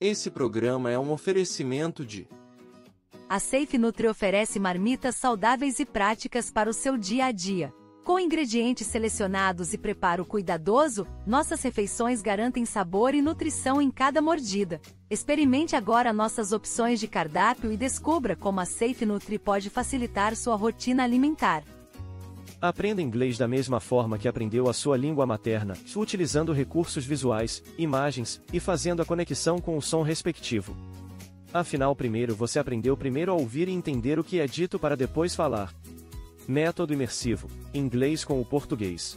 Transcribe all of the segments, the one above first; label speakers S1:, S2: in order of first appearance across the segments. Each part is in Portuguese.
S1: Esse programa é um oferecimento de
S2: A Safe Nutri oferece marmitas saudáveis e práticas para o seu dia a dia. Com ingredientes selecionados e preparo cuidadoso, nossas refeições garantem sabor e nutrição em cada mordida. Experimente agora nossas opções de cardápio e descubra como a Safe Nutri pode facilitar sua rotina alimentar.
S3: Aprenda inglês da mesma forma que aprendeu a sua língua materna, utilizando recursos visuais, imagens e fazendo a conexão com o som respectivo. Afinal, primeiro você aprendeu primeiro a ouvir e entender o que é dito para depois falar. Método imersivo: inglês com o português.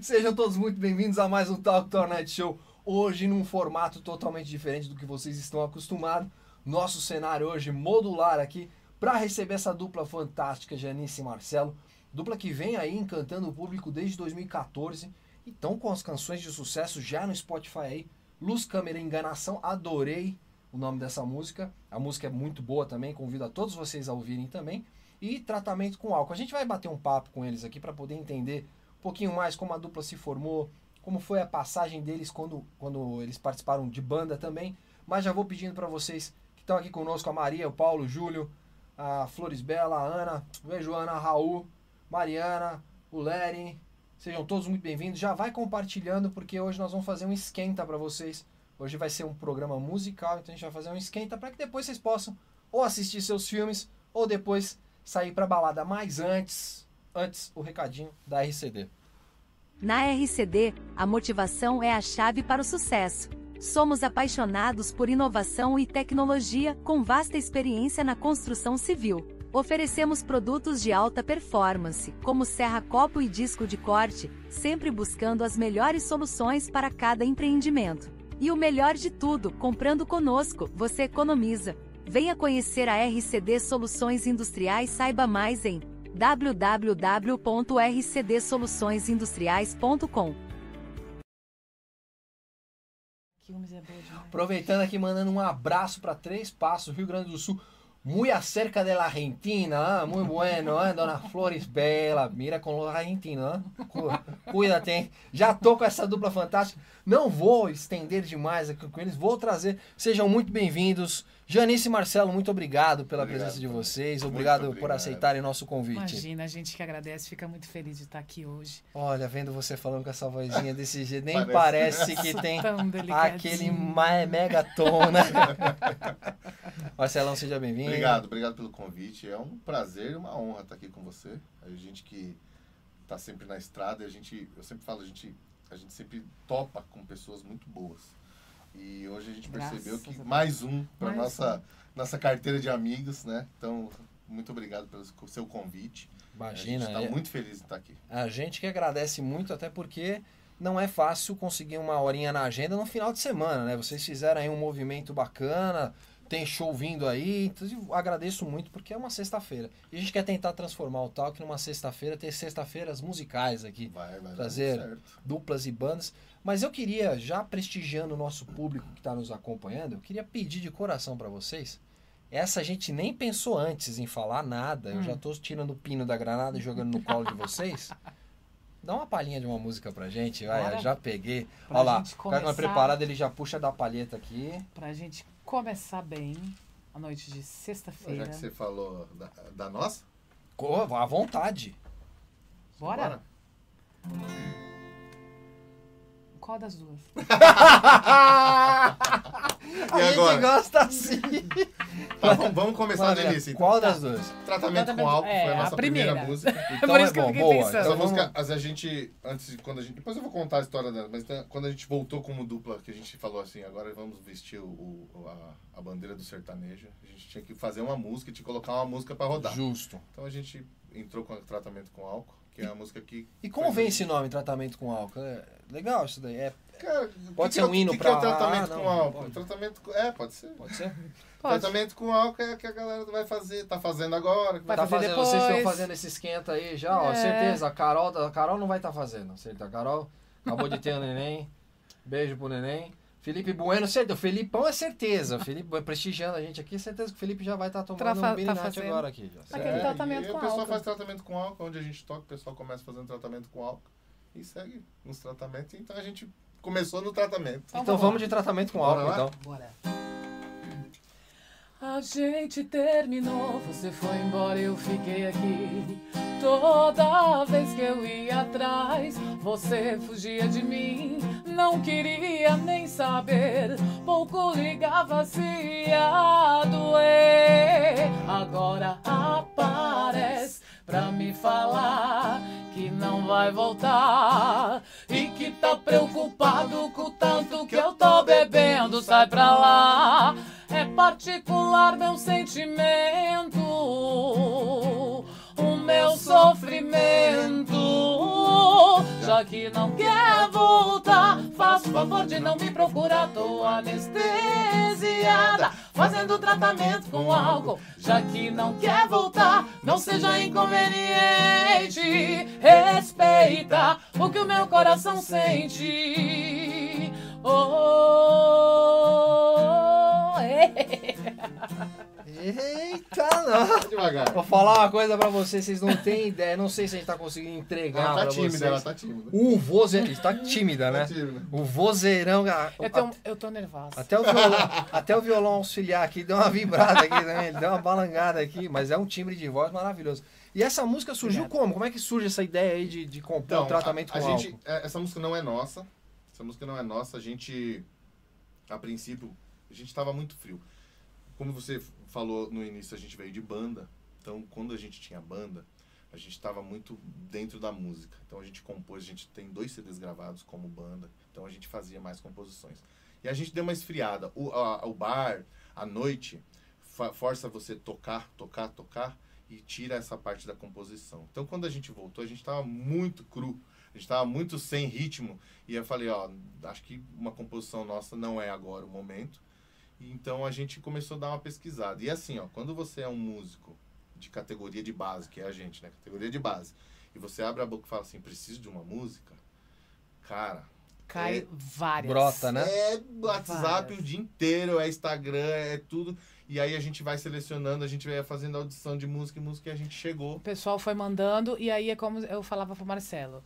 S4: Sejam todos muito bem-vindos a mais um Talk to Our Night Show. Hoje num formato totalmente diferente do que vocês estão acostumados. Nosso cenário hoje modular aqui para receber essa dupla fantástica Janice e Marcelo. Dupla que vem aí encantando o público desde 2014 e tão com as canções de sucesso já no Spotify aí. Luz, Câmera e Enganação, adorei o nome dessa música. A música é muito boa também, convido a todos vocês a ouvirem também. E Tratamento com Álcool. A gente vai bater um papo com eles aqui para poder entender um pouquinho mais como a dupla se formou, como foi a passagem deles quando, quando eles participaram de banda também. Mas já vou pedindo para vocês que estão aqui conosco, a Maria, o Paulo, o Júlio, a Flores Bela, a Ana, vejo Ana, a Raul, Mariana, o Lery. Sejam todos muito bem-vindos. Já vai compartilhando porque hoje nós vamos fazer um esquenta para vocês. Hoje vai ser um programa musical, então a gente vai fazer um esquenta para que depois vocês possam ou assistir seus filmes ou depois sair para balada. Mas antes, antes o recadinho da RCD.
S2: Na RCD, a motivação é a chave para o sucesso. Somos apaixonados por inovação e tecnologia, com vasta experiência na construção civil. Oferecemos produtos de alta performance, como serra copo e disco de corte, sempre buscando as melhores soluções para cada empreendimento. E o melhor de tudo, comprando conosco, você economiza. Venha conhecer a RCD Soluções Industriais, saiba mais em www.rcdsoluçõesindustriais.com.
S5: Quilmes é boa demais.
S4: Aproveitando aqui, mandando um abraço para Três Passos, Rio Grande do Sul. Muy acerca de la Argentina, ah, muy bueno, ah, dona Flores Bela, mira com la Argentina, ah. Cu- cuida-te, hein? Já tô com essa dupla fantástica, não vou estender demais aqui com eles, vou trazer, sejam muito bem-vindos. Janice e Marcelo, muito obrigado pela
S6: Obrigado
S4: presença de
S6: também.
S4: vocês,
S6: Muito
S4: obrigado, por
S6: obrigado.
S4: aceitarem nosso convite.
S5: Imagina, a gente que agradece, fica muito feliz de estar aqui hoje.
S4: Olha, vendo você falando com essa vozinha desse jeito, nem
S6: Parece,
S4: parece, que tem
S5: Tão delicadinho.
S4: É, aquele ma- megatom, né? Marcelão, seja bem-vindo.
S6: Obrigado, obrigado pelo convite. É um prazer e uma honra estar aqui com você. A gente que tá sempre na estrada, e a gente, eu sempre falo, a gente, a gente sempre topa com pessoas muito boas. E hoje a gente percebeu
S5: Graças a
S6: que
S5: Deus.
S6: mais um para
S5: Mais
S6: nossa nossa carteira de amigos, né? Então, muito obrigado pelo co- seu convite.
S4: Imagina,
S6: a gente
S4: é-
S6: tá muito feliz de estar aqui.
S4: a gente que agradece muito, até porque não é fácil conseguir uma horinha na agenda no final de semana, né? Vocês fizeram aí um movimento bacana, tem show vindo aí, então eu agradeço muito porque é uma sexta-feira. E a gente quer tentar transformar o Talk numa sexta-feira, ter sexta-feiras musicais aqui.
S6: Vai, vai.
S4: Prazer.
S6: Dar tudo certo.
S4: duplas e bandas. Mas eu queria, já prestigiando o nosso público que está nos acompanhando, eu queria pedir de coração para vocês. Essa gente nem pensou antes em falar nada. Eu
S5: Hum.
S4: já estou tirando o pino da granada e jogando no colo de vocês. Dá uma palhinha de uma música pra gente, vai.
S5: Bora.
S4: eu Já peguei.
S5: Pra
S4: Olha lá,
S5: gente
S4: o cara não é
S5: começar-
S4: preparado, ele já puxa da palheta aqui.
S5: Pra gente começar bem a noite de
S6: Já
S5: sexta-feira.
S6: que você falou da, da nossa,
S4: Co- À vontade.
S5: Bora?
S6: bora.
S5: Qual das duas?
S4: A gente
S6: agora?
S4: gosta assim.
S6: Tá bom, vamos começar,
S4: Maravilha.
S6: Denise. então.
S4: Qual das duas?
S6: Tratamento
S5: Tratamento-
S6: com álcool
S5: é,
S6: foi a
S5: a
S6: nossa primeira,
S5: primeira.
S6: música.
S4: Então
S5: Tá. por
S4: é
S5: isso que eu
S4: bom,
S5: fiquei
S4: boa.
S5: pensando.
S6: Essa
S4: Então vamos-
S6: música, as- a gente, antes, quando a gente, depois eu vou contar a história dela, mas então, quando a gente voltou como dupla, que a gente falou assim, agora vamos vestir o, o- a, a bandeira do sertanejo, a gente tinha que fazer uma música, tinha que colocar uma música pra rodar.
S4: Justo.
S6: Então a gente entrou com o tratamento com álcool, que é a música que...
S4: E como vem esse nome, tratamento com álcool? É legal isso daí. É
S6: Cara, o
S4: Pode
S6: que
S4: ser
S6: que é
S4: um
S6: o-
S4: hino
S6: que
S4: pra-
S6: que é o tratamento
S4: Ah, não,
S6: com álcool?
S4: pode.
S6: Tratamento com... É, pode ser.
S4: Pode ser?
S5: Pode.
S6: Tratamento com álcool é o que a galera vai fazer, tá fazendo agora. que
S5: Vai
S4: tá
S5: fazer
S4: fazendo, vocês estão
S5: depois.
S4: fazendo esse esquenta aí já, ó.
S5: É.
S4: Certeza, a Carol, tá- a Carol não vai estar fazendo, certeza. A Carol acabou de ter o neném. Beijo pro neném. Felipe Bueno, certeza. O Felipão é certeza. O Felipe é prestigiando a gente aqui, certeza que o Felipe já vai estar
S5: Tá
S4: tomando
S5: fa-
S4: um
S5: tá
S4: Beninat
S5: fazendo.
S4: agora aqui. já, certo?
S5: Aquele
S6: É,
S5: tá tratamento
S6: e aí
S5: com
S6: O pessoal
S5: álcool.
S6: faz tratamento com álcool, onde a gente toca, o pessoal começa fazendo tratamento com álcool. e segue nos tratamentos. Então a gente começou no tratamento.
S7: Então vamos de tratamento com
S6: Bora
S7: álcool,
S6: lá?
S7: então.
S5: Bora. A gente terminou, você foi embora eu fiquei aqui. Toda vez que eu ia atrás, você fugia de mim. Não queria nem saber, pouco ligava se ia doer. Agora aparece pra me falar que não vai voltar e que tá preocupado com o tanto que eu tô bebendo. Sai pra lá, é particular meu sentimento, o meu sofrimento. Já que não quer voltar, faz o favor de não me procurar. Tô anestesiada, fazendo tratamento com álcool. Já que não quer voltar, não seja inconveniente. Respeita o que o meu coração sente. Oh,
S4: então.
S7: Eita, não.
S6: Tá Devagar.
S7: Vou falar uma coisa pra vocês, vocês não têm ideia. Não sei se a gente tá conseguindo entregar
S6: Ela
S7: pra
S6: tá tímida, ela
S7: vocês.
S6: tá tímida.
S7: O vozeirão... Tá tímida, né?
S6: Tá tímida.
S7: O vozeirão... a-
S5: eu, tenho, um, eu tô nervosa.
S7: Até o, violão, até o violão auxiliar aqui deu uma vibrada aqui também, ele deu uma balangada aqui, mas é um timbre de voz maravilhoso. E essa música surgiu como? Como é que surge essa ideia aí de, de compor um tratamento
S6: Então, a, a
S7: com álcool?
S6: gente, é, Essa música não é nossa. Essa música não é nossa. A gente, a princípio, a gente estava muito frio. Como você f- falou no início, a gente veio de banda. Então, quando a gente tinha banda, a gente estava muito dentro da música. Então, a gente compôs. A gente tem dois CDs gravados como banda. Então, a gente fazia mais composições. E a gente deu uma esfriada. O, a- o bar, a noite, fa- força você tocar, tocar, tocar e tira essa parte da composição. Então, quando a gente voltou, a gente estava muito cru, a gente estava muito sem ritmo. E eu falei, ó, acho que uma composição nossa não é agora o momento. E Então, a gente começou a dar uma pesquisada. E assim, ó, quando você é um músico de categoria de base, que é a gente, né? Categoria de base. E você abre a boca e fala assim, preciso de uma música. Cara,
S5: Cai várias.
S7: Brota, né?
S6: é WhatsApp
S5: Várias.
S6: o dia inteiro, é Instagram, é tudo. E aí a gente vai selecionando, a gente vai fazendo audição de música e música e a gente chegou.
S5: O pessoal foi mandando, e aí é como eu falava pro Marcelo.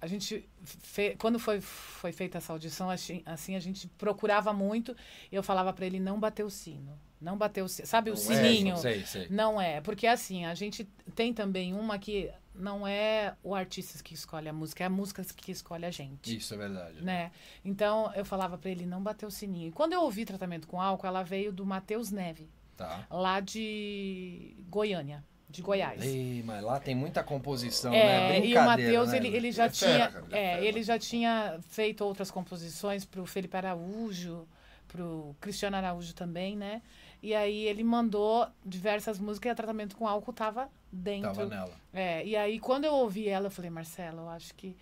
S5: A gente, fe- quando foi, foi feita essa audição, assim, assim, a gente procurava muito, e eu falava pra ele não bater o sino. Não bater o sino. Sabe
S6: Não
S5: o
S6: é,
S5: sininho?
S7: Sei, sei.
S5: Não é, porque assim, a gente tem também uma que não é o artista que escolhe a música, é a música que escolhe a gente.
S7: Isso é verdade.
S5: Né? Então eu falava pra ele não bater o sininho. E quando eu ouvi tratamento com álcool, ela veio do Matheus Neve,
S7: Tá.
S5: lá de Goiânia, de Goiás.
S7: Ei, mas lá tem muita composição, né?
S5: É, e o
S7: Brincadeira,
S5: Matheus,
S7: né?
S5: ele, ele já
S6: É fera,
S5: tinha.
S6: cara, ele é
S5: é,
S6: fera.
S5: ele já tinha feito outras composições pro Felipe Araújo, pro Cristiano Araújo também, né? E aí ele mandou diversas músicas e a tratamento com álcool tava dentro.
S7: Tava nela.
S5: É, e aí quando eu ouvi ela, eu falei, Marcelo, eu acho que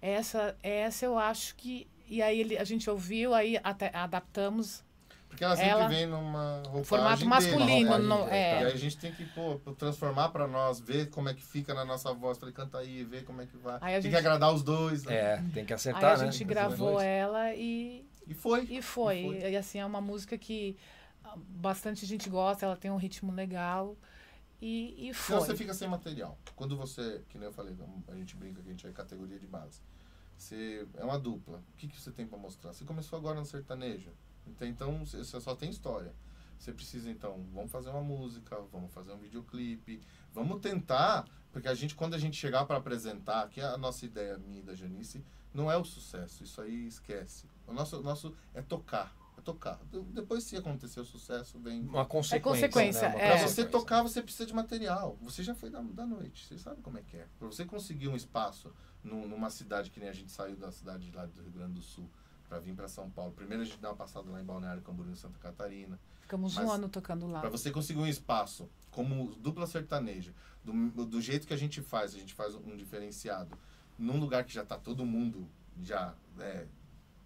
S5: essa, essa eu acho que. E aí ele, a gente ouviu, aí até adaptamos
S6: Porque ela sempre
S5: Ela-
S6: vem numa roupagem
S5: formato
S6: dele,
S5: masculino.
S6: né?
S5: não-
S6: E aí
S5: é,
S6: a gente tem que pô, transformar pra nós, ver como é que fica na nossa voz. Falei, canta aí, vê como é que vai.
S5: Aí a
S6: tem
S5: gente-
S6: que agradar os dois. né?
S7: É, tem que
S5: aí
S7: acertar,
S5: a
S7: né?
S5: gente
S7: Esses
S5: gravou
S7: dois.
S5: ela e,
S6: E foi.
S5: E foi.
S6: E
S5: E,
S6: foi.
S5: assim, é uma música que ah, bastante gente gosta, ela tem um ritmo legal. E, e foi.
S6: Senão Então, você fica sem material. Quando você, que nem eu falei, a gente brinca que a gente é categoria de base. Você é uma dupla. O que, que você tem pra mostrar? Você começou agora no sertanejo. Então, Então você você só tem história. Você precisa, então, vamos fazer uma música, vamos fazer um videoclipe, vamos tentar, porque a gente, quando a gente chegar pra apresentar, que é a nossa ideia, minha e da Janice, não é o sucesso, isso aí esquece. O nosso, o nosso é tocar, é tocar. De- Depois, se acontecer o sucesso, vem.
S7: Uma consequência. né?
S5: consequência,
S7: Uma
S5: é.
S6: Pra
S7: consequência.
S6: você tocar, você precisa de material. Você já foi da, da noite, você sabe como é que é. Pra você conseguir um espaço num- numa cidade que nem a gente saiu da cidade lá do Rio Grande do Sul pra vir pra São Paulo. Primeiro a gente dá uma passada lá em Balneário Camboriú, em Santa Catarina.
S5: Ficamos um
S6: Mas-
S5: ano tocando lá.
S6: Pra você conseguir um espaço como dupla sertaneja, do, do jeito que a gente faz, a gente faz um diferenciado, num lugar que já tá todo mundo já é,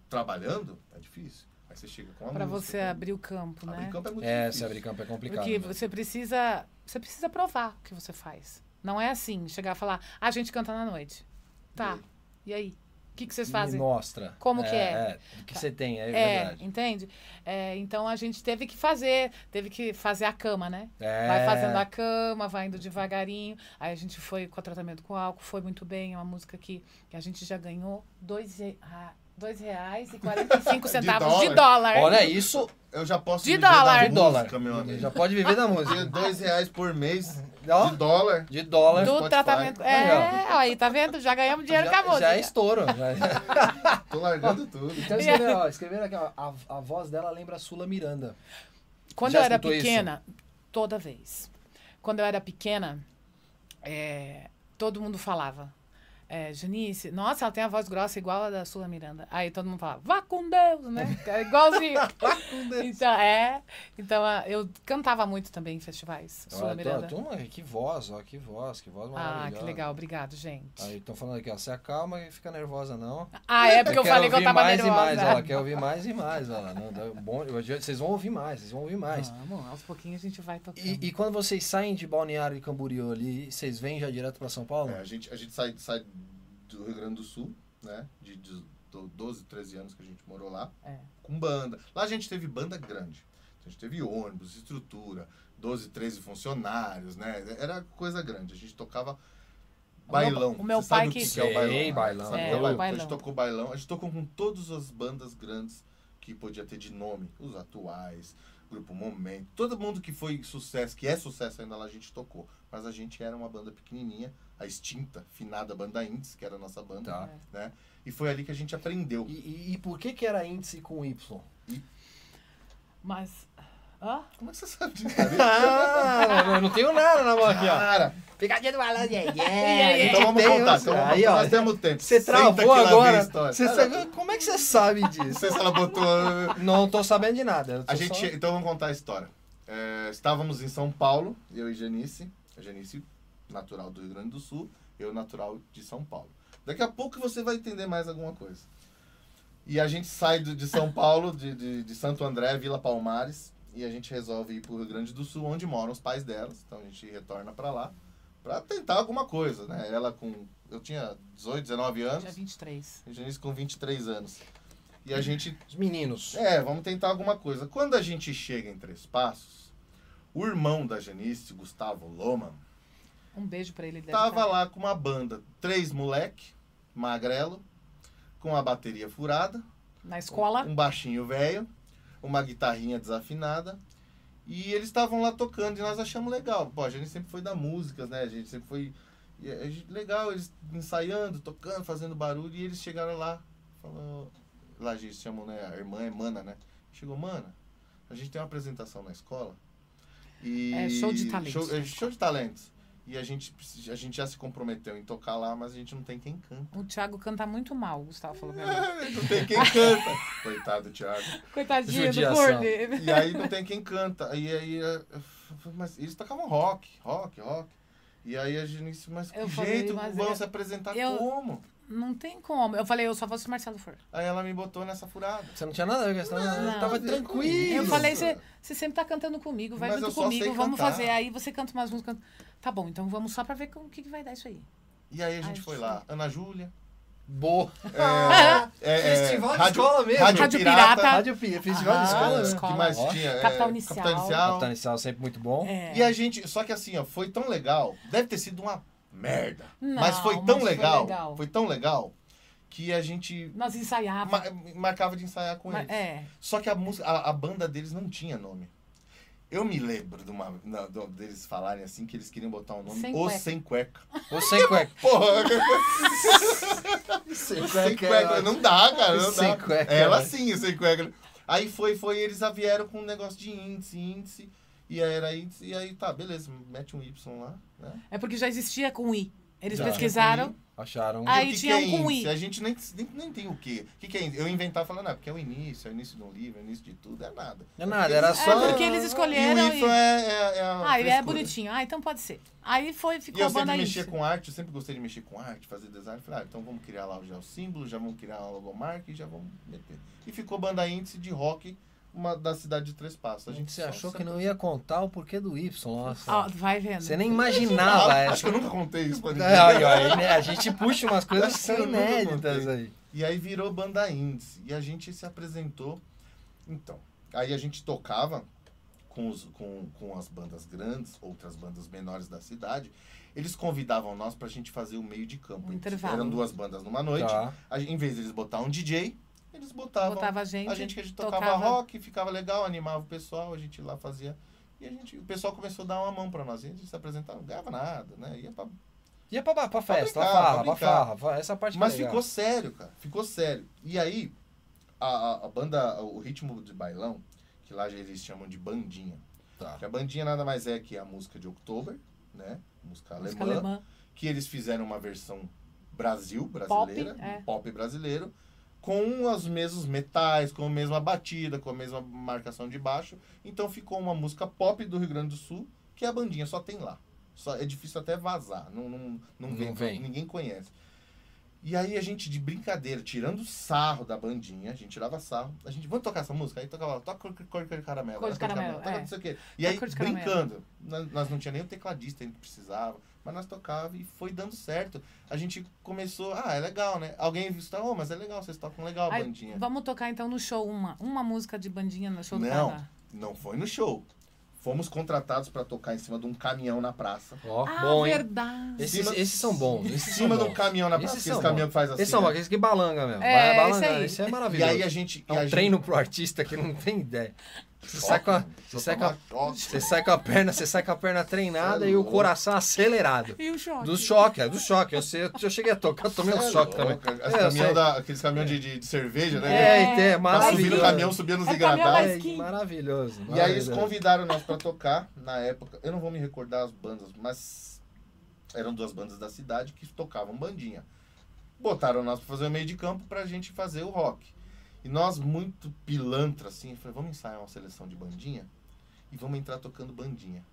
S6: trabalhando, é difícil. Aí você chega com a
S5: Pra
S6: é música,
S5: você
S6: com-
S5: abrir o campo, né?
S6: Abrir campo é muito
S7: É,
S6: difícil.
S7: se abrir campo é complicado.
S5: Porque
S7: né?
S5: você precisa. Você precisa provar o que você faz. Não é assim, chegar e falar, "Ah, a gente canta na noite. Tá. E aí? que, que vocês
S7: Me
S5: fazem?
S7: mostra.
S5: Como que é?
S7: O que você tem, é,
S5: É,
S7: verdade.
S5: entende? É, então a gente teve que fazer, teve que fazer a cama, né?
S7: É.
S5: Vai fazendo a cama, vai indo devagarinho. Aí a gente foi com o tratamento com álcool, foi muito bem. É uma música que, que a gente já ganhou dois, re- ah, dois reais e 45
S6: De
S5: centavos de
S6: dólar.
S5: dólar.
S7: Olha isso,
S6: Eu já posso
S5: De
S6: viver da
S5: dólar.
S7: de dólar.
S6: música, meu amigo.
S7: Já pode viver da
S6: Tenho
S7: música.
S6: dois reais por mês
S7: Ó,
S6: de dólar.
S7: de dólar.
S5: Do
S6: Spotify.
S5: tratamento. É,
S7: Legal.
S5: aí, tá vendo? Já ganhamos dinheiro com a
S7: já,
S5: música.
S7: já é estouro. já-
S6: Tô largando tudo.
S7: Então escreveram, ó, escreveram aqui, ó, a, a voz dela lembra a Sula Miranda.
S5: Quando
S7: Já
S5: eu era
S7: escutou isso?
S5: pequena, toda vez. Quando eu era pequena, é, todo mundo falava. É, Janice, nossa, ela tem a voz grossa igual a da Sula Miranda. Aí todo mundo falava, vá com Deus, né? É igualzinho. Então, é. Então, a- eu cantava muito também em festivais. Sula
S7: Olha,
S5: Miranda.
S7: Ah, tô- tô- que voz, ó, que voz, que voz
S5: Ah,
S7: maravilhosa.
S5: que legal. Obrigado, gente.
S7: Aí estão tá falando aqui, ó, se acalma e fica nervosa não.
S5: Ah, é porque eu
S7: quero
S5: falei que eu
S7: ouvir
S5: tava
S7: mais
S5: nervosa.
S7: e mais, ó, ela quer ouvir mais e mais, ó, não, dá- um bom, eu- vocês vão ouvir mais, vocês vão ouvir mais.
S5: Vamos, aos pouquinhos a gente vai tocando.
S7: E, e quando vocês saem de Balneário e Camboriú ali, vocês vêm já direto pra São Paulo?
S6: É, a gente, a gente sai, sai do Rio Grande do Sul, né? De, de do- 12, 13 anos que a gente morou lá,
S5: É.
S6: com banda. Lá a gente teve banda grande. A gente teve ônibus, estrutura, 12, 13 funcionários, né? Era coisa grande. A gente tocava bailão.
S5: o meu
S6: Você sabe
S5: pai
S6: o que,
S5: que-
S6: que é o bailão.
S7: Sei,
S6: né?
S7: bailão.
S6: Sabe o que
S5: É,
S6: é o
S5: o
S6: bailão?
S5: bailão.
S6: A gente tocou bailão. A gente tocou com todas as bandas grandes que podia ter de nome. Os atuais, Grupo Momento. Todo mundo que foi sucesso, que é sucesso ainda lá, a gente tocou. Mas a gente era uma banda pequenininha, a extinta, finada banda Índice, que era a nossa banda.
S7: Tá.
S6: Né? E foi ali que a gente aprendeu.
S7: E, e- e por que que era índice com Y?
S5: Mas. Hã?
S6: Como é que você sabe disso?
S7: Ah, eu não tenho nada na mão aqui, ó.
S6: Cara,
S7: Pegadinha do balão, yeah,
S5: Yeah, yeah.
S6: então vamos
S7: Tem
S6: contar.
S7: uns-
S6: Então vamos
S7: Aí,
S6: contar.
S7: ó,
S6: Nós temos tempo.
S7: Você
S6: Senta que
S7: travou
S6: lá vem a
S7: agora.
S6: história.
S7: Você
S6: Cara,
S7: sabe, como é que você sabe
S6: Não
S7: disso?
S6: sei se ela botou.
S7: Não tô sabendo de nada. eu tô
S6: A gente,
S7: só-
S6: então vamos contar a história. É, estávamos em São Paulo, eu e Janice, a Janice natural do Rio Grande do Sul, eu natural de São Paulo. Daqui a pouco você vai entender mais alguma coisa. E a gente sai do- de São Paulo, de, de, de Santo André, Vila Palmares, e a gente resolve ir para o Rio Grande do Sul, onde moram os pais delas. Então a gente retorna para lá para tentar alguma coisa, né? Ela com... Eu tinha 18, 19
S5: Dia
S6: anos,
S5: 23.
S6: a Janice com 23 anos. E
S7: Uhum.
S6: a gente
S7: Os meninos.
S6: é, vamos tentar alguma coisa. Quando a gente chega em Três Passos, o irmão da Janice, Gustavo Loman,
S5: Um beijo pra ele. ele deve
S6: tava
S5: tá-
S6: lá com uma banda. Três moleque, magrelo, com a bateria furada,
S5: Na escola.
S6: um baixinho velho, uma guitarrinha desafinada. E eles estavam lá tocando e nós achamos legal. Pô, a gente sempre foi da música, né? A gente sempre foi. e a gente- legal, eles ensaiando, tocando, fazendo barulho. E eles chegaram lá, falou. Lá a gente chamou, né? A irmã é Mana, né? Chegou, Mana, a gente tem uma apresentação na escola. E
S5: É, show de talentos,
S6: Show,
S5: né?
S6: é, show de talentos. E a gente, precisa- a gente já se comprometeu em tocar lá, mas a gente não tem quem canta.
S5: O Thiago canta muito mal, o Gustavo falou pra mim.
S6: Não tem quem canta. Coitado, Thiago.
S5: Coitadinho do
S7: Judiação.
S5: gordo.
S6: E aí não tem quem canta. E aí, eh, eu falei, mas eles tocavam rock, rock, rock. E aí a gente disse, mas que
S5: Eu falei,
S6: jeito
S5: mas
S6: vão
S5: eu-
S6: se apresentar
S5: eu-
S6: como?
S5: Não tem como. Eu falei, eu só vou se o Marcelo for.
S6: Aí ela me botou nessa furada.
S7: Você não tinha nada a ver com isso, não.
S5: Não.
S7: Tava tranquilo.
S5: Eu
S6: Isso.
S5: falei, você você sempre tá cantando comigo, vai
S6: Mas eu
S5: junto
S6: só sei
S5: comigo, vamos
S6: cantar.
S5: fazer. Aí você canta umas músicas. Tá bom, então vamos só pra ver o que, que vai dar isso aí.
S6: E aí a gente
S5: Ai,
S6: foi lá. Ana Júlia.
S7: Boa.
S6: É, é,
S7: Festival de
S6: Rádio-
S7: escola mesmo.
S6: Rádio,
S5: Rádio
S6: Pirata.
S5: Pirata.
S7: Rádio Pia, Festival
S5: Ah,
S7: Tá de escola. né?
S5: escola.
S6: Que mais
S7: Ó.
S6: tinha? É,
S5: Capital Inicial.
S6: Capital Inicial.
S7: Capitão Inicial sempre muito bom.
S5: É.
S6: E a gente, só que assim, ó, foi tão legal, deve ter sido uma merda.
S5: Não,
S6: mas foi tão
S5: mas foi
S6: legal, foi
S5: legal.
S6: tão legal que a gente
S5: Nós
S6: ma-
S5: ensaiávamos.
S6: marcava de ensaiar com
S5: Ma-
S6: eles.
S5: é.
S6: Só que a, música, a, a banda deles não tinha nome. Eu me lembro de uma, na- do- deles falarem assim que eles queriam botar um nome
S5: Sem
S6: O
S5: Cueca.
S6: Sem Cueca.
S7: Ou sem cueca.
S6: Porra,
S7: Sem
S6: Sem Cueca. Não dá, cara, não
S7: Sem
S6: dá.
S7: cueca. né?
S6: Ela sim, o Sem Cueca. Aí foi, foi, eles já vieram com um negócio de índice, índice. E aí era índice, e aí tá, beleza, mete um Y lá, né?
S5: É porque já existia com I. Eles
S6: Já.
S5: pesquisaram.
S7: Acharam.
S5: Ai.
S6: E
S5: Aí
S6: o que
S5: tinha
S6: que é
S5: um com
S6: índice?
S5: I.
S6: A gente nem, nem, nem tem o quê. O que, que é índice? Eu inventava falando, ah, porque é o início, é o início de um livro, é o início de tudo, é nada. Ah,
S7: É nada, era
S5: É
S7: só.
S5: porque eles escolheram.
S6: E o Y
S5: e-
S6: é, é, é a
S5: Ah, ele é
S6: frescura.
S5: bonitinho. Ah, então pode ser. Aí foi,
S6: E
S5: ficou
S6: eu
S5: a banda
S6: sempre
S5: isso.
S6: mexia com arte, eu sempre gostei de mexer com arte, fazer design. Falei, ah, então vamos criar lá já o símbolo, já vamos criar a logomarca e já vamos meter. E ficou banda índice de rock, uma da cidade de Três Passos. A gente
S4: Você
S6: só
S4: achou
S6: se-
S4: que não ia contar o porquê do Y,
S5: Ó,
S4: nossa.
S5: vai vendo.
S4: Você nem imaginava
S6: Ah,
S4: essa.
S6: Acho que eu nunca contei isso pra ninguém.
S4: É, aí, ó, aí, né, a gente puxa umas coisas que
S6: Acho que eu
S4: são
S6: nunca
S4: inéditas
S6: contei.
S4: aí.
S6: E aí virou banda índice. E a gente se apresentou. Então, aí a gente tocava com, os- com, com as bandas grandes, outras bandas menores da cidade. Eles convidavam nós pra gente fazer o meio de campo.
S5: Um intervalo.
S6: Eram duas bandas numa noite.
S4: Tá.
S6: A gen- em vez deles botar um DJ, eles botavam
S5: Botava a gente.
S6: a gente que a gente tocava, rock, ficava legal, animava o pessoal, a gente lá fazia. E a gente, o pessoal começou a dar uma mão pra nós. E a gente se apresentava, não ganhava nada, né? Ia pra
S4: Ia pra, ba- pra festa,
S6: brincar,
S4: pra farra,
S6: pra
S4: pra farra, farra. Essa parte que
S6: Mas
S4: é legal.
S6: ficou sério, cara. Ficou sério. E aí, a, a- a banda, o ritmo de bailão, que lá já eles chamam de bandinha.
S4: Tá.
S6: Que a bandinha nada mais é que a música de Oktober, né? Música alemã.
S5: Música alemã.
S6: Que eles fizeram uma versão Brasil, brasileira.
S5: Pop, é.
S6: pop brasileiro. Com os mesmos metais, com a mesma batida, com a mesma marcação de baixo. Então ficou uma música pop do Rio Grande do Sul, que a bandinha só tem lá. Só, é difícil até vazar, não, não, não,
S4: Não
S6: vem,
S4: vem.
S6: ninguém conhece. E aí a gente, de brincadeira, tirando sarro da bandinha, a gente tirava sarro, a gente, vamos tocar essa música? Aí tocava, toca cor, cor de caramelo,
S5: Cor de
S6: né, cor
S5: caramelo,
S6: toca
S5: é.
S6: não sei o quê. E
S5: Toca
S6: aí,
S5: cor de caramelo.
S6: brincando, nós, nós não tinha nem o tecladista ainda que precisava, mas nós tocava e foi dando certo. A gente começou, ah, é legal, né? Alguém viu, oh, mas é legal, vocês tocam legal a
S5: Aí,
S6: bandinha.
S5: vamos tocar então no show uma. Uma música de bandinha no show do
S6: Não.
S5: Paraná.
S6: Não foi no show. Fomos contratados pra tocar em cima de um caminhão na praça.
S4: Ó,
S5: Ah,
S4: bom, hein?
S5: verdade.
S4: Esses,
S6: Cima-
S4: esses são bons. Esses
S6: Em
S4: são
S6: cima de
S4: bons.
S6: um caminhão na praça,
S4: Esses
S6: esse
S4: são
S6: caminhão que faz assim.
S4: Esses são
S6: né?
S4: bons, esses que balanga mesmo.
S5: É,
S4: Vai balangando.
S5: esse aí.
S4: Esse é
S6: E
S4: maravilhoso.
S6: aí a gente.
S4: É
S6: e a
S4: um
S6: gente-
S4: treino pro artista que não tem ideia. Você sai com a, você
S6: Só
S4: sai com a,
S6: tomar choque.
S4: você sai com a perna, você sai com a perna treinada
S6: Cê é
S4: e o
S6: louco.
S4: coração acelerado.
S5: E o choque.
S4: Do choque, é do choque. Eu, sei, eu cheguei a tocar, eu tomei um
S6: Cê é
S4: choque também.
S6: louco. As
S4: É, eu
S6: caminhão
S4: sei.
S6: da- aqueles caminhões de, de- de cerveja, né?
S4: É, e tem- é
S6: Tá subindo
S4: maravilhoso.
S6: o caminhão, subindo nos
S5: É caminhão
S6: engradais.
S5: mais-
S4: É,
S5: skin.
S4: maravilhoso.
S6: E aí eles
S4: maravilhoso.
S6: convidaram né? nós pra tocar na época. Eu não vou me recordar as bandas, mas eram duas bandas da cidade que tocavam bandinha. Botaram nós pra fazer o meio de campo pra gente fazer o rock. E nós, muito pilantra, assim, eu falei, vamos ensaiar uma seleção de bandinha e vamos entrar tocando bandinha.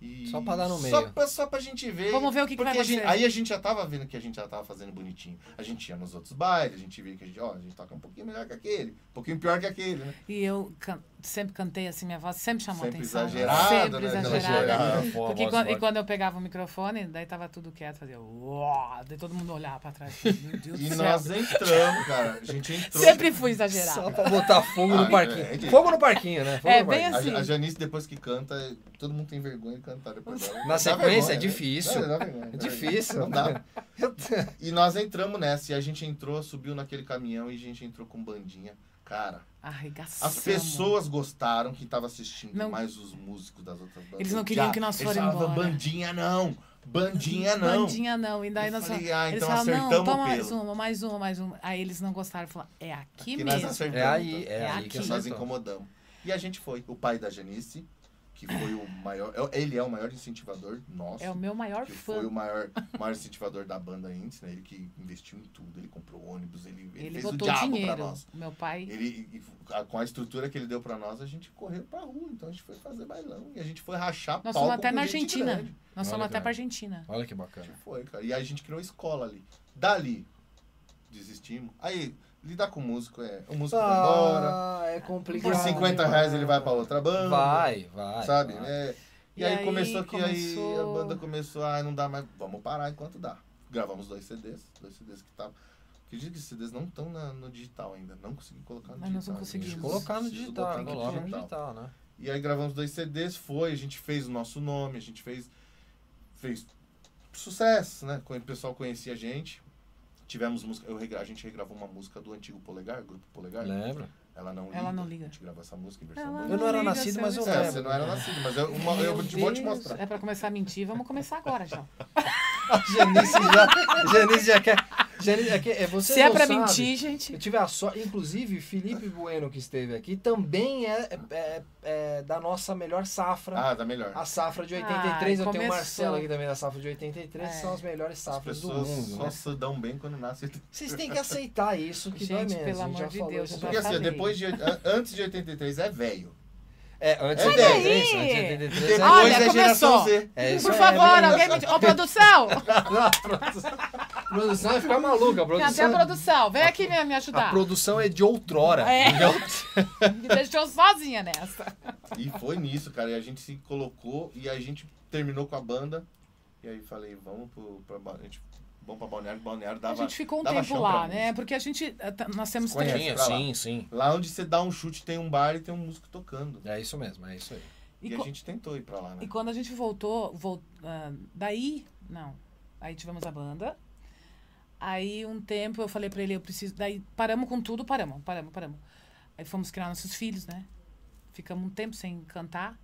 S6: E
S4: Só pra dar no
S6: Só
S4: meio.
S6: pra, só pra gente ver.
S5: Vamos ver o que que
S6: porque
S5: vai
S6: a gente-
S5: acontecer.
S6: aí a gente já tava vendo que a gente já tava fazendo bonitinho. A gente ia nos outros bailes, a gente via que a gente, ó, a gente toca um pouquinho melhor que aquele, um pouquinho pior que aquele, né?
S5: E eu can- sempre cantei assim, minha voz sempre chamou
S6: Sempre
S5: atenção.
S6: exagerada,
S5: sempre
S6: né?
S5: exagerada.
S6: Exagerada.
S5: Porque quando, e quando eu pegava o microfone, daí tava tudo quieto, fazia uó, daí todo mundo olhava pra trás. Meu Deus
S6: E
S5: do céu.
S6: nós entramos, cara. A gente entrou.
S5: Sempre fui
S4: Só
S5: exagerada.
S4: pra botar fogo
S6: Ah,
S4: no
S6: é, é
S4: parquinho.
S6: que-
S4: Fogo no parquinho, né? Fogo
S5: É,
S4: no
S5: bem
S4: parquinho.
S6: A,
S5: assim.
S6: a Janice, depois que canta, todo mundo tem vergonha de cantar depois dela.
S4: Na
S6: Dá
S4: sequência, é
S6: vergonha, né?
S4: difícil.
S6: Dá- dá vergonha,
S4: É
S6: dá
S4: difícil.
S6: vergonha. Não dá. E nós entramos nessa. E a gente entrou, subiu naquele caminhão e a gente entrou com bandinha. Cara,
S5: Arregaçamos.
S6: as pessoas gostaram que tava assistindo,
S5: Não.
S6: mais os músicos das outras bandas.
S5: Eles não queriam que nós
S6: Eles
S5: fôssemos
S6: falavam,
S5: embora.
S6: bandinha não, bandinha não.
S5: Bandinha não. E daí
S6: Eu
S5: nós
S6: falei,
S5: fala-
S6: ah,
S5: eles
S6: então
S5: falaram, não,
S6: acertamos
S5: toma
S6: o
S5: mais um."
S6: pelo.
S5: uma, mais uma, mais uma. Aí eles não gostaram, falaram, é aqui
S6: Que nós
S5: mesmo.
S6: acertamos.
S4: É aí,
S6: tá?
S4: é,
S5: É
S4: aí
S5: aqui.
S4: que
S6: nós
S4: acertou.
S6: incomodamos. E a gente foi. O pai da Janice, que foi o maior. é- Ele é o maior incentivador nosso.
S5: É o meu maior
S6: que
S5: fã.
S6: foi o maior, maior incentivador da banda índice, né? Ele que investiu em tudo, ele comprou ônibus, ele, ele
S5: Ele
S6: fez
S5: botou
S6: o diabo pra
S5: dinheiro.
S6: nós.
S5: Meu pai.
S6: Ele, e- e a- com a estrutura que ele deu pra nós, a gente correu pra rua, então a gente foi fazer bailão e a gente foi rachar
S5: Nós
S6: palco
S5: fomos até
S6: com
S5: na
S6: gente
S5: Argentina.
S6: grande.
S5: Nós
S4: Olha,
S5: fomos até
S4: cara.
S5: pra Argentina.
S4: Olha que
S6: A
S4: bacana.
S6: gente foi, cara. E aí a gente criou escola ali. Dali, desistimos. Aí, lidar com o músico é. O músico vai embora.
S4: Ah, é complicado.
S6: Por 50 reais ele vai pra outra banda.
S4: Vai, vai.
S6: sabe?
S4: vai.
S6: É, e,
S5: E
S6: aí,
S5: aí
S6: começou que aí a
S5: começou-
S6: banda começou, ah, não dá mais, vamos parar enquanto dá. Gravamos dois CDs, dois CDs que estavam. Acredito que esses CDs não estão na- no digital ainda, não consegui colocar no
S5: Mas nós
S6: digital.
S5: não
S6: a gente
S5: conseguimos.
S6: precisa-
S4: Colocar no
S6: preciso botar
S4: digital,
S6: aqui
S4: coloca no digital, né?
S6: E aí gravamos dois CDs, foi, a gente fez o nosso nome, a gente fez fez sucesso, né? O pessoal conhecia a gente. Tivemos música, eu regra- a gente regravou uma música do antigo Polegar, grupo Polegar.
S4: Lembra?
S6: Ela não liga.
S5: Ela não liga.
S6: A gente gravou essa música em versão
S5: Ela
S6: banjo.
S4: Eu não era
S5: liga,
S4: nascido,
S5: seu
S4: mas eu
S5: Luiz.
S6: É,
S4: lembro.
S6: você não era nascido, mas eu, uma- eu
S5: Meu
S6: te- vou te
S5: Deus,
S6: mostrar.
S5: É pra começar a mentir, vamos começar agora já.
S4: Janice já, Janice já quer. Janice, é, que, é você
S5: Se é
S4: não
S5: pra
S4: sabe.
S5: mentir,
S4: Eu
S5: gente.
S4: tive a sorte, inclusive Felipe Bueno que esteve aqui também é, é- é da nossa melhor safra.
S6: Ah, tá melhor.
S4: A safra de 83,
S5: Ai,
S4: eu tenho o
S5: começou.
S4: Marcelo aqui também da safra de 83,
S5: É.
S4: são as melhores
S6: As
S4: safras do
S6: pessoas
S4: mundo.
S6: só
S4: né?
S6: se dão bem quando nascem.
S4: Vocês têm que aceitar isso que dói
S5: Gente,
S4: menos.
S5: pelo
S4: a gente já
S5: amor de
S4: falou
S5: Deus,
S4: isso.
S5: já
S6: Porque assim,
S5: falei.
S6: depois de, a- antes de 83 é velho.
S4: É, antes de
S6: Olha
S4: 83,
S5: aí!
S4: antes de 83
S6: Depois
S4: é
S5: Olha,
S6: é geração
S5: começou.
S6: Z.
S4: É isso
S5: Por
S4: aí,
S5: favor,
S4: é bem
S5: alguém me. Ô, produção!
S4: isso.
S7: produção vai ficar maluca. A
S5: Cadê a
S7: produção,
S5: produção? Vem aqui me, me
S7: a
S5: ajudar.
S7: produção é de outrora.
S5: É.
S7: entendeu?
S5: Me deixou sozinha nessa.
S6: E foi nisso, cara. E a gente se colocou e a gente terminou com a banda. E aí falei, vamos pro, pra, Ba- a gente, vamos pra Balneário. Balneário
S5: A
S6: dava.
S5: gente ficou um
S6: dava
S5: tempo
S6: chão
S5: lá,
S6: pra
S5: né? Porque a gente. eh, tá- Nós temos
S6: Conhece
S5: três.
S4: Sim,
S6: pra lá.
S4: sim, sim.
S6: Lá onde você dá um chute tem um bar e tem um músico tocando.
S4: É isso mesmo, é isso aí.
S5: E
S6: E,
S5: co-
S6: a gente tentou ir pra lá, né?
S5: E quando a gente voltou, vol- ah, daí, não, aí tivemos a banda. Aí um tempo eu falei pra ele, eu preciso, daí paramos com tudo, paramos, paramos, paramos. Aí fomos criar nossos filhos, né? Ficamos um tempo sem cantar.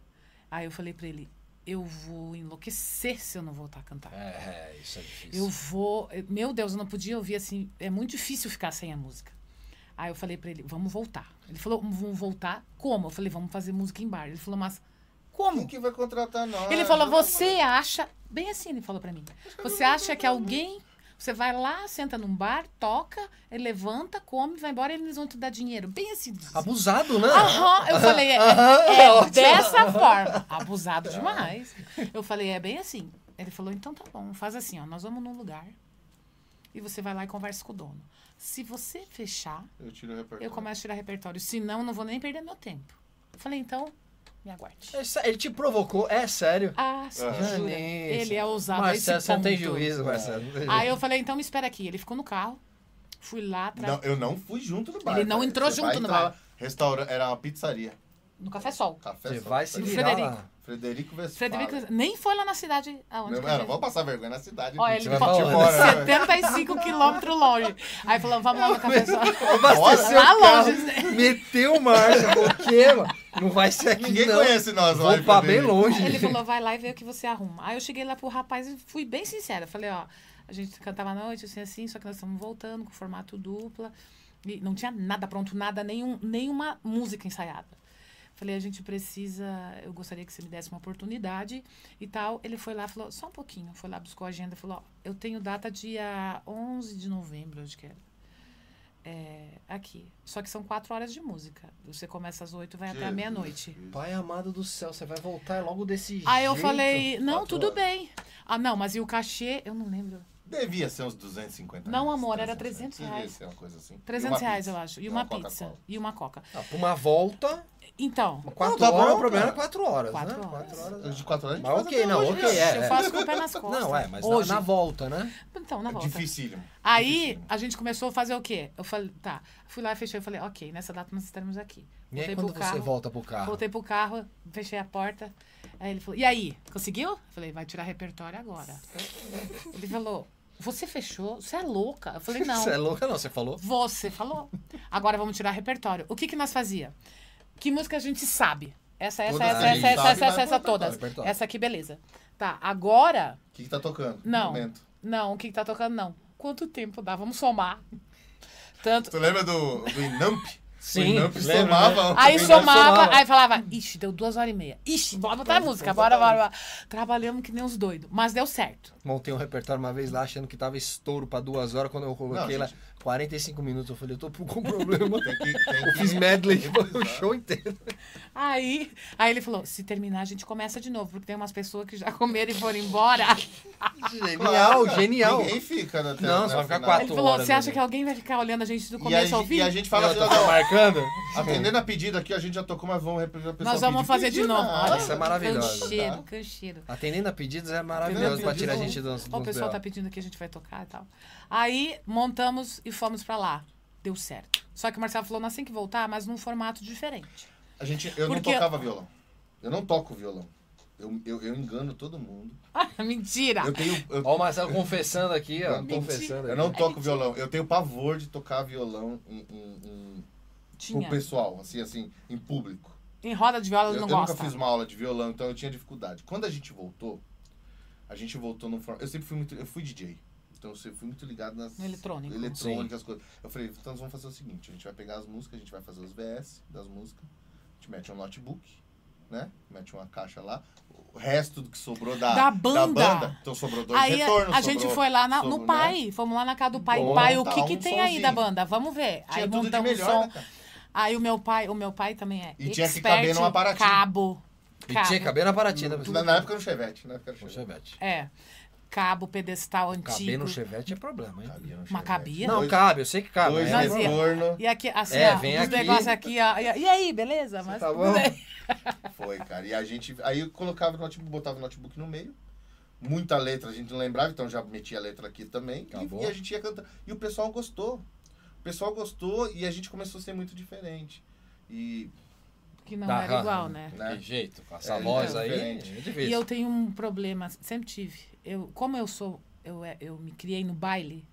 S5: Aí eu falei pra ele, eu vou enlouquecer se eu não voltar a cantar.
S4: É, é, isso é difícil.
S5: Eu vou. eu- Meu Deus, eu não podia ouvir assim. É muito difícil ficar sem a música. Aí eu falei pra ele, vamos voltar. Ele falou, vamos voltar como? Eu falei, vamos fazer música em bar. Ele falou, mas como?
S6: Quem que vai contratar nós?
S5: Ele falou, você acha. Bem assim, ele falou pra mim. Você acha que alguém. Você vai lá, senta num bar, toca, ele levanta, come, vai embora e eles vão te dar dinheiro. Bem assim.
S7: Abusado, né?
S5: Aham, eu falei, é, é dessa forma. Abusado demais. Eu falei, é bem assim. Ele falou, então tá bom, faz assim, ó, nós vamos num lugar e você vai lá e conversa com o dono. Se você fechar,
S6: Eu tiro o repertório.
S5: eu começo a tirar repertório. Se não, eu não vou nem perder meu tempo. Eu falei, então, me aguarde.
S7: É sé- Ele te provocou, é sério.
S5: Ah, sim,
S6: Aham.
S5: jura.
S7: Janice.
S5: Ele é ousado a esse
S7: Marcelo, você não tem
S5: ponto.
S7: juízo, Marcelo.
S5: Aí eu falei, então me espera aqui. Ele ficou no carro. Fui lá atrás.
S6: Não, eu não fui junto no bar.
S5: Ele não
S6: cara.
S5: entrou
S6: Você
S5: junto
S6: vai
S5: no
S6: entrar
S5: bar.
S6: lá, Restaurante, era uma pizzaria. um
S5: No Café Sol.
S6: Café
S7: Você
S6: só,
S7: vai se
S6: Frederico-
S7: virar
S5: Frederico.
S7: lá.
S6: Frederico Westphalen.
S5: Frederico nem foi lá na cidade aonde.
S6: Não,
S5: que é?
S6: mano,
S5: ele-
S6: vamos passar vergonha na cidade.
S5: Olha,
S6: bicho.
S5: ele
S7: vai né?
S5: falou
S7: pra
S6: onde?
S5: 75 quilômetros longe. Aí falou, vamos lá no Café Sol.
S7: Abasteceu
S5: Lá
S7: o carro,
S5: longe, né?
S7: meteu marcha, o quê, mano? Não vai ser aqui,
S6: Ninguém
S7: não.
S6: conhece nós lá.
S7: Vou pra bem
S6: Frederico.
S7: longe.
S5: Ele falou, vai lá e vê o que você arruma. Aí eu cheguei lá pro rapaz e fui bem sincera. Falei, ó, a gente cantava à noite, assim, assim, só que nós estamos voltando com formato dupla. E não tinha nada pronto, nada, nenhum, nenhuma música ensaiada. Falei, a gente precisa, eu gostaria que você me desse uma oportunidade e tal. Ele foi lá, falou, só um pouquinho. Foi lá, buscou a agenda, falou, ó, eu tenho data dia 11 de novembro, acho que era. É, aqui. Só que são quatro horas de música. Você começa às oito, vai até a
S6: Jesus
S5: meia-noite.
S6: Cristo.
S7: Pai amado do céu, você vai voltar logo desse jeito.
S5: Aí eu falei, não,
S6: Quatro
S5: tudo
S6: horas.
S5: bem. Ah, não, mas e o cachê? Eu não lembro.
S6: Devia ser uns 250
S5: Não,
S6: reais,
S5: amor, era 300
S6: Devia
S5: reais.
S6: ser uma coisa assim. E
S5: 300
S6: uma
S5: reais,
S6: pizza.
S5: eu acho. E
S6: E
S5: uma,
S6: uma
S5: pizza.
S6: Coca-Cola.
S5: E uma coca.
S7: Ah, pra uma volta,
S5: Então,
S7: quatro
S6: dá bom,
S7: horas, o problema é
S6: cara.
S7: quatro horas,
S5: Quatro
S7: né?
S5: horas.
S7: Quatro horas.
S6: De 4 horas a gente
S7: Mas
S6: faz
S7: ok,
S6: até
S7: não,
S6: hoje,
S7: ok,
S6: né?
S7: é.
S5: eu faço com o pé nas costas.
S7: Não, é, mas na-
S5: Hoje.
S7: na volta, né?
S5: Então, na volta.
S6: Dificílimo.
S7: é
S5: Aí, a gente começou a fazer o quê? Eu falei, tá. Fui lá e fechei. Eu falei, ok, nessa data nós estaremos aqui.
S7: E aí
S5: Voltei
S7: quando
S5: pro
S7: você
S5: carro.
S7: volta pro carro?
S5: Voltei pro carro, fechei a porta. Aí ele falou, e aí, conseguiu? Eu falei, vai tirar repertório agora. ele falou, você fechou? Você é louca? Eu falei, não.
S7: Você é louca não, você falou?
S5: Você falou. Agora vamos tirar repertório. O que, que nós fazia? Que música a gente sabe? Essa, essa,
S6: Todas
S5: essa,
S6: a
S5: essa,
S6: gente
S5: essa,
S6: sabe,
S5: essa,
S6: mas tá
S5: essa, essa,
S6: repertório,
S5: todas.
S7: repertório.
S5: Essa aqui, beleza. Tá, agora.
S6: O que, que tá tocando?
S5: Não.
S6: Momento.
S5: Não, o que, que tá tocando? Não. Quanto tempo dá? Vamos somar. Tanto.
S6: Tu lembra do, do Inamp?
S7: Sim,
S6: O Inamp
S7: lembro, né?
S6: somava.
S5: Aí
S6: o Inamp
S5: somava,
S7: somava.
S5: aí falava, ixi, deu duas horas e meia. Ixi, bora botar a música, bora, bora, bora. Trabalhamos que nem uns doidos, mas deu certo.
S7: Montei um repertório uma vez lá, achando que tava estouro pra duas horas. Quando eu coloquei
S6: Não,
S7: lá, 45 minutos, eu falei, eu tô com problema.
S6: Tem que, tem
S7: eu
S6: que
S7: fiz medley, foi o
S6: revisar.
S7: show inteiro.
S5: Aí, aí ele falou, se terminar a gente começa de novo, porque tem umas pessoas que já comeram e foram embora.
S7: Genial,
S6: Claro,
S7: genial.
S6: Ninguém fica na tela.
S7: Não,
S6: na
S7: só vai ficar
S6: final.
S7: quatro.
S5: Ele falou,
S7: horas,
S5: você acha
S7: meu
S5: que alguém vai ficar olhando a gente do
S6: E a,
S5: começo ao
S6: gente-
S5: fim?
S6: e a gente fala assim, não, não,
S7: tá marcando?
S6: atendendo a pedido aqui, a gente já tocou, mas vamos repetir a pessoa.
S5: Nós vamos
S6: pediu,
S5: fazer
S6: pediu,
S5: de novo.
S6: nada.
S5: Olha,
S7: Isso é maravilhoso,
S5: Cancheiro,
S6: tá?
S5: cancheiro.
S7: Atendendo a pedidos é maravilhoso pra
S6: Atendendo a
S7: tirar a é um
S6: pedidos,
S7: gente do nosso
S5: Ó, O pessoal tá pedindo que a gente vai tocar e tal. Aí montamos e fomos pra lá. Deu certo. Só que o Marcelo falou, nós temos que voltar, mas num formato diferente.
S6: A gente, eu
S5: Porque-
S6: não tocava violão. Eu não toco violão. Eu, eu, eu engano todo mundo.
S5: Mentira!
S6: Eu tenho. eu-
S7: Ó o Marcelo confessando aqui, ó.
S6: Mentira.
S7: Confessando
S6: Eu
S7: aqui.
S6: não toco violão. Eu tenho pavor de tocar violão em, em- em-
S5: Tinha.
S6: pro pessoal, assim, assim, em público.
S5: Em roda de viola
S6: Eu,
S5: ele não
S6: eu nunca
S5: gosta.
S6: fiz uma aula de violão, então eu tinha dificuldade. Quando a gente voltou, a gente voltou num formato. Eu sempre fui muito. Eu fui DJ. Então eu sempre fui muito ligado nas.
S5: No eletrônico.
S6: eletrônicas, as coisas. Eu falei, então nós vamos fazer o seguinte: a gente vai pegar as músicas, a gente vai fazer os VS das músicas, a gente mete um notebook, né? Mete uma caixa lá. O resto do que sobrou da,
S5: Da banda.
S6: Então sobrou dois
S5: Aí
S6: retornos.
S5: a gente
S6: sobrou-
S5: foi lá na-
S6: sobrou,
S5: no
S6: né?
S5: pai, fomos lá na casa do pai.
S6: Bom,
S5: pai, o
S6: tá,
S5: que que
S6: um
S5: tem aí
S6: sonzinho.
S5: da banda? Vamos ver.
S6: Tinha
S5: aí
S6: tudo de
S5: montamos o
S6: melhor,
S5: um som.
S6: né, cara?
S5: Aí o meu pai, o meu pai também é
S6: E tinha que
S5: expert
S6: caber numa
S5: em
S6: Paraty.
S5: cabo.
S7: E tinha que caber na Paraty, né?
S6: Na, na época era um chevette, né? Era um
S7: O
S6: Chevette.
S7: Chevette.
S5: É. cabo, pedestal
S4: Caber
S5: antigo.
S4: no Chevette é problema, hein?
S6: Cabia no
S5: Uma
S6: Chevette.
S5: cabia?
S4: Não,
S6: Dois-
S4: cabe, eu sei que cabe.
S6: Dois
S4: mas é-
S5: Mas e-
S6: retorno.
S5: E aqui, assim,
S4: É,
S5: ó,
S4: vem
S5: os
S4: aqui.
S5: negócios aqui, ó. E, e aí, beleza? Mas
S7: tá
S5: tudo
S7: bom?
S5: bem.
S6: Foi, cara. E a gente. Aí eu colocava o notebook, botava o notebook no meio. Muita letra a gente não lembrava, então já metia a letra aqui também.
S4: Acabou.
S6: E, e a gente ia cantando. E o pessoal gostou. O pessoal gostou e a gente começou a ser muito diferente. E.
S5: Que não
S4: Tá,
S5: era
S4: ah,
S5: igual, né?
S6: Né?
S4: Que jeito, com essa
S6: É,
S4: voz
S6: é
S4: aí, é
S6: diferente.
S4: difícil.
S5: E eu tenho um problema, sempre tive. Eu, como eu sou, eu, é- eu me criei no baile,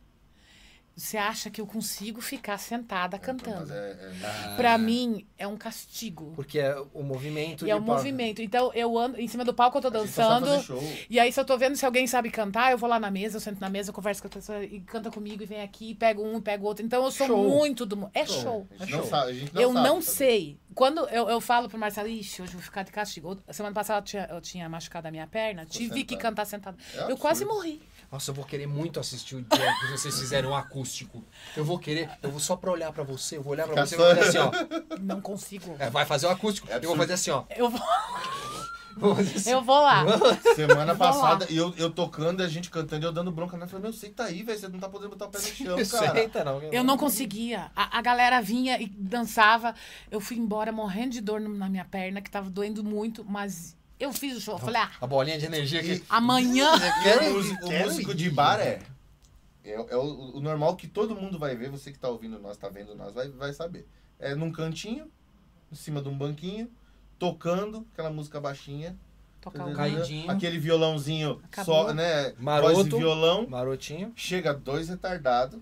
S5: você acha que eu consigo ficar sentada
S6: Mas
S5: cantando.
S6: é, é-
S5: Pra mim, é um castigo.
S4: Porque é o movimento.
S5: E é
S4: de
S5: um
S4: palco.
S5: movimento. Então, eu ando em cima do palco, eu tô
S6: a gente só sabe
S5: dançando.
S6: fazer show.
S5: E aí, se eu tô vendo se alguém sabe cantar, eu vou lá na mesa, eu sento na mesa, eu converso com a pessoa e canta comigo, e vem aqui, e pega um e pega outro. Então, eu sou
S4: Show.
S5: muito do. mu- É show.
S6: A gente
S4: É
S6: não
S4: show.
S6: sabe. a gente
S5: eu
S6: sabe
S5: não
S6: fazer.
S5: sei. Quando eu, eu falo pro Marcelo, ixi, hoje eu vou ficar de castigo. Outra- Semana passada eu tinha, eu tinha machucado a minha perna,
S6: Ficou
S5: tive que
S6: sentada.
S5: cantar sentada.
S6: É
S5: eu
S6: absurdo.
S5: quase morri.
S4: Nossa, eu vou querer muito assistir o dia que vocês fizeram um acústico. Eu vou querer, eu vou só pra olhar pra você, eu vou olhar pra
S6: Ficar
S4: você e vou fazer assim, ó.
S5: Não consigo.
S4: É, vai fazer o acústico.
S6: É
S4: eu vou fazer assim, ó.
S5: Eu vou,
S4: Vou fazer assim.
S5: eu vou lá.
S6: Semana
S5: Vamos lá.
S6: passada, eu, eu tocando, a gente cantando e eu dando bronca. Né? Eu falei, meu, senta aí, velho. Você não tá podendo botar o pé no chão, cara.
S4: Senta, não.
S5: Eu não conseguia. A, a galera vinha e dançava. Eu fui embora morrendo de dor no- na minha perna, que tava doendo muito, mas eu fiz o show. Eu falei, ah,
S4: A bolinha de energia aqui.
S5: amanhã.
S6: E o músico, o músico de bar é. É, é o, o normal que todo mundo vai ver, você que tá ouvindo nós, tá vendo nós, vai, vai saber. É num cantinho, em cima de um banquinho, tocando aquela música baixinha. tá
S5: Tocar
S6: Uhum.
S5: o
S4: Caí.
S5: gaita.
S4: Caidinho.
S6: Aquele violãozinho
S5: Acabou.
S6: só, né?
S4: Maroto.
S6: Voz e violão.
S4: Marotinho.
S6: Chega dois retardados,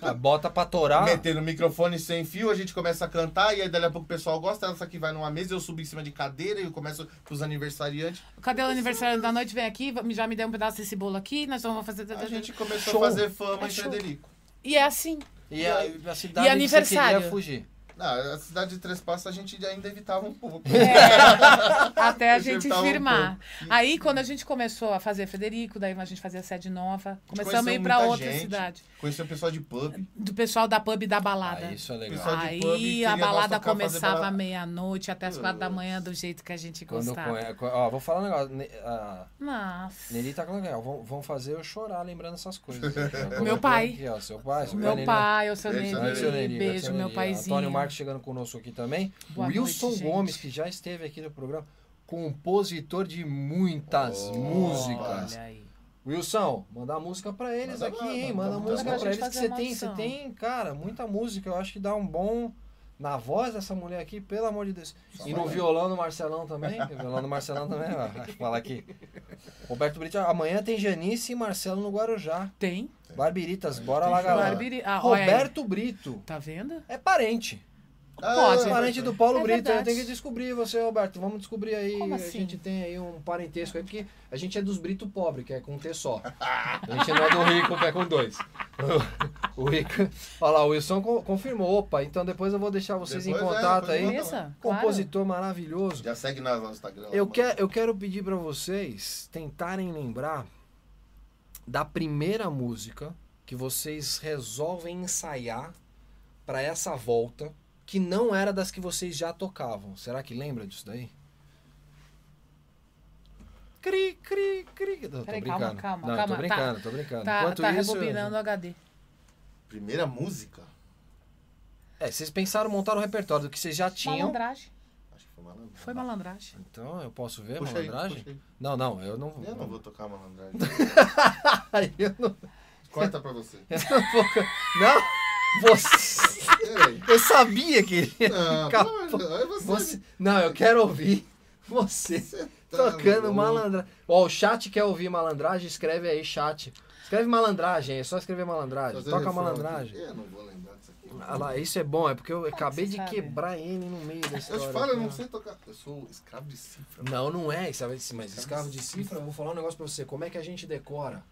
S4: A bota pra torar.
S6: metendo o microfone sem fio, a gente começa a cantar, e aí dali a pouco o pessoal gosta, essa aqui vai numa mesa, eu subo em cima de cadeira e eu começo pros aniversariantes.
S5: Cadê o aniversário da noite? Vem aqui, va- já me deu um pedaço desse bolo aqui, nós vamos fazer.
S6: A gente começou
S4: Show.
S6: a fazer fama
S5: tá, É
S6: em
S5: show.
S6: Frederico.
S5: E é assim.
S4: E a, a cidade
S5: E
S4: que
S5: aniversário?
S4: você queria fugir.
S6: Ah, a cidade de Três Passos a gente ainda evitava um pouco.
S5: É, até a
S6: Eu
S5: gente
S6: tava um
S5: firmar. Aí, quando a gente começou a fazer Frederico, daí a gente fazia sede nova, começamos a ir
S6: conheceu
S5: pra
S6: muita
S5: outra
S6: gente.
S5: cidade.
S6: Conheci o pessoal de pub.
S5: Do pessoal da pub e da balada.
S4: Ah, isso é legal.
S6: Pessoal de pub,
S5: Aí
S6: queria
S5: a
S6: nós
S5: balada
S6: tocar, fazer
S5: começava à
S6: balada.
S5: meia-noite até as quatro da manhã, do jeito que a gente
S4: Quando
S5: gostava.
S4: conhe... co- Ó, vou falar um negócio. Ne- a
S5: Nossa.
S4: Nelly tá com legal. Vão, vão fazer eu chorar lembrando essas coisas. Eu
S5: Meu
S4: tô
S5: pai.
S4: aqui, ó, seu pai. Seu
S5: Meu
S4: Nelly, né?
S5: pai, eu sou
S6: Beijo,
S5: Neri.
S6: seu Neri.
S4: Seu Neri,
S5: Beijo,
S4: seu
S5: meu
S4: Neri.
S5: paizinho.
S4: Antônio Marques chegando conosco aqui também.
S5: Boa
S4: Wilson
S5: noite, gente.
S4: Gomes, que já esteve aqui no programa, compositor de muitas músicas.
S5: Olha aí.
S4: Wilson, manda música pra eles
S6: Manda
S4: aqui,
S6: lá,
S4: hein?
S6: manda
S4: Manda música
S6: música pra
S4: pra
S5: gente
S4: eles que
S5: fazer
S4: você
S5: uma
S4: tem. Você
S5: audição.
S4: tem, cara, muita música. Eu acho que dá um bom. Na voz dessa mulher aqui, pelo amor de Deus. E no
S6: vai.
S4: violão do Marcelão também. O violão do Marcelão também, ó. Fala aqui. Roberto Brito, amanhã tem Janice e Marcelo no Guarujá.
S5: Tem?
S4: Barbiritas, bora
S6: tem
S4: lá,
S6: show.
S4: galera.
S5: Barbiri- ah, olha aí.
S4: Roberto Brito.
S5: Tá vendo?
S4: É parente.
S6: Ah,
S5: Pode.
S4: É parente do Paulo
S5: É
S4: Brito. Eu
S5: verdade.
S4: tenho que descobrir você, Roberto. Vamos descobrir aí.
S5: Como
S4: A
S5: assim?
S4: gente tem aí um parentesco aí, porque a gente é dos Brito pobre, que é com um T só. A gente não é do Rico, que é com dois. O Rico. Olha lá, o Wilson co- confirmou. Opa, então depois eu vou deixar vocês em
S6: Depois, é,
S4: contato
S6: depois
S4: aí.
S6: manda.
S5: Beleza? Claro.
S4: Compositor maravilhoso.
S6: Já segue nós lá no Instagram. lá,
S4: Eu,
S6: mano.
S4: que, eu quero pedir pra vocês tentarem lembrar da primeira música que vocês resolvem ensaiar pra essa volta, que não era das que vocês já tocavam. Será que lembra disso daí? Cri, cri, cri. Não, tô
S5: Peraí,
S4: brincando.
S5: calma, calma,
S4: Não,
S5: calma.
S4: Tô brincando, tô brincando.
S5: Tá,
S4: Enquanto
S5: tá
S4: isso,
S5: rebobinando o HD.
S6: Primeira música?
S4: É, vocês pensaram montar o repertório do que vocês já tinham.
S5: Malandragem.
S6: Acho que foi malandragem.
S5: um? Foi malandragem.
S4: Então, eu posso ver
S6: Puxa aí,
S4: malandragem?
S6: puxa aí.
S4: Não, não, eu não
S6: Eu não vou tocar malandragem.
S4: eu não,
S6: Corta pra você.
S4: eu não vou. Não! Você.
S6: Ei,
S4: Eu sabia que.
S6: Não,
S4: Capa-
S6: pelo amor de Deus, é você.
S4: Você- Não, eu quero ouvir você
S6: tá
S4: tocando
S6: louco.
S4: malandragem. Ó, o chat quer ouvir malandragem? Escreve aí, chat. Escreve malandragem, é só escrever malandragem.
S6: Fazer
S4: Toca
S6: refrão
S4: malandragem.
S6: aqui. Eu não vou lembrar disso aqui.
S4: Ah lá, isso é bom, é porque eu acabei
S5: você
S4: de
S5: sabe?
S4: quebrar ele no meio da
S6: Eu
S4: história.
S6: te falo, eu
S4: cara.
S6: não sei tocar. Eu sou escravo de cifra.
S4: Não, não é, sabe, esse- mas escravo de cifra, eu vou falar um negócio pra você. Como é que a gente decora?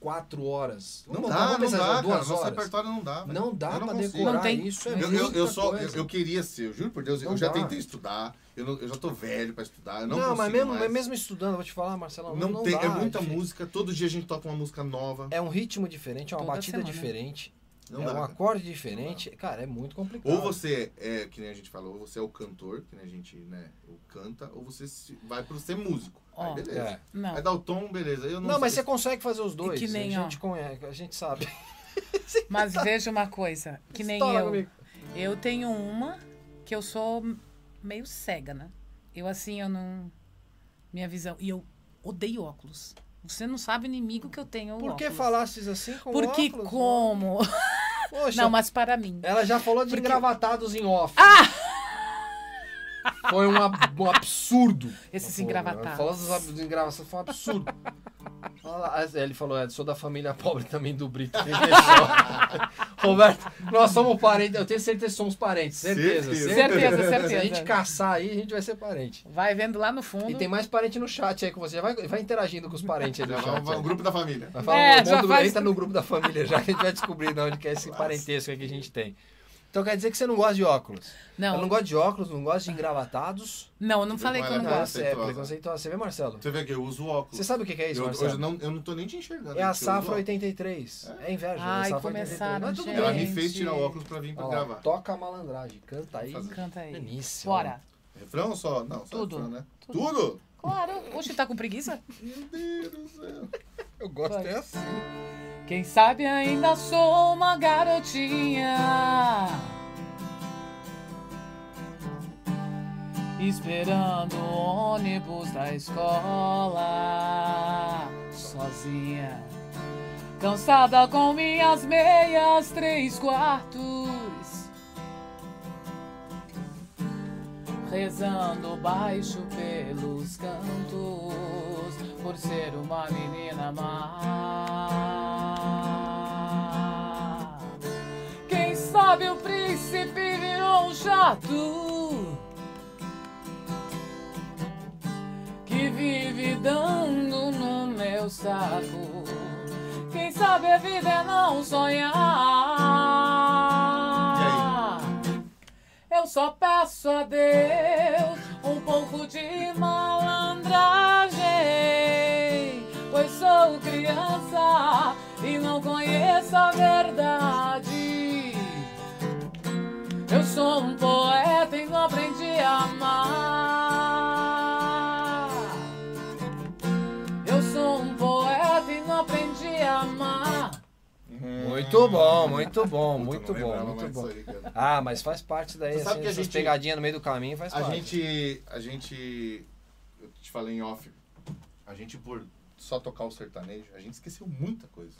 S4: Quatro horas.
S6: Não,
S4: Vamos botar-
S6: dá,
S4: vamos
S6: não
S4: pensar,
S6: dá, cara.
S4: duas
S6: Nosso
S4: horas.
S6: repertório não dá. velho.
S4: Não dá
S6: Eu
S4: pra
S6: consigo.
S4: decorar
S5: Não tem-
S4: isso. É
S6: Eu, eu, eu
S4: muita
S6: só, eu,
S4: coisa.
S6: eu queria ser, eu juro por Deus,
S4: Não
S6: eu já
S4: dá.
S6: tentei estudar, eu, não- eu já tô velho pra estudar, eu
S4: Não,
S6: não, consigo
S4: mas mesmo, mas
S6: mais.
S4: mesmo estudando, eu vou te falar, Marcelão,
S6: não,
S4: não,
S6: tem,
S4: dá,
S6: é muita
S4: gente.
S6: música, todo dia a gente toca uma música nova.
S4: É um ritmo diferente, é uma
S5: Toda
S4: batida
S5: semana.
S4: diferente.
S6: Não
S4: é
S6: dá,
S4: um
S6: cara.
S4: acorde diferente. Cara, é muito complicado.
S6: Ou você é, que nem a gente fala, ou você é o cantor, que nem a gente, né, ou canta, ou você se- vai pro ser músico.
S5: Ó,
S6: aí beleza.
S4: É.
S5: Não.
S6: Aí dá o tom, beleza. Eu não,
S4: Não, mas
S6: sei
S4: você consegue fazer os dois.
S5: que nem,
S4: a
S5: ó.
S4: gente conhece, a gente sabe.
S5: Mas veja uma coisa, que nem
S4: Estoura
S5: eu.
S4: comigo.
S5: Eu tenho uma que eu sou meio cega, né? Eu assim, eu não. Minha visão. E eu odeio óculos. Você não sabe o inimigo que eu tenho. o
S4: Por que
S5: Um óculos.
S4: falastes assim com
S5: Porque
S4: óculos? É.
S5: como?
S4: Poxa,
S5: Não, mas para mim.
S4: ela já falou de
S5: Porque- Ah!
S4: engravatados em off. Foi um ab- um absurdo.
S5: Esses
S4: Pô,
S5: engravatados.
S4: Falando dos dos engravatados foi um absurdo. Fala- ah, Ele falou, é, sou da família pobre também do Brito. tem que deixar. Roberto, nós somos parentes. Eu tenho certeza que somos parentes. Certeza.
S6: Certeza.
S5: Certeza,
S4: Se a
S5: certeza.
S4: gente caçar aí, a gente vai ser parente.
S5: Vai vendo lá no fundo.
S4: E tem mais parente no chat aí com você. Já vai, vai interagindo com os parentes aí
S6: se-
S4: do
S6: Já vai,
S4: chat.
S6: vai um
S4: aí.
S6: grupo da família.
S4: Vai falar,
S5: É,
S4: o
S5: já
S4: mundo-
S5: faz-
S4: entra no grupo da família já, que a gente vai descobrir de onde que é esse parentesco aí que a gente tem. Então quer dizer que você não gosta de óculos.
S5: Não,
S4: Eu não
S5: não,
S4: gosto de óculos, não gosto de engravatados.
S5: não, eu não falei que eu
S6: Não,
S5: não gosto.
S4: Nossa, é
S6: Preconceituosa.
S4: preconceituosa. Você vê, Marcelo?
S6: Você vê que eu uso óculos.
S4: Você sabe o que que é isso,
S6: eu,
S4: Marcelo?
S6: hoje não, eu não tô nem te enxergando.
S4: É a
S6: porque eu uso
S4: safra
S6: óculos.
S4: 83. É, inveja.
S5: Ai,
S4: é safra 83.
S5: começaram,
S4: Mas tudo
S5: gente.
S4: bem.
S6: Ela me fez tirar o óculos pra vir pra
S4: Olha lá,
S6: gravar.
S4: toca a malandragem, canta aí.
S6: Fazer.
S5: Canta aí.
S4: Delícia.
S5: Bora.
S6: Refrão ou só? Não, só
S5: Tudo.
S6: refrão, né? Tudo?
S5: Claro. Oxe, tá com preguiça?
S6: Meu Deus do céu.
S4: Eu gosto
S5: Vai.
S4: dessa.
S5: Quem sabe ainda sou uma garotinha Esperando o ônibus da escola Sozinha Cansada com minhas meias três quartos rezando baixo pelos cantos, por ser uma menina má. Quem sabe o príncipe virou um chato que vive dando no meu saco. Quem sabe a vida é não sonhar. Eu só peço a Deus um pouco de malandragem, pois sou criança e não conheço a verdade. Eu sou um poeta e não aprendi a amar. Eu sou um poeta e não aprendi a amar.
S4: Muito bom, muito bom,
S6: Puta,
S4: muito
S6: não
S4: bom,
S6: lembrava
S4: muito
S6: Então, mais
S4: bom.
S6: disso aí, cara.
S4: Ah, mas faz parte daí.
S6: é.
S4: assim,
S6: Você sabe que a
S4: essas
S6: gente-
S4: pegadinhas no meio do caminho faz
S6: A
S4: parte.
S6: gente, a gente, eu te falei em off, a gente por só tocar o sertanejo, a gente esqueceu muita coisa.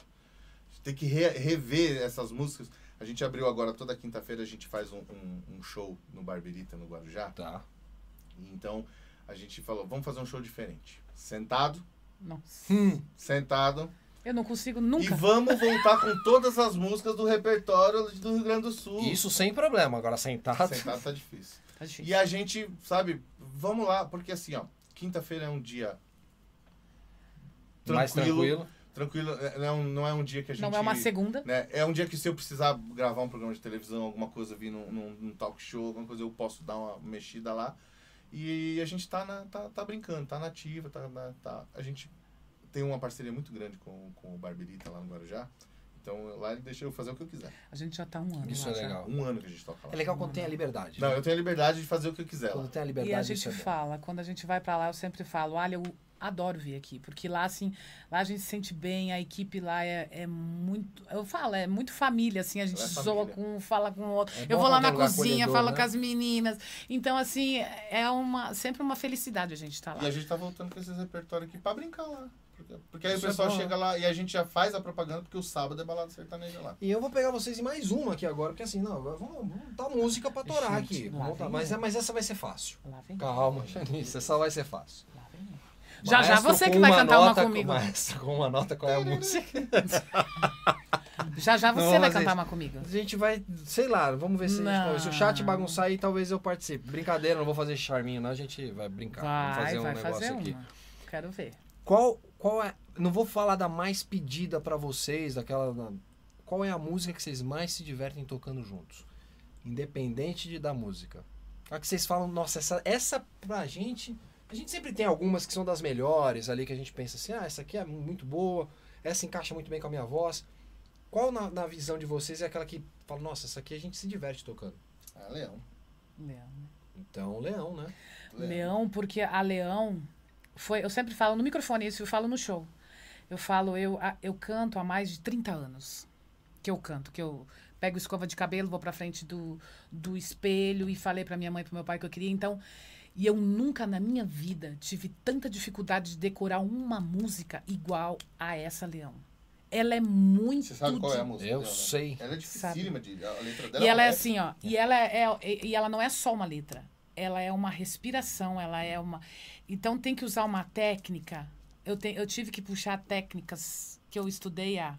S6: A gente tem que re- rever essas músicas. A gente abriu agora, toda quinta-feira a gente faz um, um- um show no Barberita, no Guarujá.
S4: Tá.
S6: Então a gente falou, vamos fazer um show diferente. Sentado,
S5: Nossa,
S6: sentado.
S5: eu não consigo
S6: E
S5: nunca.
S6: vamos voltar com todas as músicas do repertório do Rio Grande do Sul.
S4: Isso sem problema, agora sentado.
S6: Sentado tá difícil.
S5: Tá difícil.
S6: E a gente, sabe, vamos lá, porque assim, ó, quinta-feira é um dia
S4: Mais tranquilo.
S6: tranquilo, é- não, é um- não é um dia que a gente
S5: Não é uma segunda.
S6: né, é um dia que se eu precisar gravar um programa de televisão, alguma coisa, vir num, num- num talk show, alguma coisa, eu posso dar uma mexida lá. E a gente tá, na- tá, tá brincando, tá nativa, tá, na- tá- A gente tem uma parceria muito grande com, com o Barberita lá no Guarujá. Então lá ele deixa eu fazer o que eu quiser.
S5: A gente já tá um ano.
S4: Isso
S5: lá
S4: é
S5: já.
S4: legal.
S6: Um ano que a gente toca lá.
S4: É legal quando tem a liberdade.
S6: Não, é eu tenho a liberdade de fazer o que eu quiser lá.
S4: Quando tem a liberdade,
S5: E a
S4: isso
S5: gente
S4: é bom.
S5: fala, quando a gente vai pra lá, eu sempre falo, olha, eu adoro vir aqui, porque lá assim, lá a gente se sente bem, a equipe lá é, é muito, eu falo, é muito família assim, a gente
S6: Lá é
S5: zoa
S6: família.
S5: com um, fala com o outro.
S4: É bom
S5: eu vou lá
S4: quando é
S5: na
S4: um lugar
S5: cozinha,
S4: acolhedor,
S5: falo
S4: né?
S5: com as meninas. Então assim, é uma sempre uma felicidade a gente estar
S6: E
S5: lá.
S6: a gente tá voltando com esses repertórios aqui pra brincar lá. Porque, porque aí
S4: Isso
S6: o
S4: é
S6: pessoal
S4: bom,
S6: chega lá e a gente já faz a propaganda porque o sábado é balada sertaneja lá.
S4: E eu vou pegar vocês em mais uma aqui agora, porque assim, não, agora vamos, vamos dar música pra torar aqui.
S5: Gente, lá
S4: Vamos dar-
S5: vem
S4: mas, é,
S5: ela.
S4: mas essa vai ser fácil.
S5: Lá vem.
S4: Calma, Janice, essa vai ser fácil.
S5: Lá vem. Já já
S4: Maestro
S5: você
S4: com
S5: que vai cantar
S4: nota-
S5: uma comigo.
S4: Maestro com uma nota, qual é a música?
S5: Já já
S4: Não,
S5: você vai
S4: mas é-
S5: cantar uma comigo.
S4: A gente vai, sei lá, vamos ver se, a gente,
S5: Não.
S4: se o chat bagunçar aí, talvez eu participe. Brincadeira, não vou fazer charminho, não. A gente vai brincar. vamos
S5: Vai,
S4: fazer um
S5: vai
S4: negócio
S5: fazer
S4: aqui.
S5: uma. Quero ver.
S4: Qual, qual é. Não vou falar da mais pedida pra vocês, daquela. da- qual é a música que vocês mais se divertem tocando juntos? Independente de, da música. A que vocês falam, nossa, essa, essa pra gente. A gente sempre tem algumas que são das melhores ali, que a gente pensa assim, ah, essa aqui é muito boa, essa encaixa muito bem com a minha voz. Qual na, na visão de vocês é aquela que fala, nossa, essa aqui a gente se diverte tocando?
S6: Ah, Leão.
S5: Leão.
S4: Então, Leão, né?
S5: Leão, porque a Leão foi. Eu sempre falo no microfone isso, eu falo no show. Eu falo, eu, a- eu canto há mais de 30 anos que eu canto, que eu pego escova de cabelo, vou pra frente do, do espelho e falei pra minha mãe, e pro meu pai que eu queria. Então, e eu nunca na minha vida tive tanta dificuldade de decorar uma música igual a essa Leão. Ela é muito.
S6: Você sabe qual é a
S5: de-
S6: música?
S4: Eu
S6: dela, né?
S4: sei.
S6: Ela é dificílima de. A letra dela
S5: e ela é
S6: parece-
S5: assim, ó. E ela é e e ela não é só uma letra. Ela é uma respiração, ela é uma. Então tem que usar uma técnica. Eu, te, eu tive que puxar técnicas que eu estudei há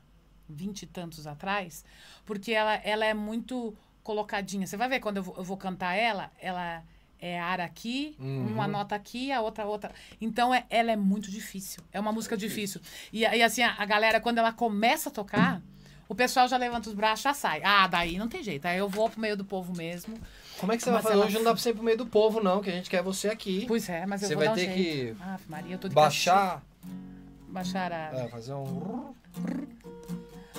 S5: vinte e tantos atrás, porque ela, ela é muito colocadinha. Você vai ver quando eu vou, eu vou cantar ela, ela é ar aqui,
S4: Uhum.
S5: uma nota aqui, a outra, outra. Então é, ela é muito difícil. É uma música difícil. E, e assim, a, a galera, quando ela começa a tocar, o pessoal já levanta os braços, já sai. Ah, daí não tem jeito. Aí eu vou pro meio do povo mesmo.
S4: Como é que você
S5: Mas
S4: vai fazer?
S5: ela-
S4: Hoje não dá pra você ir pro meio do povo, não, que a gente quer você aqui.
S5: Pois é, mas eu
S4: Você
S5: vou
S4: vai
S5: dar um
S4: ter
S5: jeito.
S4: que
S5: Ah, Maria, eu tô de
S4: Baixar,
S5: castigo. Baixar a...
S4: é, fazer um...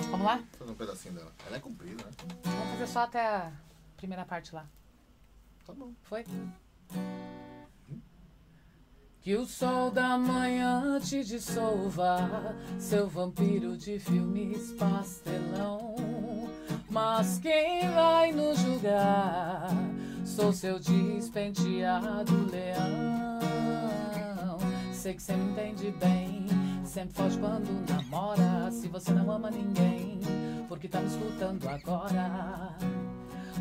S5: Vamos lá?
S6: Vou fazer um pedacinho dela. Ela é comprida, né?
S5: Vamos fazer só até a primeira parte lá.
S6: Tá bom.
S5: Foi? Que o sol da manhã te dissolva, seu vampiro de filmes pastelão. Mas quem vai nos julgar? Sou seu despenteado leão. Sei que você me entende bem, sempre foge quando namora. Se você não ama ninguém, porque tá me escutando agora.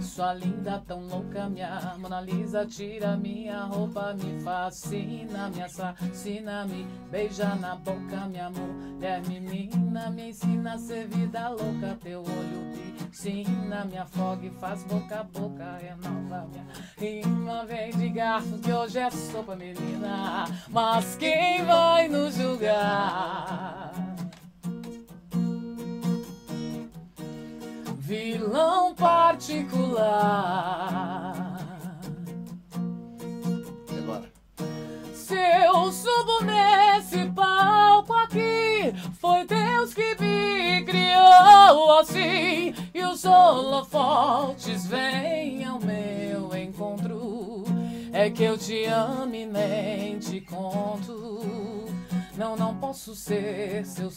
S5: Sua linda tão louca, minha Mona Lisa tira minha roupa, me fascina, me assassina, me beija na boca, minha mulher menina, me ensina a ser vida louca, teu olho piscina, me afoga e faz boca a boca, renova minha rima, vem de garfo que hoje é sopa, menina, mas quem vai nos julgar? vilão particular.
S6: E agora?
S5: Se eu subo nesse palco aqui, foi Deus que me criou assim. E os holofotes vêm ao meu encontro. É que eu te amo e nem te conto. Não, não posso ser seu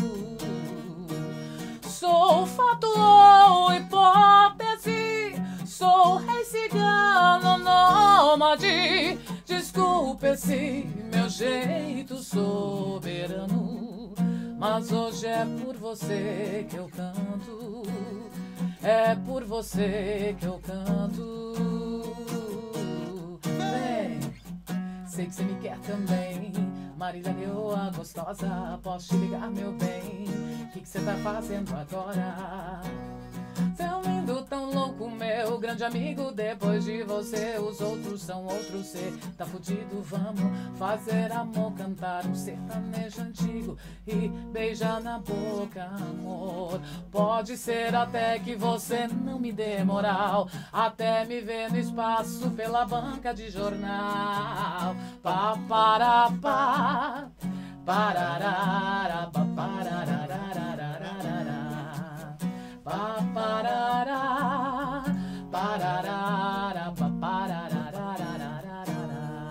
S5: santo. Sou fato ou hipótese, sou rei cigano nômade. Desculpe se meu jeito soberano, mas hoje é por você que eu canto. É por você que eu canto. Vem. Sei que você me quer também. Marília Leoa gostosa, posso te ligar, meu bem? O que, que você tá fazendo agora? Tão lindo, tão louco, meu grande amigo. Depois de você, os outros são outros. Cê tá fudido, vamos fazer amor, cantar um sertanejo antigo e beijar na boca, amor. Pode ser até que você não me dê moral, até me ver no espaço pela banca de jornal. Pá, pará, pá, pararara, pá, pararararararararará. Pá, parará, pararara, pá, pararararararararará.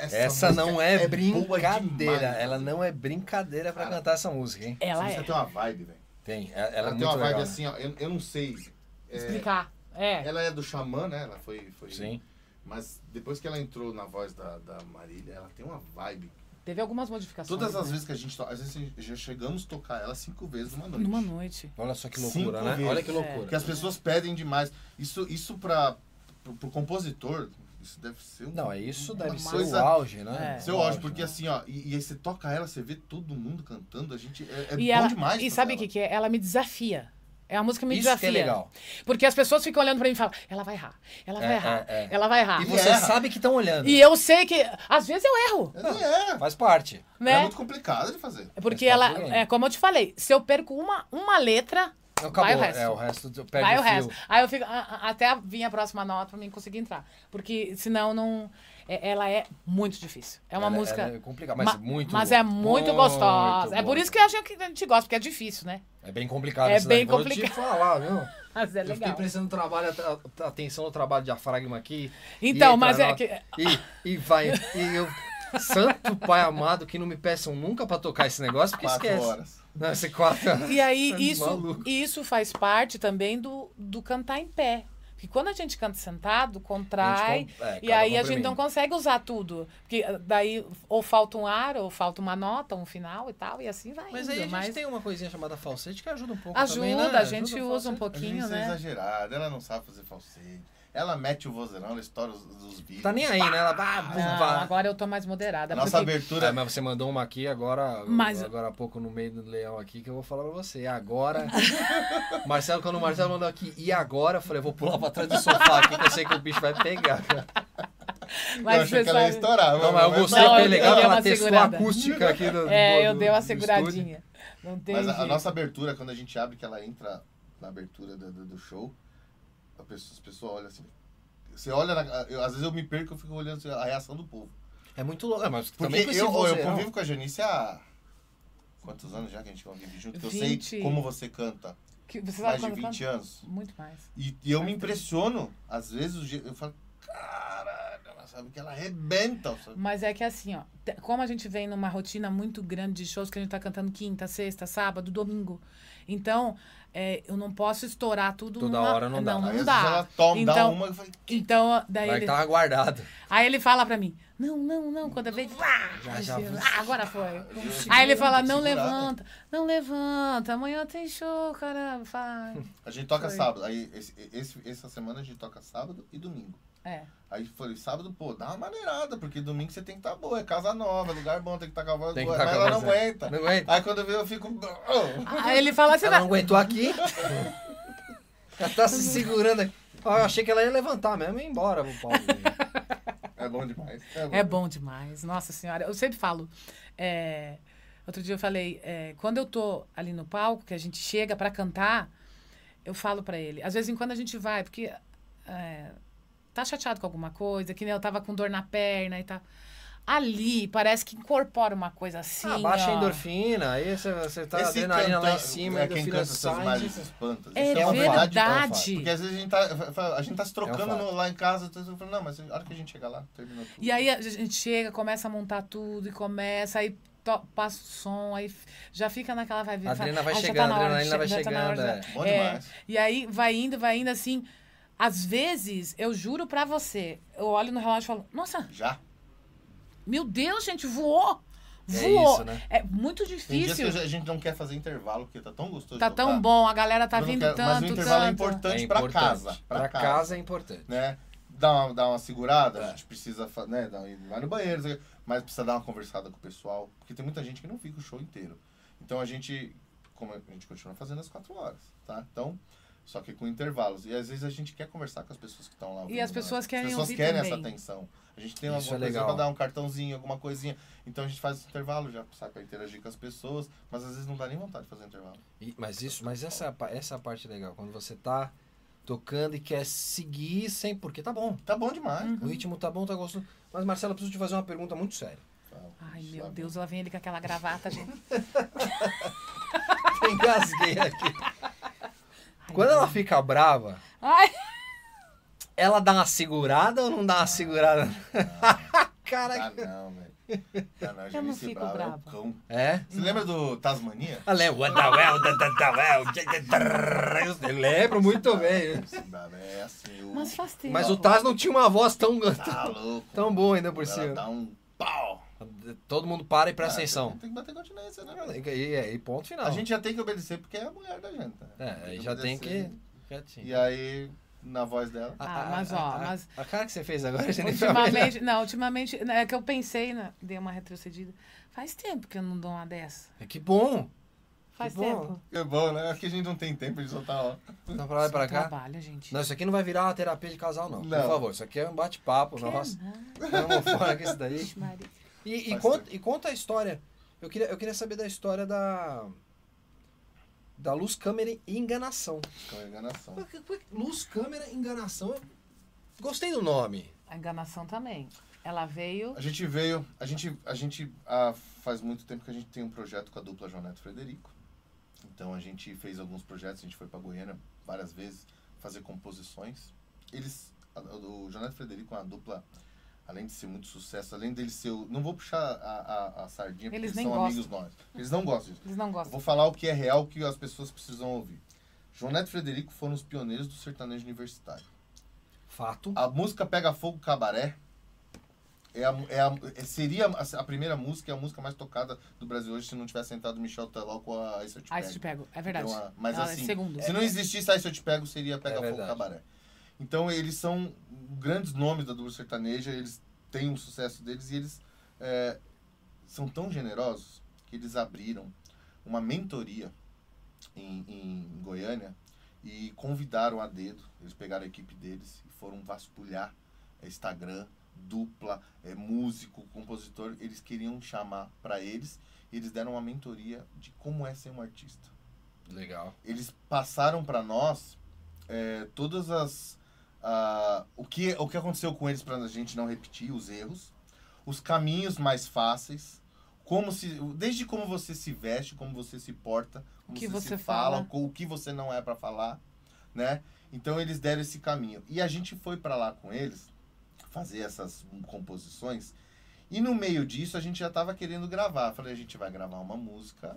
S4: Essa não
S6: música
S4: é,
S6: boa
S4: brincadeira.
S6: demais.
S4: Ela não é brincadeira pra
S6: Cara.
S4: cantar essa música, hein?
S6: Essa
S5: Ela
S6: música
S5: é.
S6: tem uma vibe, velho.
S4: Tem. Ela, ela
S6: Ela,
S4: é
S6: tem
S4: muito
S6: uma vibe
S4: legal. né?
S6: assim, ó. Eu, eu não sei. é,
S5: Explicar. É.
S6: Ela é do Xamã, né? Ela foi. foi
S4: Sim.
S6: Mas depois que ela entrou na voz da, da Marília, ela tem uma vibe.
S5: Teve algumas modificações.
S6: Todas as
S5: né?
S6: vezes que a gente toca, às vezes já chegamos a tocar ela cinco vezes numa noite.
S5: Numa noite.
S4: Olha só que
S6: Cinco
S4: loucura, né?
S6: vezes.
S4: Olha que loucura.
S6: Porque as pessoas pedem demais. Isso, isso pra, pro, pro compositor, isso deve ser um.
S4: Não, é isso
S6: uma
S4: deve ser
S6: coisa-
S4: o auge, né?
S5: É.
S6: Seu
S4: O
S6: ódio, porque
S4: né?
S6: assim, ó, e, e aí você toca ela, você vê todo mundo cantando, a gente. É, é
S5: e
S6: bom
S5: ela,
S6: demais.
S5: E
S6: tocar
S5: sabe o
S6: ela.
S5: que, que é? Ela me desafia. É a música que me
S4: Isso que
S5: desafia.
S4: é legal.
S5: Porque as pessoas ficam olhando pra mim e falam, ela vai errar, ela vai
S4: É,
S5: errar,
S4: é, é.
S5: ela vai errar.
S4: E
S6: E
S4: você
S6: erra.
S4: sabe né? que estão olhando.
S5: Ah, E eu sei que, às vezes eu erro,
S6: Ela é,
S4: Faz parte.
S6: é
S5: né?
S6: muito complicado de fazer.
S5: É Porque
S4: Mas tá
S5: ela,
S4: doendo.
S5: é como eu te falei, se eu perco uma, uma letra,
S4: Acabou.
S5: Vai o resto.
S4: É, o resto do- perde
S5: Vai o
S4: fio.
S5: resto. Aí eu fico. a- a- Até vir a próxima nota pra mim conseguir entrar. Porque senão não. é- Ela é muito difícil. É uma
S4: Ela-
S5: música.
S4: ela é complicada, mas
S5: ma-
S4: muito
S5: Mas
S4: boa.
S5: é muito,
S4: Muito
S5: gostosa. É
S4: boa.
S5: por isso que a gente, que a gente gosta, porque é difícil, né?
S4: É bem complicado
S5: É
S4: esse daí.
S5: bem
S4: Vou te
S5: complicado.
S4: falar, viu?
S5: Mas é
S4: Eu fiquei
S5: legal.
S4: prestando trabalho, at- atenção no trabalho de diafragma aqui. e
S5: Então,
S4: entra
S5: mas é
S4: nota,
S5: que-
S4: E, e vai. E eu. Santo pai amado, que não me peçam nunca pra tocar esse negócio, porque
S6: Quatro
S5: Um
S4: esquece.
S6: horas.
S4: Não, esse quatro horas.
S5: E aí,
S4: É
S5: isso,
S4: maluco.
S5: isso faz parte também do, do cantar em pé. Porque quando a gente canta sentado, contrai.
S4: com- é, cada
S5: e aí a gente
S4: comprimido.
S5: não consegue usar tudo. Porque daí ou falta um ar, ou falta uma nota, um final e tal, e assim vai.
S4: Mas
S5: indo,
S4: aí a gente
S5: mas
S4: tem uma coisinha chamada falsete que ajuda um pouco
S5: ajuda,
S4: também, né?
S5: a gente
S4: Ajuda o
S5: usa um
S4: falsete.
S6: A gente
S5: pouquinho,
S6: é
S5: né?
S6: exagerada, ela não sabe fazer falsete. Ela mete o vozeirão, ela estoura os, os vídeos.
S4: Tá nem aí, né? Ela bah, bum,
S5: Não,
S4: vá.
S5: agora eu tô mais moderada.
S6: A nossa
S5: porque-
S6: abertura
S4: Ah, mas você mandou uma aqui agora,
S5: Mas-
S4: agora há pouco no meio do leão aqui, que eu vou falar pra você. Agora. Marcelo, quando o Marcelo mandou aqui, e agora? Eu falei, vou pular pra trás do sofá aqui, que eu sei que o bicho vai pegar, cara.
S6: eu achei
S5: você
S6: que ela ia
S5: sabe-
S6: estourar.
S4: Não, mas eu gostei,
S5: Não,
S4: foi
S5: eu-
S4: legal
S5: eu
S4: que
S5: dei
S4: ela
S5: uma
S4: testou
S5: segurada.
S4: a acústica aqui do,
S5: É,
S4: do-
S5: eu
S4: do-
S5: dei
S4: do
S5: uma
S4: estúdio.
S5: seguradinha. Não tem.
S6: Mas a, a
S5: jeito.
S6: nossa abertura, quando a gente abre, que ela entra na abertura do, do- do show, a pessoa, as pessoas olham assim. Você olha, na, eu- às vezes eu me perco, eu fico olhando assim, a reação do povo.
S4: É muito louco, é, mas
S6: Porque
S4: também com esse
S6: eu, eu
S4: vozeirão.
S6: convivo com a Janice há. Quantos anos já que a gente convive junto? Que eu
S5: 20.
S6: sei como você canta.
S5: Que- Você sabe
S6: Mais de
S5: quando
S6: 20
S5: canta?
S6: anos.
S5: Muito mais.
S6: E, e eu me impressiono, às vezes, o je- eu falo, caralho, ela sabe que ela arrebenta. Sabe?
S5: Mas é que assim, ó, te- como a gente vem numa rotina muito grande de shows, que a gente tá cantando quinta, sexta, sábado, domingo. Então, é, eu não posso estourar tudo
S4: Toda
S5: numa-
S4: hora não dá. tá
S6: Aí,
S5: Não,
S6: às
S5: não
S6: vezes,
S5: dá.
S6: ela toma,
S5: então,
S6: dá uma e fala,
S5: Então, daí
S4: Mas
S5: ele,
S4: tava guardado.
S5: aí ele fala pra mim, não, não, não, quando eu vejo, ah,
S4: Já, já.
S5: ah, agora foi.
S6: "Gente,
S5: Aí ele fala,
S6: tem que
S5: não
S6: segurar, né?"
S5: levanta, não levanta, amanhã tem show, caramba, vai.
S6: A gente toca
S5: Foi.
S6: sábado. Aí, esse, esse- essa semana a gente toca sábado e domingo.
S5: É.
S6: Aí falei, sábado, pô, dá uma maneirada, porque domingo você tem que estar boa, é casa nova, é lugar bom, tem que estar com a voz
S4: Tem que
S6: boa.
S4: tá
S6: Mas
S4: com a
S6: ela não
S4: voz-
S6: aguenta.
S4: Não aguenta.
S6: Aí quando eu vi, eu fico. "Oh".
S5: Aí ele fala assim,
S4: Ela
S5: "Não,
S4: não aguentou aqui. Ela tá se segurando aqui. Ó, eu achei que ela ia levantar mesmo e ir embora pro palco.
S6: É bom demais.
S5: É bom demais, nossa senhora. Eu sempre falo. é, outro dia eu falei, é, quando eu tô ali no palco, que a gente chega pra cantar, eu falo pra ele. Às vezes em quando a gente vai, porque é, tá chateado com alguma coisa, que nem eu tava com dor na perna e tal. Ali parece que incorpora uma coisa assim.
S4: Ah, baixa a
S5: ó.
S4: endorfina, aí você, você tá
S6: Esse
S4: adrenalina lá em
S6: canta-
S4: cima, a
S6: é quem
S4: endorfina
S6: canta essas
S4: sai.
S6: imagens espanta.
S5: É
S6: Isso uma
S4: verdade.
S5: verdade.
S6: Porque às vezes a gente tá, a gente tá se trocando
S4: É um fato.
S6: no- lá em casa, todo mundo falando, não, mas a hora que a gente chegar lá, terminou tudo.
S5: E aí a gente chega, começa a montar tudo e começa, aí to- passa o som, aí f- já fica naquela vai
S4: A adrenalina vai
S5: "Ai, já
S4: chegando,
S5: na
S4: a
S5: hora de
S4: adrenalina vai
S5: che- já tá na hora de-
S4: chegando,
S6: Bom
S5: É,
S6: demais.
S5: E aí vai indo, vai indo assim. Às vezes, eu juro pra você, eu olho no relógio e falo, nossa,
S6: Já.
S5: meu Deus, gente, voou!
S4: É
S5: Voou! É,
S4: isso, né?
S5: muito
S6: Tem dias que
S5: difícil.
S6: a gente não quer fazer intervalo, porque tá tão gostoso.
S5: Tá
S6: de
S5: tão
S6: tocar.
S5: bom, a galera tá
S6: Eu não
S5: vindo
S6: quero-
S5: tanto,
S6: Mas o intervalo é
S5: tanto.
S6: importante,
S4: É
S6: pra casa. Pra,
S4: Pra
S6: casa.
S4: casa é importante.
S6: né? Dá uma, dá uma
S4: É.
S6: segurada, a gente precisa fa- né, dar, vai no banheiro, não sei o quê, mas precisa dar uma conversada com o pessoal, porque tem muita gente que não fica o show inteiro. Então a gente, como a gente continua fazendo às quatro horas, tá? Então, só que com intervalos. E às vezes a gente quer conversar com as pessoas que estão lá. ouvindo
S5: as
S6: nós.
S5: pessoas querem
S6: As pessoas
S5: ouvir
S6: querem
S5: também.
S6: essa atenção. A gente tem uma
S4: Isso
S6: coisa
S4: é legal.
S6: pra dar um cartãozinho, alguma coisinha. Então a gente faz esse intervalo, já sai pra interagir com as pessoas, mas às vezes não dá nem vontade de fazer intervalo.
S4: E- mas isso, mas essa, pa- essa parte é legal, quando você tá tocando e quer seguir sem porque tá bom.
S6: Tá bom demais.
S5: Uhum.
S4: O ritmo tá bom, tá gostoso. Mas Marcelo, eu preciso te fazer uma pergunta muito séria.
S6: Tá,
S5: Ai,
S6: isso
S5: meu
S6: tá
S5: Deus, lá vem ele com aquela gravata, gente.
S4: Engasguei aqui. Quando ela fica brava,
S5: Ai,
S4: ela dá uma segurada ou não dá uma segurada?
S6: bom.
S4: Caraca.
S6: Ah, não, velho. Ah, não, a
S5: não
S6: Janice
S5: fico
S6: Bravo é um
S5: brava.
S6: cão
S4: É?
S6: Você lembra do Tasmania?
S4: Ela é what the well, da, da, da, well, da, da, da. Eu lembro muito bem.
S6: Bravo, É assim, o...
S5: mas faz tempo.
S4: Mas o Taz não tinha uma voz tão,
S6: Tá louco.
S4: tão boa ainda por
S6: Ela
S4: cima.
S6: dá um pau.
S4: Todo mundo para e presta
S6: Ah,
S4: atenção.
S6: Tem que bater continência, né? velho?
S4: E, e- e ponto final.
S6: A gente já tem que obedecer porque é a mulher da gente. né?
S4: É, aí já tem que.
S6: obedecer. E aí, na voz dela...
S5: Ah, mas, ó,
S4: a,
S5: mas-
S4: a cara que você fez agora, gente.
S5: Ultimamente, não, ultimamente, é que eu pensei, né, dei uma retrocedida. Faz tempo que eu não dou uma dessa.
S4: É Que bom.
S5: Faz
S4: bom.
S5: tempo.
S6: É bom, né? Aqui a gente não tem tempo de soltar, ó.
S4: Tá pra lá e pra cá.
S5: é Trabalho, gente.
S4: Não, isso aqui não vai virar uma terapia de casal, não. Por
S6: Não.
S4: favor, isso aqui é um bate-papo nosso. É Vamos fora com isso daí.
S5: Vixe, Maria.
S4: E, e
S6: Faz
S4: conta, e conta a história. Eu queria, eu queria saber da história da. Da luz, câmera e enganação.
S6: Então é enganação.
S4: Como é que- como é que- Luz, câmera, enganação. Eu Gostei do nome.
S5: A enganação também. Ela veio.
S6: A gente veio, a gente, a gente ah, faz muito tempo que a gente tem um projeto com a dupla João Neto e Frederico. Então a gente fez alguns projetos, a gente foi pra Goiânia várias vezes fazer composições. Eles, a- o João Neto e Frederico é uma dupla, além de ser muito sucesso, além deles ser, o- não vou puxar a, a- a sardinha porque eles,
S5: Eles nem
S6: são
S5: gostam.
S6: amigos nossos. Eles não gostam disso.
S5: Eles não
S6: Eu
S5: gostam.
S6: vou falar o que é real, o que as pessoas precisam ouvir. João Neto e Frederico foram os pioneiros do sertanejo universitário.
S4: Fato.
S6: A música Pega Fogo Cabaré é a- é a- é- seria a, a primeira música, é a música mais tocada do Brasil hoje se não tivesse sentado Michel Teló com a Ice Eu Te
S5: Ah, isso te
S6: Pego.
S5: pego. É verdade.
S6: Então, a- mas
S5: Ela é
S6: assim,
S5: segundo.
S6: se não existisse Ice Eu Te Pego, seria Pega
S4: É
S6: Fogo
S4: verdade.
S6: Cabaré. Então eles são grandes nomes da dupla sertaneja, eles têm o sucesso deles e eles é, são tão generosos que eles abriram uma mentoria em, em Goiânia e convidaram a dedo, eles pegaram a equipe deles e foram vasculhar é, Instagram, dupla, é, músico, compositor, eles queriam chamar para eles e eles deram uma mentoria de como é ser um artista
S4: Legal.
S6: eles passaram pra nós é, todas as ah, o que o que aconteceu com eles pra a gente não repetir os erros, os caminhos mais fáceis, como se desde como você se veste, como você se porta, como
S5: que
S6: se
S5: você fala.
S6: com o que você não é pra falar, né? Então eles deram esse caminho e a gente foi pra lá com eles fazer essas composições e no meio disso a gente já tava querendo gravar. Falei, a gente vai gravar uma música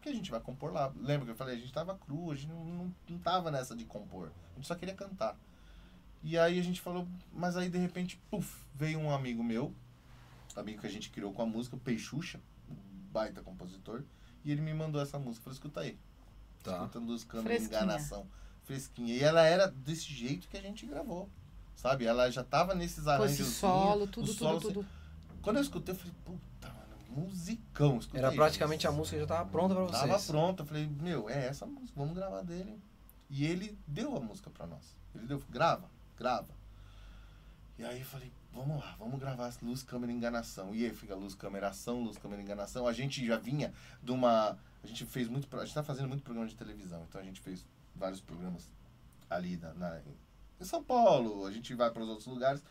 S6: que a gente vai compor lá. Lembra que eu falei, a gente tava cru, a gente não, não, não tava nessa de compor. A gente só queria cantar. E aí a gente falou, mas aí de repente, puf, veio um amigo meu, amigo que a gente criou com a música, o Peixuxa, um baita compositor, e ele me mandou essa música. Falei, escuta aí.
S4: Tá.
S6: Escutando os câmeras
S5: Fresquinha.
S6: enganação. Fresquinha. E ela era desse jeito que a gente gravou. Sabe? Ela já tava nesses
S5: Com
S6: arranjos.
S5: esse solo,
S6: o
S5: tudo, tudo,
S6: solo,
S5: tudo.
S6: Quando eu escutei, eu falei, puta, mano, musicão. Escutei,
S4: Era praticamente a música que já tava pronta pra vocês.
S6: Tava pronto, eu falei, meu, é essa música, vamos gravar dele. E ele deu a música pra nós. Ele deu, grava, grava. E aí eu falei, vamos lá, vamos gravar as luz, câmera, enganação. E aí fica luz, câmera, ação, luz, câmera, enganação. A gente já vinha de uma. A gente fez muito. pro- A gente tá fazendo muito programa de televisão, então a gente fez vários programas ali na, na- em São Paulo, a gente vai para os outros lugares.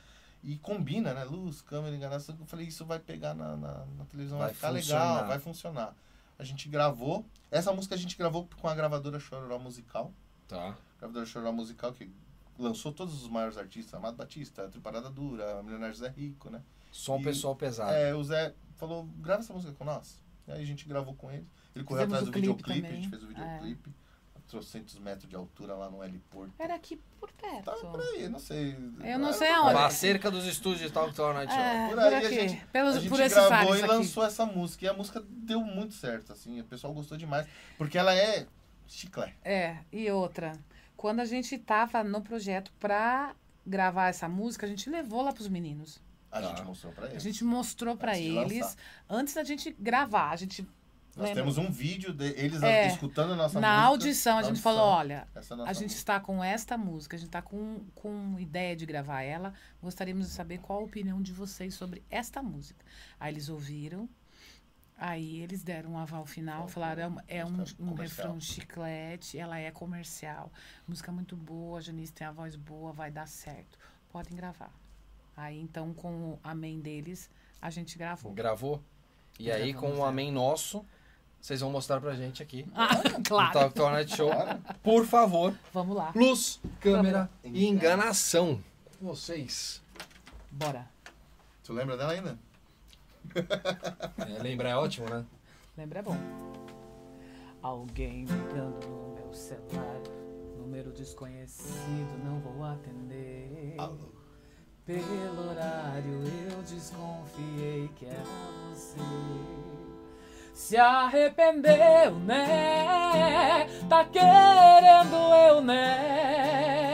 S6: E combina, né? Luz, câmera, enganação. Eu falei, isso vai pegar na, na, na televisão, vai,
S4: Vai
S6: ficar
S4: funcionar.
S6: legal, vai funcionar. A gente gravou. Essa música a gente gravou com a gravadora Chororó Musical.
S4: Tá.
S6: Gravadora Chororó Musical que lançou todos os maiores artistas. Amado Batista, Triparada Dura, Milionário Zé Rico, né?
S4: Só um
S6: E-
S4: pessoal pesado.
S6: É, o Zé falou, grava essa música com nós. E aí a gente gravou com ele. Ele correu
S5: Fizemos
S6: atrás do
S5: o
S6: videoclipe,
S5: clipe
S6: a
S5: também. É.
S6: gente fez o videoclipe. A trocentos metros de altura lá no heliporto.
S5: Era aqui por perto.
S6: Tava Tá por aí, não sei.
S5: É.
S6: É,
S5: Eu não
S6: Era
S5: sei
S6: por
S5: aonde.
S6: aí.
S4: Lá cerca dos estúdios de Talk Tour Night Show.
S5: É,
S6: Por
S5: por,
S6: aí a
S5: aqui.
S6: gente-
S5: Pelos-
S6: A gente
S5: por esses
S6: gravou
S5: ares
S6: e
S5: aqui.
S6: lançou essa música. E a música deu muito certo, assim. O pessoal gostou demais. Porque ela é chiclé.
S5: É, e outra. Quando a gente tava no projeto pra gravar essa música, a gente levou lá pros meninos.
S6: A
S4: Tá.
S6: gente mostrou pra
S5: Ah. A
S6: eles.
S5: gente mostrou pra
S6: Antes de
S5: eles.
S6: lançar.
S5: Antes da gente gravar, a gente.
S6: Nós
S5: lembra?
S6: temos um vídeo deles
S5: É.
S6: escutando a nossa música.
S5: na audição, a
S6: na
S5: gente
S6: audição.
S5: falou: olha,
S6: Essa é
S5: a
S6: nossa
S5: gente
S6: música.
S5: está com esta música, a gente está com, com ideia de gravar ela. Gostaríamos de saber qual a opinião de vocês sobre esta música. Aí eles ouviram, aí eles deram um aval final,
S6: Aval
S5: falaram: é um- é um,
S6: música
S5: um
S6: comercial."
S5: refrão chiclete, ela é comercial. Música muito boa, a Janice tem a voz boa, vai dar certo. Podem gravar. Aí então, com o amém deles, a gente gravou.
S4: Tipo, Gravou? E aí, com
S5: Gravamos,
S4: o
S5: é.
S4: Amém Nosso, vocês vão mostrar pra gente aqui.
S5: Ah,
S4: No
S6: Então,
S5: claro.
S4: Talk Tour Night Show. Por favor.
S5: Vamos lá,
S4: Luz, câmera e
S6: Engana.
S4: enganação. Com Vocês.
S5: bora.
S6: Tu lembra dela ainda?
S4: É, lembrar é ótimo, né?
S5: Lembra é bom. Alguém ligando no meu celular, número desconhecido, não vou atender.
S6: Alô.
S5: Pelo horário eu desconfiei que era você. Se arrependeu, né? Tá querendo eu, né?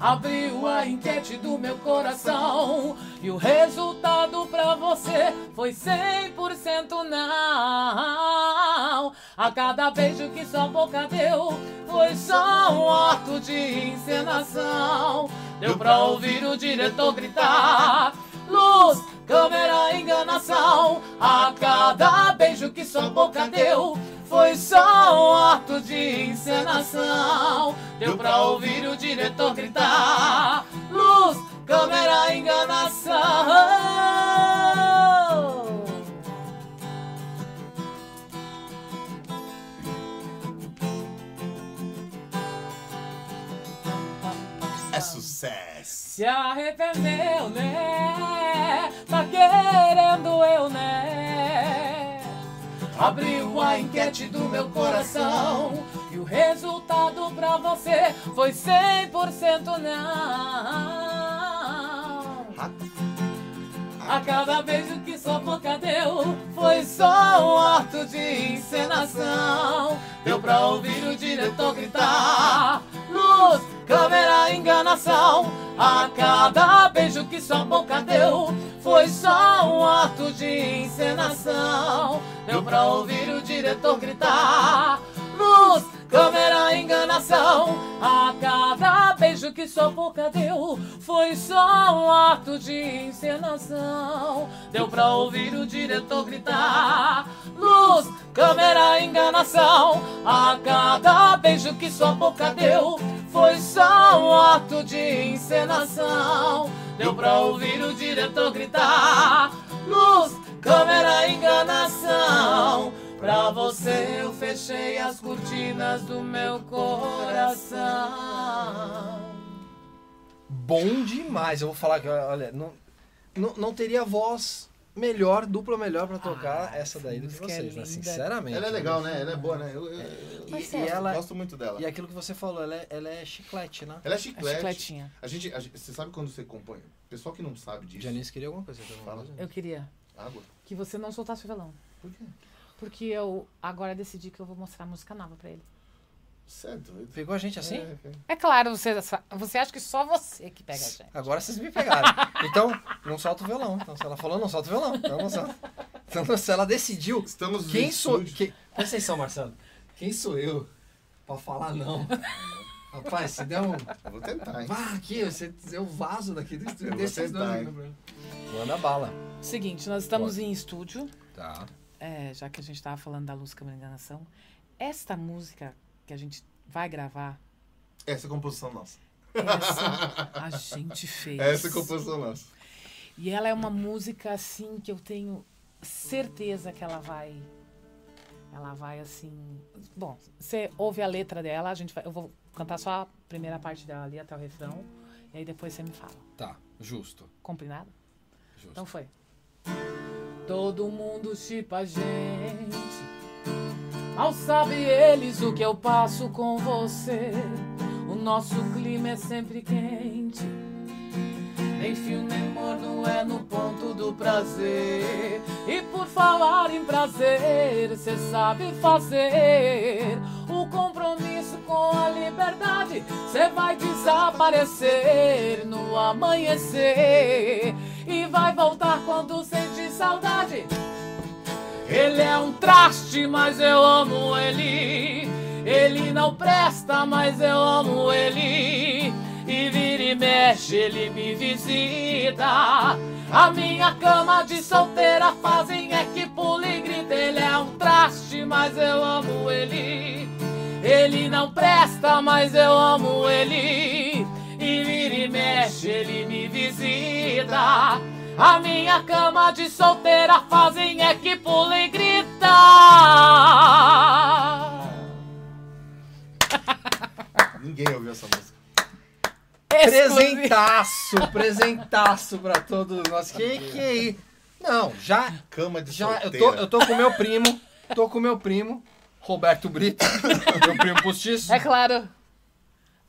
S5: Abriu a enquete do meu coração e o resultado pra você foi 100% não. A cada beijo que sua boca deu foi só um ato de encenação. Deu pra ouvir o diretor gritar: Luz, câmera, enganação. A cada beijo que sua boca deu Foi só um ato de encenação. Deu pra ouvir o diretor gritar: Luz, câmera, enganação.
S6: É sucesso!
S5: Se arrependeu, né? Tá querendo eu, né? Abriu a enquete do meu coração E o resultado pra você foi 100% não A cada beijo que sua boca deu Foi só um ato de encenação Deu pra ouvir o diretor gritar Luz, câmera, enganação A cada beijo que sua boca deu Foi só um ato de encenação Deu pra ouvir o diretor gritar Luz, câmera, enganação A cada beijo que sua boca deu Foi só um ato de encenação Deu pra ouvir o diretor gritar Luz, câmera, enganação A cada beijo que sua boca deu Foi só um ato de encenação Deu pra ouvir o diretor gritar Luz, câmera, enganação Pra você eu fechei as cortinas do meu coração.
S4: Bom demais. Eu vou falar que, olha, não, não, não teria voz melhor, dupla melhor pra tocar essa daí do que
S5: música é
S4: vocês, né?
S5: linda.
S4: Sinceramente.
S6: Ela é legal, né? Ela é boa, né? Eu, eu- eu
S4: E,
S6: gosto-
S4: e ela,
S6: gosto muito dela.
S4: e aquilo que você falou, ela é, ela é chiclete, né?
S6: Ela é
S5: A
S6: chiclete.
S5: chicletinha.
S6: A gente, a gente- você sabe quando você compõe? Pessoal que não sabe disso.
S4: Janice queria alguma coisa. Fala.
S6: Fala.
S5: Eu queria
S6: Água.
S5: que você não soltasse o violão.
S6: Por quê?
S5: Porque eu agora decidi que eu vou mostrar música nova pra ele.
S6: Você é doido.
S4: Pegou a gente assim?
S5: É claro, você, você acha que só você que pega a gente.
S4: Agora vocês me pegaram. Então, não solta o violão. Então, se ela falou, não solta o violão. Então, não solta. Então, se ela decidiu.
S6: Estamos no
S4: Quem sou.
S6: estúdio.
S4: Que... Presta atenção, Marcelo. Quem sou eu pra falar não? Rapaz, se der um.
S6: Eu Vou tentar, hein?
S4: Vá aqui, você, eu vaso daqui do
S6: Eu
S4: estúdio.
S6: vou
S4: Deixa esses dois
S6: tentar,
S4: aqui no programa. Manda bala.
S5: Seguinte, nós estamos em estúdio,
S4: Tá.
S5: é, já que a gente tava falando da Luz Câmara Enganação. Esta música que a gente vai gravar,
S6: Essa é a composição nossa.
S5: essa a gente fez.
S6: Essa é a composição nossa.
S5: E ela é uma música assim que eu tenho certeza que ela vai ela vai assim, bom, você ouve a letra dela, a gente vai, eu vou cantar só a primeira parte dela ali até o refrão e aí depois você me fala.
S4: Tá, justo.
S5: Combinado?
S4: Justo.
S5: Então foi. Todo mundo chipa a gente. Mal sabe eles o que eu passo com você. O nosso clima é sempre quente. Nem fio nem morno é no ponto do prazer. E por falar em prazer, cê sabe fazer o compromisso com a liberdade. Cê vai desaparecer no amanhecer e vai voltar quando sentir saudade. Ele é um traste, mas eu amo ele. Ele não presta, mas eu amo ele. E vira e mexe, ele me visita. A minha cama de solteira fazem é que pula e grita. Ele é um traste, mas eu amo ele. Ele não presta, mas eu amo ele. E vira e mexe, ele me visita. A minha cama de solteira fazem é que pula e grita.
S6: Ninguém ouviu essa música.
S4: Presentaço, presentaço pra todos nós. Que que é isso? Não, já,
S6: Cama de
S4: já eu
S6: solteira.
S4: tô, eu tô com meu primo, tô com meu primo, Roberto Brito, meu primo postiço.
S5: É claro,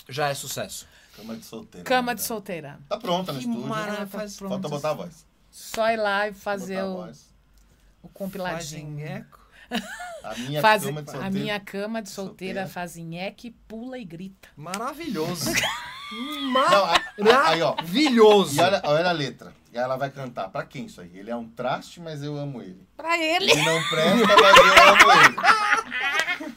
S4: Já é sucesso.
S6: Cama de solteira.
S5: cama de solteira.
S6: Tá pronta no estúdio.
S4: maravilha,
S5: faz-
S6: Falta botar a voz.
S5: Só ir lá e fazer
S6: botar a
S5: o,
S6: voz.
S5: o
S4: Fazem
S5: compiladinho.
S4: eco.
S6: A minha
S5: Faz-
S6: cama de solteira.
S5: a minha cama de solteira,
S6: Solteira.
S5: fazem é que pula e grita.
S4: Maravilhoso.
S6: Não,
S4: Ah!
S6: a- a- aí, ó.
S4: Maravilhoso.
S6: E olha, olha a letra. E ela vai cantar. Pra quem isso aí? Ele é um traste, mas eu amo ele.
S5: Pra ele.
S6: Ele não presta, mas eu amo ele.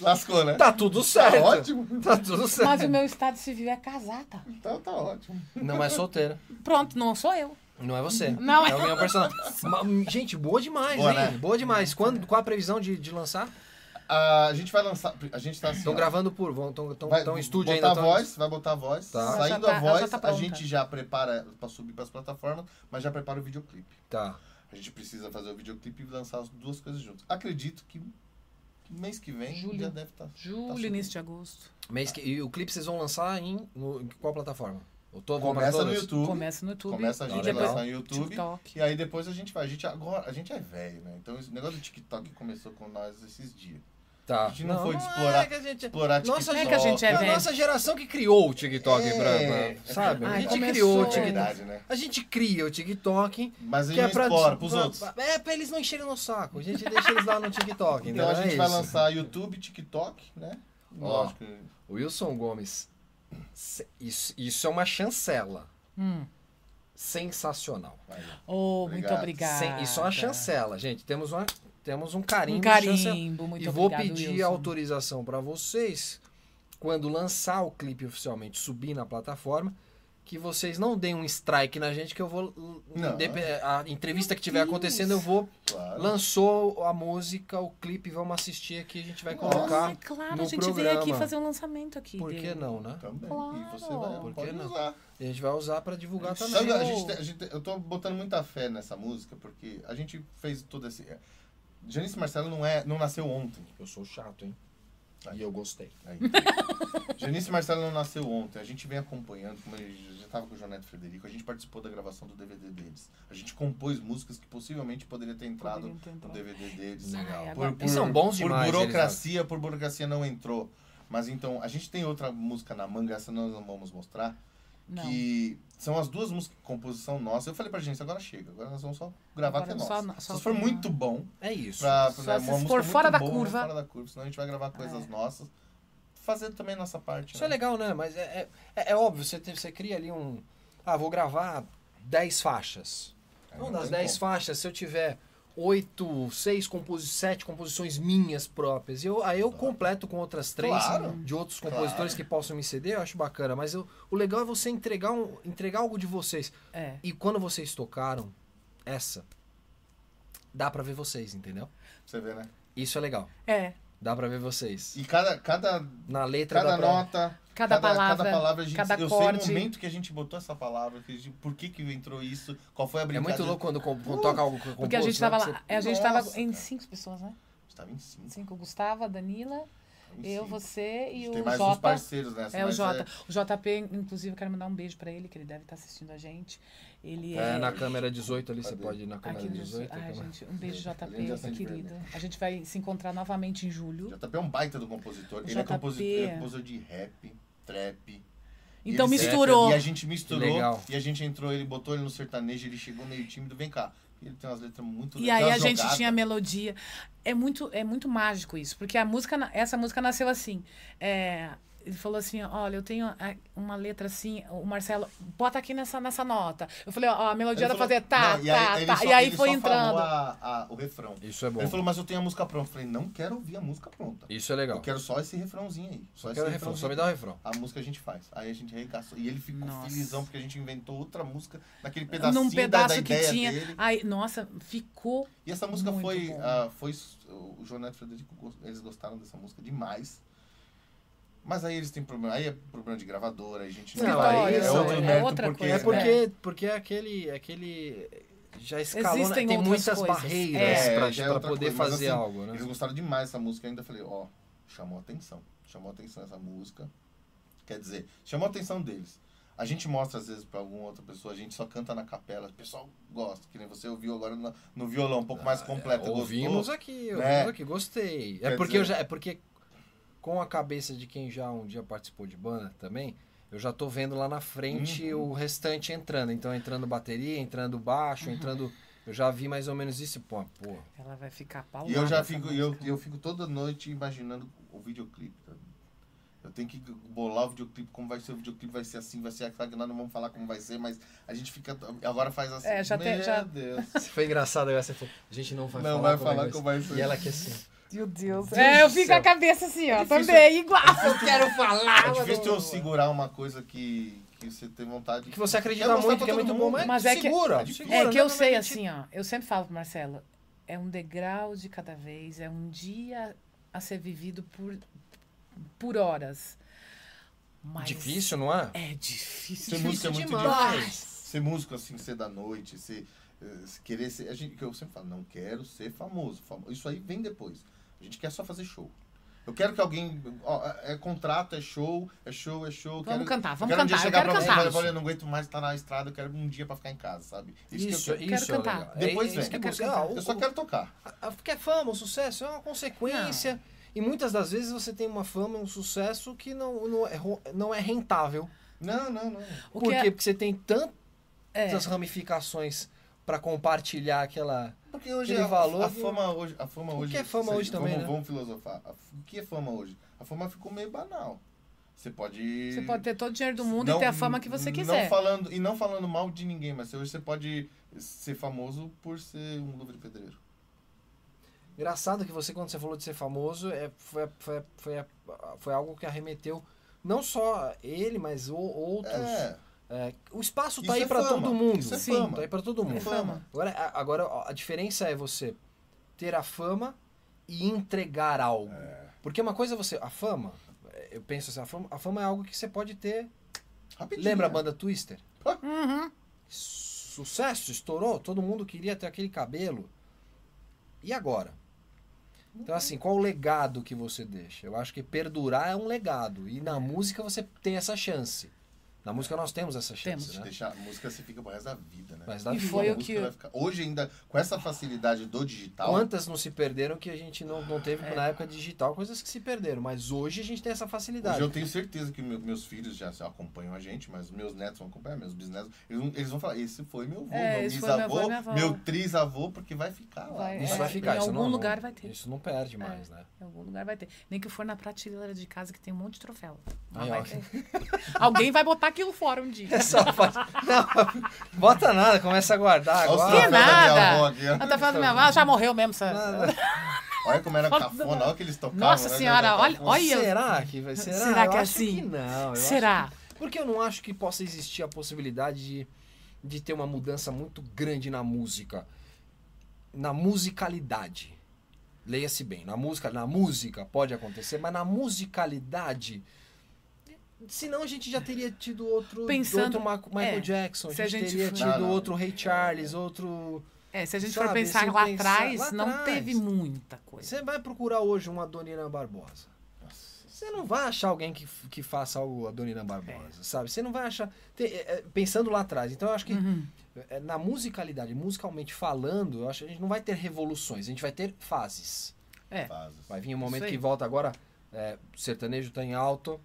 S6: Lascou, né?
S4: Tá tudo
S6: Tá
S4: certo.
S6: ótimo.
S4: Tá tudo
S5: Mas
S4: certo.
S5: o meu estado civil é casada.
S6: Então tá ótimo.
S4: Não é solteira.
S5: Pronto, não sou eu.
S4: Não é você.
S5: Não é-
S4: o meu personagem. Ma- gente, boa demais,
S6: Boa,
S4: hein?
S6: né?
S4: Boa demais. Quando, qual a previsão de, de lançar?
S6: A gente vai lançar. A gente tá assim.
S4: Estão
S6: ó,
S4: gravando por. Estão
S6: vai
S4: em estúdio
S6: botar
S4: ainda. tão-
S6: a voz, vai botar a voz.
S4: Tá. Ela
S6: Saindo
S5: já tá-
S6: a
S5: ela já
S6: voz,
S5: tá
S6: a
S5: pronta.
S6: gente já prepara pra subir pras plataformas, mas já prepara o videoclipe.
S4: Tá.
S6: A gente precisa fazer o videoclipe e lançar as duas coisas juntas. Acredito que mês que vem
S5: Julho.
S6: já deve tá. estar.
S5: Julho,
S6: subindo.
S5: início de agosto.
S4: Mês que- E o clipe vocês vão lançar em, no- em qual plataforma? Eu tô vão pra
S6: Começa no
S4: todas?
S6: YouTube.
S5: Começa no YouTube.
S6: Começa a
S5: e
S6: gente a
S5: depois
S6: lançar no YouTube.
S5: TikTok.
S6: E aí depois a gente vai. A gente agora, a gente é velho, né? Então esse negócio do TikTok começou com nós esses dias.
S4: Tá.
S6: A gente não foi de explorar-
S4: é que a gente-
S6: Explorar TikTok.
S4: Nossa,
S5: É que a gente é
S4: a
S5: velho.
S4: nossa geração que criou o TikTok,
S6: É.
S4: pra- pra- sabe? a
S5: Ai,
S4: gente
S5: começou.
S4: criou o
S6: É
S4: TikTok.
S6: verdade, né?
S4: A gente cria o TikTok,
S6: Mas a
S4: que
S6: gente
S4: é
S6: não
S4: pra...
S6: explora pros
S4: pra-
S6: outros.
S4: É, pra eles não encherem no saco. A gente deixa eles lá no TikTok.
S6: Então
S4: entendeu?
S6: a
S4: É
S6: gente vai
S4: isso.
S6: lançar YouTube, TikTok, né?
S4: Ó.
S6: Lógico.
S4: Wilson Gomes, se- isso, isso é uma chancela.
S5: Hum.
S4: Sensacional.
S6: Vai.
S5: Oh, muito
S6: Obrigado.
S5: obrigada.
S4: Sem- isso é uma chancela, gente. Temos, uma, temos um carimbo.
S5: Um
S4: de chancela.
S5: carimbo, muito
S4: e vou
S5: obrigado,
S4: pedir
S5: Wilson.
S4: autorização para vocês, quando lançar o clipe oficialmente, subir na plataforma, que vocês não deem um strike na gente, que eu vou.
S6: Não.
S4: indepe- A entrevista que estiver
S5: Deus.
S4: acontecendo, eu vou.
S6: Claro.
S4: Lançou a música, o clipe, vamos assistir aqui, a gente vai
S6: Nossa,
S4: colocar.
S5: Ai, claro,
S4: no
S5: a gente veio
S4: programa.
S5: aqui fazer um lançamento aqui.
S4: Por que
S5: dele.
S4: não, né?
S6: Também. E você
S5: Claro.
S6: vai
S4: Por que
S6: pode
S4: não?
S6: usar.
S4: E a gente vai usar para divulgar também.
S6: Sabe, a
S5: Sim.
S6: gente, tem- a gente tem- eu tô botando muita fé nessa música, porque a gente fez todo esse. é, Janice Marcelo não, é, não nasceu ontem.
S4: Eu sou chato, hein?
S6: Tá.
S4: E eu gostei.
S6: Aí. Janice Marcelo não nasceu ontem. A gente vem acompanhando, como eu já estava com o Joneto Frederico, a gente participou da gravação do DVD deles. A gente compôs músicas que possivelmente poderia ter entrado
S5: Poderiam ter
S6: no
S5: entrado.
S6: DVD deles.
S5: Ai, agora-
S4: Eles são bons
S6: por
S4: demais, eles,
S6: burocracia, por burocracia não entrou. Mas então, a gente tem outra música na manga, essa nós não vamos mostrar.
S5: Não.
S6: Que são as duas músicas, composição nossa. Eu falei pra gente, agora chega, agora nós vamos só gravar
S5: Agora
S6: até
S5: só
S6: nós.
S5: no- só
S6: Isso foi
S5: com-
S6: muito bom.
S4: É isso.
S6: Pra,
S5: Só
S6: pra- uma
S5: se for
S6: música
S5: fora
S6: muito
S5: da
S6: boa,
S5: curva.
S6: Fora da curva, senão a gente vai gravar coisas
S5: é.
S6: nossas. Fazendo também a nossa parte.
S4: Isso é
S6: né?
S4: legal, né? Mas é, é, é óbvio, você, tem- você cria ali um. Ah, vou gravar 10 faixas.
S6: Aí
S4: Então,
S6: não
S4: das
S6: tem
S4: 10
S6: como.
S4: faixas, se eu tiver 8, 6, compos 7 composições minhas próprias, e eu, aí eu completo com outras três
S6: Tá. Claro.
S4: de outros compositores
S6: Claro.
S4: que possam me ceder, eu acho bacana. Mas eu- o legal é você entregar, um, entregar algo de vocês.
S5: É.
S4: E quando vocês tocaram essa, dá pra ver vocês, entendeu?
S6: Você vê, né?
S4: Isso é legal.
S5: É.
S4: Dá pra ver vocês.
S6: E cada, cada,
S4: Na letra
S6: cada
S4: dá pra...
S6: nota,
S5: Cada palavra,
S6: cada palavra, a gente,
S5: cada
S6: eu
S5: acorde.
S6: sei o momento que a gente botou essa palavra, que a gente- por que que entrou isso, qual foi a
S4: É
S6: brincadeira. Uh,
S4: muito louco quando, com- quando toca algo com
S5: Porque a
S4: composto,
S5: gente
S4: né?
S5: tava
S4: Que
S5: lá. é, A gente
S6: Nossa,
S5: tava em
S6: cara.
S5: cinco pessoas, né?
S6: Tava em cinco.
S5: Cinco. Gustavo, a Danila,
S6: tava em
S5: eu,
S6: cinco.
S5: você
S6: A
S5: e
S6: gente
S5: o
S6: Tem mais uns
S5: Jota.
S6: parceiros nessa.
S5: É o
S6: mas
S5: Jota. O JP, inclusive, eu quero mandar um beijo pra ele, que ele deve estar assistindo a gente. Ele é.
S4: É, na né? câmera 18 ali, você
S6: Cadê?
S4: pode ir na
S5: Aqui
S4: câmera
S5: no
S4: 18.
S5: Ai,
S4: câmera-
S5: gente, um beijo,
S6: Além de
S5: JP,
S6: acende
S5: querido.
S6: vermelho.
S5: A gente vai se encontrar novamente em
S6: O
S5: julho.
S6: JP é um baita do compositor. Ele é
S5: JP.
S6: compositor, ele é compositor de rap, trap. E
S5: Então
S6: ele- é
S5: misturou.
S6: E a gente misturou.
S4: Legal.
S6: E a gente entrou, ele botou ele no sertanejo, ele chegou meio tímido. Vem cá. Ele tem umas letras muito
S5: E
S6: legais,
S5: aí a
S6: tem uma
S5: gente
S6: jogada.
S5: tinha melodia. É muito, é muito mágico isso, porque a música, na- essa música nasceu assim. é, ele falou assim, olha, eu tenho a- uma letra assim, o Marcelo, bota aqui nessa, nessa nota. Eu falei, ó, a melodia
S6: Ele
S5: era
S6: falou-
S5: fazer tá,
S6: Não,
S5: tá,
S6: ele
S5: tá.
S6: só-
S5: e aí
S6: ele
S5: foi
S6: só
S5: entrando.
S6: falou a- a- o refrão.
S4: Isso é bom.
S6: Ele falou, mas eu tenho a música pronta. Eu falei, não quero ouvir a música pronta.
S4: Isso é legal.
S6: Eu quero só esse refrãozinho aí.
S4: Só
S6: Só esse
S4: quero refrão, só me dá o refrão.
S6: A música a gente faz. Aí a gente regaçou. E ele ficou
S5: Nossa.
S6: felizão porque a gente inventou outra música naquele pedacinho
S5: Num
S6: da-
S5: pedaço
S6: da,
S5: que
S6: ideia
S5: tinha.
S6: dele.
S5: Aí, nossa, ficou.
S6: E essa música
S5: Muito
S6: foi,
S5: bom.
S6: ah, foi. s- O Joneto e o Frederico, gos- eles gostaram dessa música demais. Mas aí eles têm problema. Aí é problema de gravadora, aí a gente não,
S4: Não,
S6: vai.
S4: aí
S6: É
S4: isso,
S6: outro
S4: é
S6: mérito
S5: outra
S6: porque.
S5: coisa,
S4: É
S5: É,
S4: porque, porque é aquele, é aquele. Já escalou, né?
S5: Existem
S4: tem
S5: outras
S4: muitas
S5: coisas.
S4: barreiras
S6: É,
S4: pra,
S6: já é
S4: pra
S6: outra
S4: poder
S6: coisa, mas
S4: fazer
S6: assim,
S4: algo, né?
S6: Eles gostaram demais dessa música. Ainda falei, ó, chamou atenção. Chamou atenção essa música. Quer dizer, chamou atenção deles. A gente mostra às vezes pra alguma outra pessoa, a gente só canta na capela, o pessoal gosta, que nem você ouviu agora na- no, violão, um pouco mais completo.
S4: Ah, é, Ouvimos
S6: Gostou?
S4: aqui,
S6: né?
S4: ouvimos aqui, gostei. É
S6: Quer
S4: porque eu
S6: dizer-
S4: já. É porque com a cabeça de quem já um dia participou de banda também, eu já tô vendo lá na frente o restante entrando. Então entrando bateria, entrando baixo, entrando. Eu já vi mais ou menos isso, e, pô, pô.
S5: Ela vai ficar paulada.
S6: E eu já
S5: essa
S6: fico, e eu,
S5: música.
S6: e eu fico toda noite imaginando o videoclipe. tá? Eu tenho que bolar o videoclipe, como vai ser o videoclipe, vai ser assim, vai ser aquilo, nós não vamos falar como vai ser, mas a gente fica. Agora faz assim.
S5: É, já
S6: Meu
S5: tem- já-
S6: Deus.
S4: Foi engraçado agora você falou, a gente não vai
S6: Não
S4: falar
S6: vai
S4: como é
S6: falar
S4: que
S6: como vai ser.
S4: E ela que assim.
S5: Meu Deus.
S4: Deus
S5: é, eu
S4: do
S5: fico
S4: céu.
S5: a cabeça assim, ó,
S4: Difícil-
S5: também, igual.
S4: Eu quero falar!
S6: É difícil eu segurar uma coisa que, que você tem vontade de.
S4: Que você acredita
S6: Quer mostrar
S4: muito,
S6: pra
S4: que é
S6: todo
S4: muito
S6: mundo.
S4: bom, mas,
S5: Mas é que-
S4: segura.
S6: é difícil.
S4: segura,
S5: É que eu
S4: né?
S5: sei assim, ó. Eu sempre falo pro Marcelo, é um degrau de cada vez, é um dia a ser vivido por, por horas. Mas
S4: Difícil, não é?
S5: É difícil.
S6: Ser músico é muito
S5: demais.
S6: difícil. Ser músico assim, ser da noite, ser, eh, se querer ser. A gente, que eu sempre falo, não quero ser famoso, famo- Isso aí vem depois. A gente quer só fazer show. Eu quero que alguém. ó, é contrato, é show, é show, é show. eu
S5: Vamos
S6: quero,
S5: cantar,
S6: eu
S5: vamos
S6: quero um dia
S5: cantar, eu
S6: chegar
S5: quero
S6: pra você e
S5: cantar.
S6: falar, olha, eu não aguento mais estar na estrada, eu quero um dia pra ficar em casa, sabe? que eu quero.
S5: Quero cantar.
S4: legal.
S6: Depois
S4: isso
S6: vem.
S4: que
S5: Eu quero
S4: busca-
S5: cantar.
S4: ah, o-
S6: Eu só quero tocar.
S4: a- Ah, Porque a fama, o sucesso é uma consequência. E muitas das vezes você tem uma fama, um sucesso que não, não, é, ro- não é rentável.
S6: Não, não, não.
S5: O
S4: Por
S5: que é-
S4: quê? Porque você tem tantas
S5: É,
S6: assim.
S4: ramificações pra compartilhar aquela.
S6: Porque hoje
S5: é
S4: Aquele
S6: a,
S4: valor
S6: a
S4: do-
S6: fama hoje, a fama
S4: O
S6: hoje,
S4: que é fama
S6: se-
S4: hoje também,
S6: Vamos,
S4: né?
S6: vamos filosofar. A f- o que é fama hoje? A fama ficou meio banal. Você pode
S5: você pode ter todo o dinheiro do mundo e ter a fama que você
S6: não
S5: quiser.
S6: falando, e não falando mal de ninguém, mas hoje você pode ser famoso por ser um luva de pedreiro.
S4: Engraçado que você, quando você falou de ser famoso, é, foi, foi, foi, foi algo que arremeteu não só ele, mas o- outros.
S6: É,
S4: É, o espaço tá
S6: Isso
S4: aí
S6: é
S4: pra
S6: fama.
S4: todo mundo.
S6: Isso é
S4: Sim,
S6: fama.
S4: tá aí pra todo mundo.
S6: é fama.
S4: Agora, a- agora ó, a diferença é você ter a fama e entregar algo. Porque uma coisa é você. A fama, é, eu penso assim, a fama, a fama é algo que você pode ter.
S6: Rapidinho,
S4: Lembra a
S6: né?
S4: banda Twister?
S6: Ah.
S4: Sucesso, estourou, todo mundo queria ter aquele cabelo. E agora? Então, assim, qual o legado que você deixa? Eu acho que perdurar é um legado. E na música você tem essa chance. Na música nós temos essa chance,
S5: Temos.
S4: né?
S6: Deixar a música você fica pro resto da vida, né?
S4: Mas da
S5: E
S4: vida.
S5: foi
S6: A
S5: o
S6: música
S5: que-
S6: vai ficar- Hoje ainda, com essa facilidade do digital,
S4: Quantas não se perderam que a gente não, não teve na época digital, coisas que se perderam. Mas hoje a gente tem essa facilidade.
S6: hoje eu tenho certeza que meu- meus filhos já só acompanham a gente, mas meus netos vão acompanhar, meus bisnetos, eles, vão- eles vão falar, esse foi meu avô,
S5: É,
S6: meu
S5: esse foi meu avô e
S6: bisavô,
S5: minha avó."
S6: meu trisavô, porque vai ficar lá.
S5: Vai,
S4: Isso
S5: É,
S4: vai ficar.
S5: em
S4: isso
S5: algum
S4: não-
S5: lugar
S4: não-
S5: vai ter.
S4: Isso não perde mais, né?
S5: Em algum lugar vai ter. Nem que for na prateleira de casa que tem um monte de troféu. Mas
S6: Ah,
S4: Aí,
S5: vai
S4: ó.
S5: ter. Alguém vai botar aquilo fora um dia.
S4: Essa parte- Não, bota nada, começa a guardar
S6: Olha os
S4: agora.
S5: Que
S6: troféus da minha
S5: nada!
S6: avó aqui, ó.
S5: Ela tá falando, minha avó já morreu mesmo. Essa...
S6: Olha como era
S5: Foto
S6: cafona, olha que eles tocavam. né,
S5: Nossa
S6: olha que
S5: senhora,
S6: era
S5: olha-
S6: cafona.
S5: olha-
S4: Será que vai será?
S5: Será
S4: Eu
S5: que é
S4: acho
S5: assim?
S4: não, eu
S5: Será?
S4: acho- Porque eu não acho que possa existir a possibilidade de, de ter uma mudança muito grande na música. Na musicalidade. Leia-se bem, na música, na música pode acontecer, mas na musicalidade senão a gente já teria tido outro,
S5: Pensando-
S4: outro Ma- Michael
S5: é,
S4: Jackson, a
S5: se a
S4: gente,
S5: gente
S4: teria
S5: for-
S4: tido
S6: Não, não.
S4: outro Ray Charles, outro
S5: É, se a gente for
S4: Sabe,
S5: pensar
S4: se
S5: lá
S4: pensar
S5: atrás,
S4: lá
S5: não
S4: atrás.
S5: teve muita coisa.
S4: Você vai procurar hoje uma Adonina Barbosa. Você não vai achar alguém que, que faça algo Adonina Barbosa,
S5: É.
S4: sabe? Você não vai achar. te- é, é, pensando lá atrás. Então eu acho que
S5: Uhum.
S4: é, na musicalidade, musicalmente falando, eu acho que a gente não vai ter revoluções, a gente vai ter fases.
S6: Fases.
S4: Vai vir um momento
S5: aí.
S4: que volta agora, é, o sertanejo está em alto.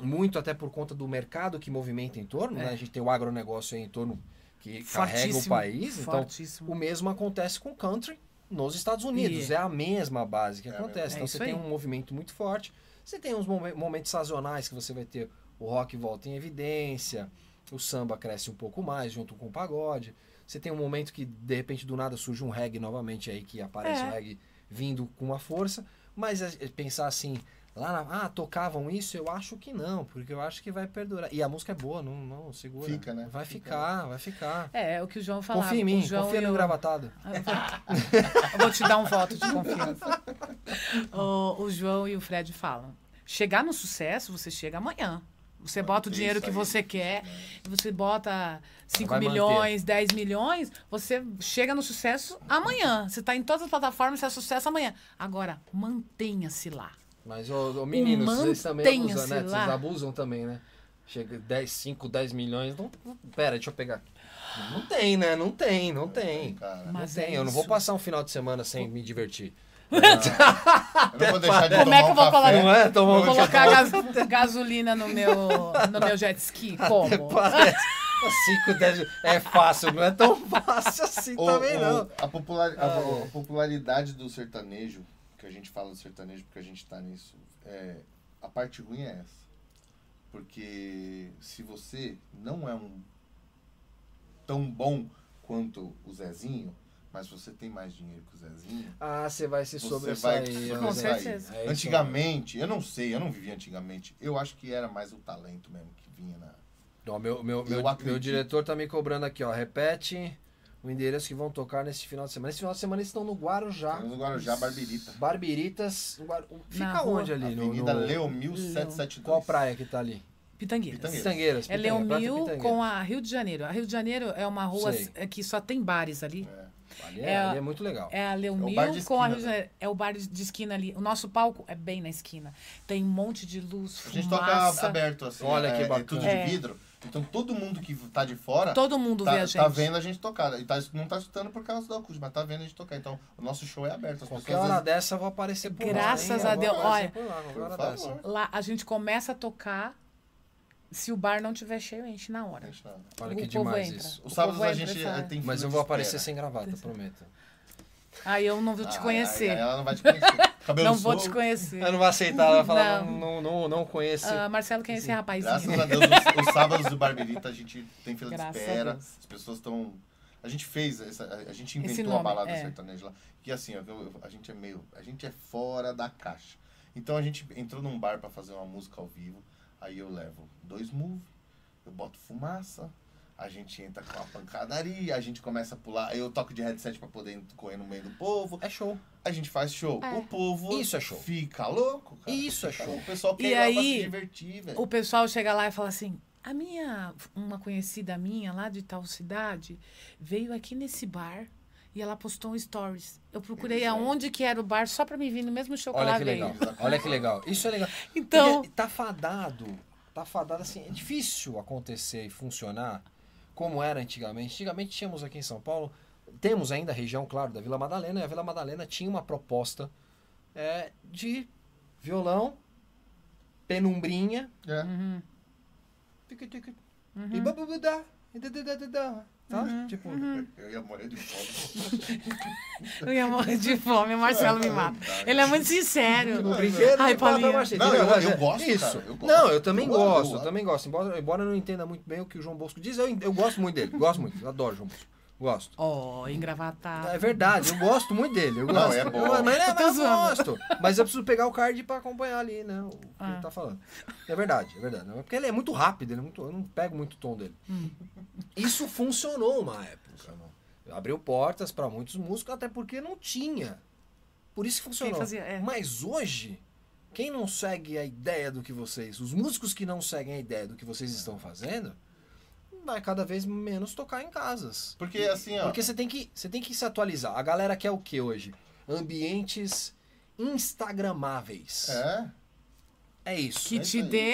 S4: Muito até por conta do mercado que movimenta em torno, né? A gente tem o agronegócio aí em torno que carrega o
S5: É. Fortíssimo,
S4: país. Então,
S5: Fortíssimo.
S4: o mesmo acontece com o country nos Estados Unidos.
S5: E-
S4: É a mesma base que
S6: É a
S4: acontece.
S5: mesma.
S4: Então
S5: É
S4: você
S5: isso
S4: tem
S5: aí.
S4: um movimento muito forte. Você tem uns momen- momentos sazonais que você vai ter o rock volta em evidência, o samba cresce um pouco mais junto com o pagode. Você tem um momento que de repente do nada surge um reggae novamente aí que aparece
S5: É.
S4: o reggae vindo com uma força, mas é- é pensar assim, lá na, ah, tocavam isso, eu acho que não, porque eu acho que vai perdurar. E a música é boa, não, não segura.
S6: Fica, né?
S4: Vai
S6: Fica,
S4: ficar, vai ficar.
S5: É, é o que o João falava.
S4: confia em
S5: O
S4: mim,
S5: João
S4: confia
S5: e
S4: no
S5: eu-
S4: gravatado.
S5: Eu vou- eu vou te dar um voto de confiança. o, o João e o Fred falam: chegar no sucesso, você chega amanhã. Você bota
S4: é
S5: o
S6: Isso
S5: dinheiro que
S6: aí.
S5: você quer, você bota 5
S4: Vai manter.
S5: milhões, 10 milhões, você chega no sucesso amanhã. Você está em todas as plataformas, você é sucesso amanhã. Agora, mantenha-se lá.
S4: Mas, ô, ô, meninos, vocês também
S5: mantenha-se
S4: abusam, né? Vocês
S5: lá.
S4: abusam também, né? Chega 10, 5, 10 milhões. Não, não- pera, deixa eu pegar. Não tem, né? Não tem, não tem.
S6: Cara,
S4: Não
S5: Mas
S4: tem.
S5: é
S4: eu não vou
S5: isso.
S4: passar um final de semana sem me divertir.
S6: eu não vou deixar de
S5: Como
S6: tomar
S5: é que eu
S6: um
S5: vou falar
S6: café.
S5: isso?
S4: é? Tomou
S5: Vou colocar gas- gasolina no meu, no meu jet ski? Como?
S4: 5, 10. É fácil, não é tão fácil assim
S6: O-
S4: também,
S6: o-
S4: não. Ah.
S6: A, popular- a- a popularidade do sertanejo, que a gente fala do sertanejo porque a gente tá nisso, é, a parte ruim é essa. Porque se você não é um tão bom quanto o Zezinho, mas você tem mais dinheiro que o Zezinho,
S4: Ah, você vai se
S6: você
S4: sobressair.
S6: vai se
S4: né?
S5: Com
S6: sobressair.
S5: certeza.
S4: É isso
S6: antigamente, eu não sei, eu não vivi antigamente, eu acho que era mais o talento mesmo que vinha na.
S4: Ó, meu, meu,
S6: Eu
S4: meu, meu
S6: acredito.
S4: diretor tá me cobrando aqui, ó. Repete o endereço que vão tocar nesse final de semana. Esse final de semana eles estão no Guarujá.
S6: Estamos no Guarujá, Barbirita.
S4: Barbiritas. no Guaru-
S5: Na
S4: Fica
S5: rua.
S4: onde ali? No,
S6: Avenida
S4: no...
S6: Leomil 772.
S4: Qual praia que tá ali?
S5: Pitangueiras.
S6: Pitangueiras.
S4: Pitangueiras.
S5: É
S4: Pitanga- Praça
S5: Leomil
S4: Pitangueiras.
S5: com a Rio de Janeiro. A Rio de Janeiro é uma rua
S4: Sei.
S5: s- que só tem bares ali.
S4: Ali é,
S5: é a-
S4: ali é muito legal.
S5: É a Leomil
S6: bar de
S5: com
S6: esquina,
S5: a Rio de
S6: né?
S5: Janeiro. É o bar de de esquina ali. O nosso palco é bem na esquina. Tem um monte de luz,
S6: A
S5: fumaça.
S6: gente toca aberto, assim.
S4: Olha
S6: é,
S4: que
S6: é
S4: bacana.
S6: tudo
S5: É.
S6: de vidro. Então todo mundo que tá de fora
S5: Todo mundo vê
S6: tá,
S5: a gente.
S6: tá vendo a gente tocar. E tá, não tá escutando por causa do acústico, mas tá vendo a gente tocar. Então o nosso show é aberto. As
S4: Qualquer
S6: pessoas, às
S4: hora
S6: vezes,
S4: dessa eu vou aparecer por
S5: Graças
S4: lá.
S5: a
S4: hein?
S5: Deus.
S4: Eu vou aparecer por
S5: Olha.
S4: lá, qualquer hora
S6: por favor.
S4: dessa.
S5: Lá a gente começa a tocar. Se o bar não tiver cheio, enche na hora.
S6: Gente, não.
S4: Olha
S5: O
S4: que
S5: povo
S4: demais
S5: entra.
S4: isso.
S5: O
S6: Os sábados
S5: povo
S6: né? a
S5: entra
S6: gente
S5: e sai.
S6: é, tem
S4: Mas
S6: fila
S4: eu
S6: de
S4: vou aparecer
S6: espera.
S4: sem gravata, prometo.
S5: Aí eu não vou te
S6: Ah,
S5: conhecer.
S6: aí ela não vai te conhecer. Cabelo
S5: não vou
S6: solto.
S5: te conhecer.
S4: Eu não vou aceitar, ela vai falar,
S5: Não.
S4: não, não, não, não conheço.
S5: Ah, Marcelo, quem é esse rapazinho?
S6: Graças a Deus, os, os sábados do Barberita a gente tem fila
S5: Graças
S6: de
S5: a
S6: espera.
S5: Deus.
S6: As pessoas estão. A gente fez, essa, a- a gente
S5: Esse
S6: inventou
S5: nome,
S6: a balada
S5: é.
S6: sertaneja lá. Que assim, ó, eu- eu- a gente é meio. A gente é fora da caixa. Então a gente entrou num bar pra fazer uma música ao vivo. Aí eu levo dois move, eu boto fumaça. A gente entra com a pancadaria, a gente começa a pular. Eu toco de headset pra poder correr no meio do povo.
S4: É show.
S6: A gente faz show.
S5: É.
S6: O povo
S4: Isso é show.
S6: fica louco, cara.
S4: Isso é
S6: Fica
S4: show.
S6: louco. O pessoal quer
S5: E
S6: ir lá pra
S5: aí,
S6: se divertir, velho.
S5: O pessoal chega lá e fala assim: a minha, uma conhecida minha lá de tal cidade, veio aqui nesse bar e ela postou um stories. Eu procurei
S6: Isso aí.
S5: aonde que era o bar só pra me vir no mesmo show que
S4: Olha
S5: ela
S4: que
S5: veio.
S4: legal. Olha que legal. Isso é legal.
S5: Então,
S4: Porque tá fadado. Tá fadado assim. É difícil acontecer e funcionar como era antigamente. Antigamente tínhamos aqui em São Paulo. Temos ainda a região, claro, da Vila Madalena. E a Vila Madalena tinha uma proposta é, de violão, penumbrinha.
S6: É.
S4: tucu, tucu, E bababudá. e dadadadadá, Tá? Tipo,
S6: Eu ia morrer de fome.
S5: eu ia morrer de fome, o Marcelo me mata. Ele é muito sincero.
S4: O brinquedo
S5: Ai,
S4: do Papa
S5: Paulinha.
S4: Marcelo,
S6: Não,
S4: entendeu?
S6: eu- eu
S4: Mas é-
S6: gosto,
S4: Isso.
S6: cara, eu gosto.
S4: Não, eu também
S6: Eu gosto,
S4: gosto,
S6: eu
S4: eu também gosto. Embora, embora eu não entenda muito bem o que o João Bosco diz, eu, en- eu gosto muito dele. Gosto muito, eu adoro o João Bosco. Gosto.
S5: Ó, engravatado.
S4: É verdade, eu gosto muito dele. Eu
S6: Não,
S4: gosto.
S6: é bom.
S4: Eu- mas
S5: Tá. Eu
S4: é,
S5: tô
S4: mas eu
S5: zoando.
S4: gosto. Mas eu preciso pegar o card pra acompanhar ali, né? O que
S5: Ah.
S4: ele tá falando. É verdade, é verdade. Não, é Porque ele é muito rápido, ele é muito, eu não pego muito o tom dele.
S5: Hum.
S4: Isso funcionou uma época. Abriu portas pra muitos músicos, até porque não tinha. Por isso que funcionou.
S5: fazia, é.
S4: Mas hoje, quem não segue a ideia do que vocês, os músicos que não seguem a ideia do que vocês estão fazendo, vai cada vez menos tocar em casas.
S6: Porque assim, ó.
S4: Porque você tem que, você tem que se atualizar. A galera quer o que hoje? Ambientes instagramáveis.
S6: É.
S4: É isso.
S5: Que
S6: é
S5: te
S6: isso aí.
S5: dê.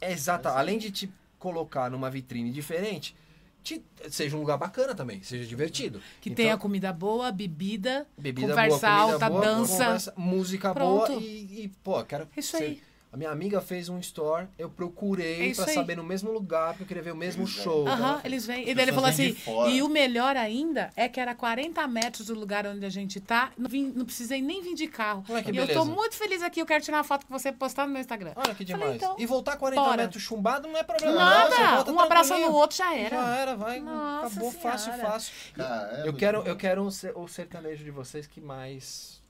S4: É exata. Além de te colocar numa vitrine diferente, te- seja um lugar bacana também, seja divertido.
S5: Que
S4: Então,
S5: tenha comida boa, bebida,
S4: bebida
S5: conversa
S4: boa, comida
S5: alta,
S4: boa,
S5: dança.
S4: conversa- música
S5: Pronto. É
S4: boa e, e, pô, quero
S5: Isso
S4: ser-
S5: aí.
S4: A minha amiga fez um store, eu
S5: É
S4: procurei
S5: isso
S4: pra
S5: aí.
S4: saber no mesmo lugar, porque eu queria ver o mesmo
S6: Eles vão.
S4: show.
S5: Aham,
S4: Então,
S5: eles vêm. E
S6: As
S5: daí ele
S6: pessoas
S5: falou
S6: vêm
S5: assim:
S6: de fora.
S5: e o melhor ainda é que era 40 metros do lugar onde a gente tá, não, vim- não precisei nem vir de carro.
S4: Olha que
S5: e eu
S4: beleza.
S5: tô muito feliz aqui, eu quero tirar uma foto com você e postar no meu Instagram.
S4: Olha que demais.
S5: Falei, então,
S4: e voltar 40
S5: bora.
S4: metros chumbado não é problema. não, você
S5: Nada!
S4: volta
S5: Um abraço
S4: tranquilinho.
S5: no outro já era.
S4: Já era, vai.
S5: Nossa
S4: acabou fácil,
S5: Senhora.
S4: fácil.
S6: Cara, é
S4: eu,
S6: muito
S4: quero,
S6: bom.
S4: eu quero o ser- o sertanejo de vocês que mais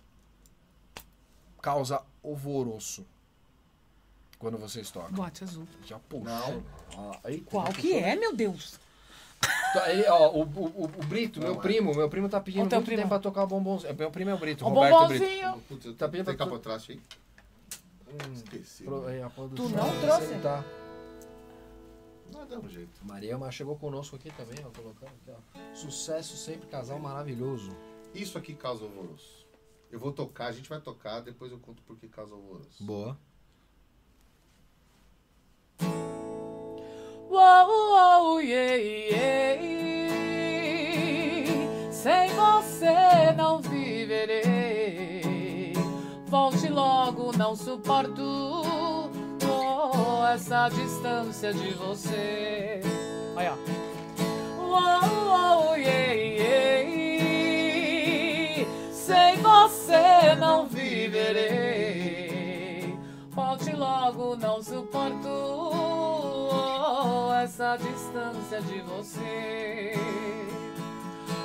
S4: causa alvoroço quando vocês tocam.
S5: Bote azul.
S4: Já puxa.
S6: Não.
S4: Ó, eita,
S5: Qual
S4: já
S5: que é, meu Deus?
S4: puxou. Tá, ele- ó, o, o- o- o Brito, meu
S6: Não, é.
S4: primo, meu primo tá pedindo
S5: O
S4: muito
S5: teu primo.
S4: tempo pra tocar o bombonzinho. Meu primo é o Brito,
S5: O
S4: Roberto Brito.
S5: bombonzinho.
S6: Putz, eu
S4: Tá
S6: tá
S4: bem,
S6: bem,
S4: tá
S6: tem capa
S4: tudo-
S6: atrás aí? Esqueci.
S4: Pro-
S6: mano.
S4: é, a produção,
S5: Tu não
S4: mas
S5: trouxe?
S4: ele Tá.
S6: Não, dá um jeito.
S4: Maria mas chegou conosco aqui também, ó, colocando aqui, ó. Sucesso sempre, casal maravilhoso.
S6: Isso aqui causa alvoroço. Eu vou tocar, a gente vai tocar, depois eu conto por que causa alvoroço.
S4: Boa.
S5: Uou, uou, yeah, yeah. Sem você não viverei. Volte logo, não suporto oh, essa distância de você. Aí, ó. Uou, uou, Oh, yeah, yeah. Sem você não viverei. Volte logo, não suporto oh, essa distância de você.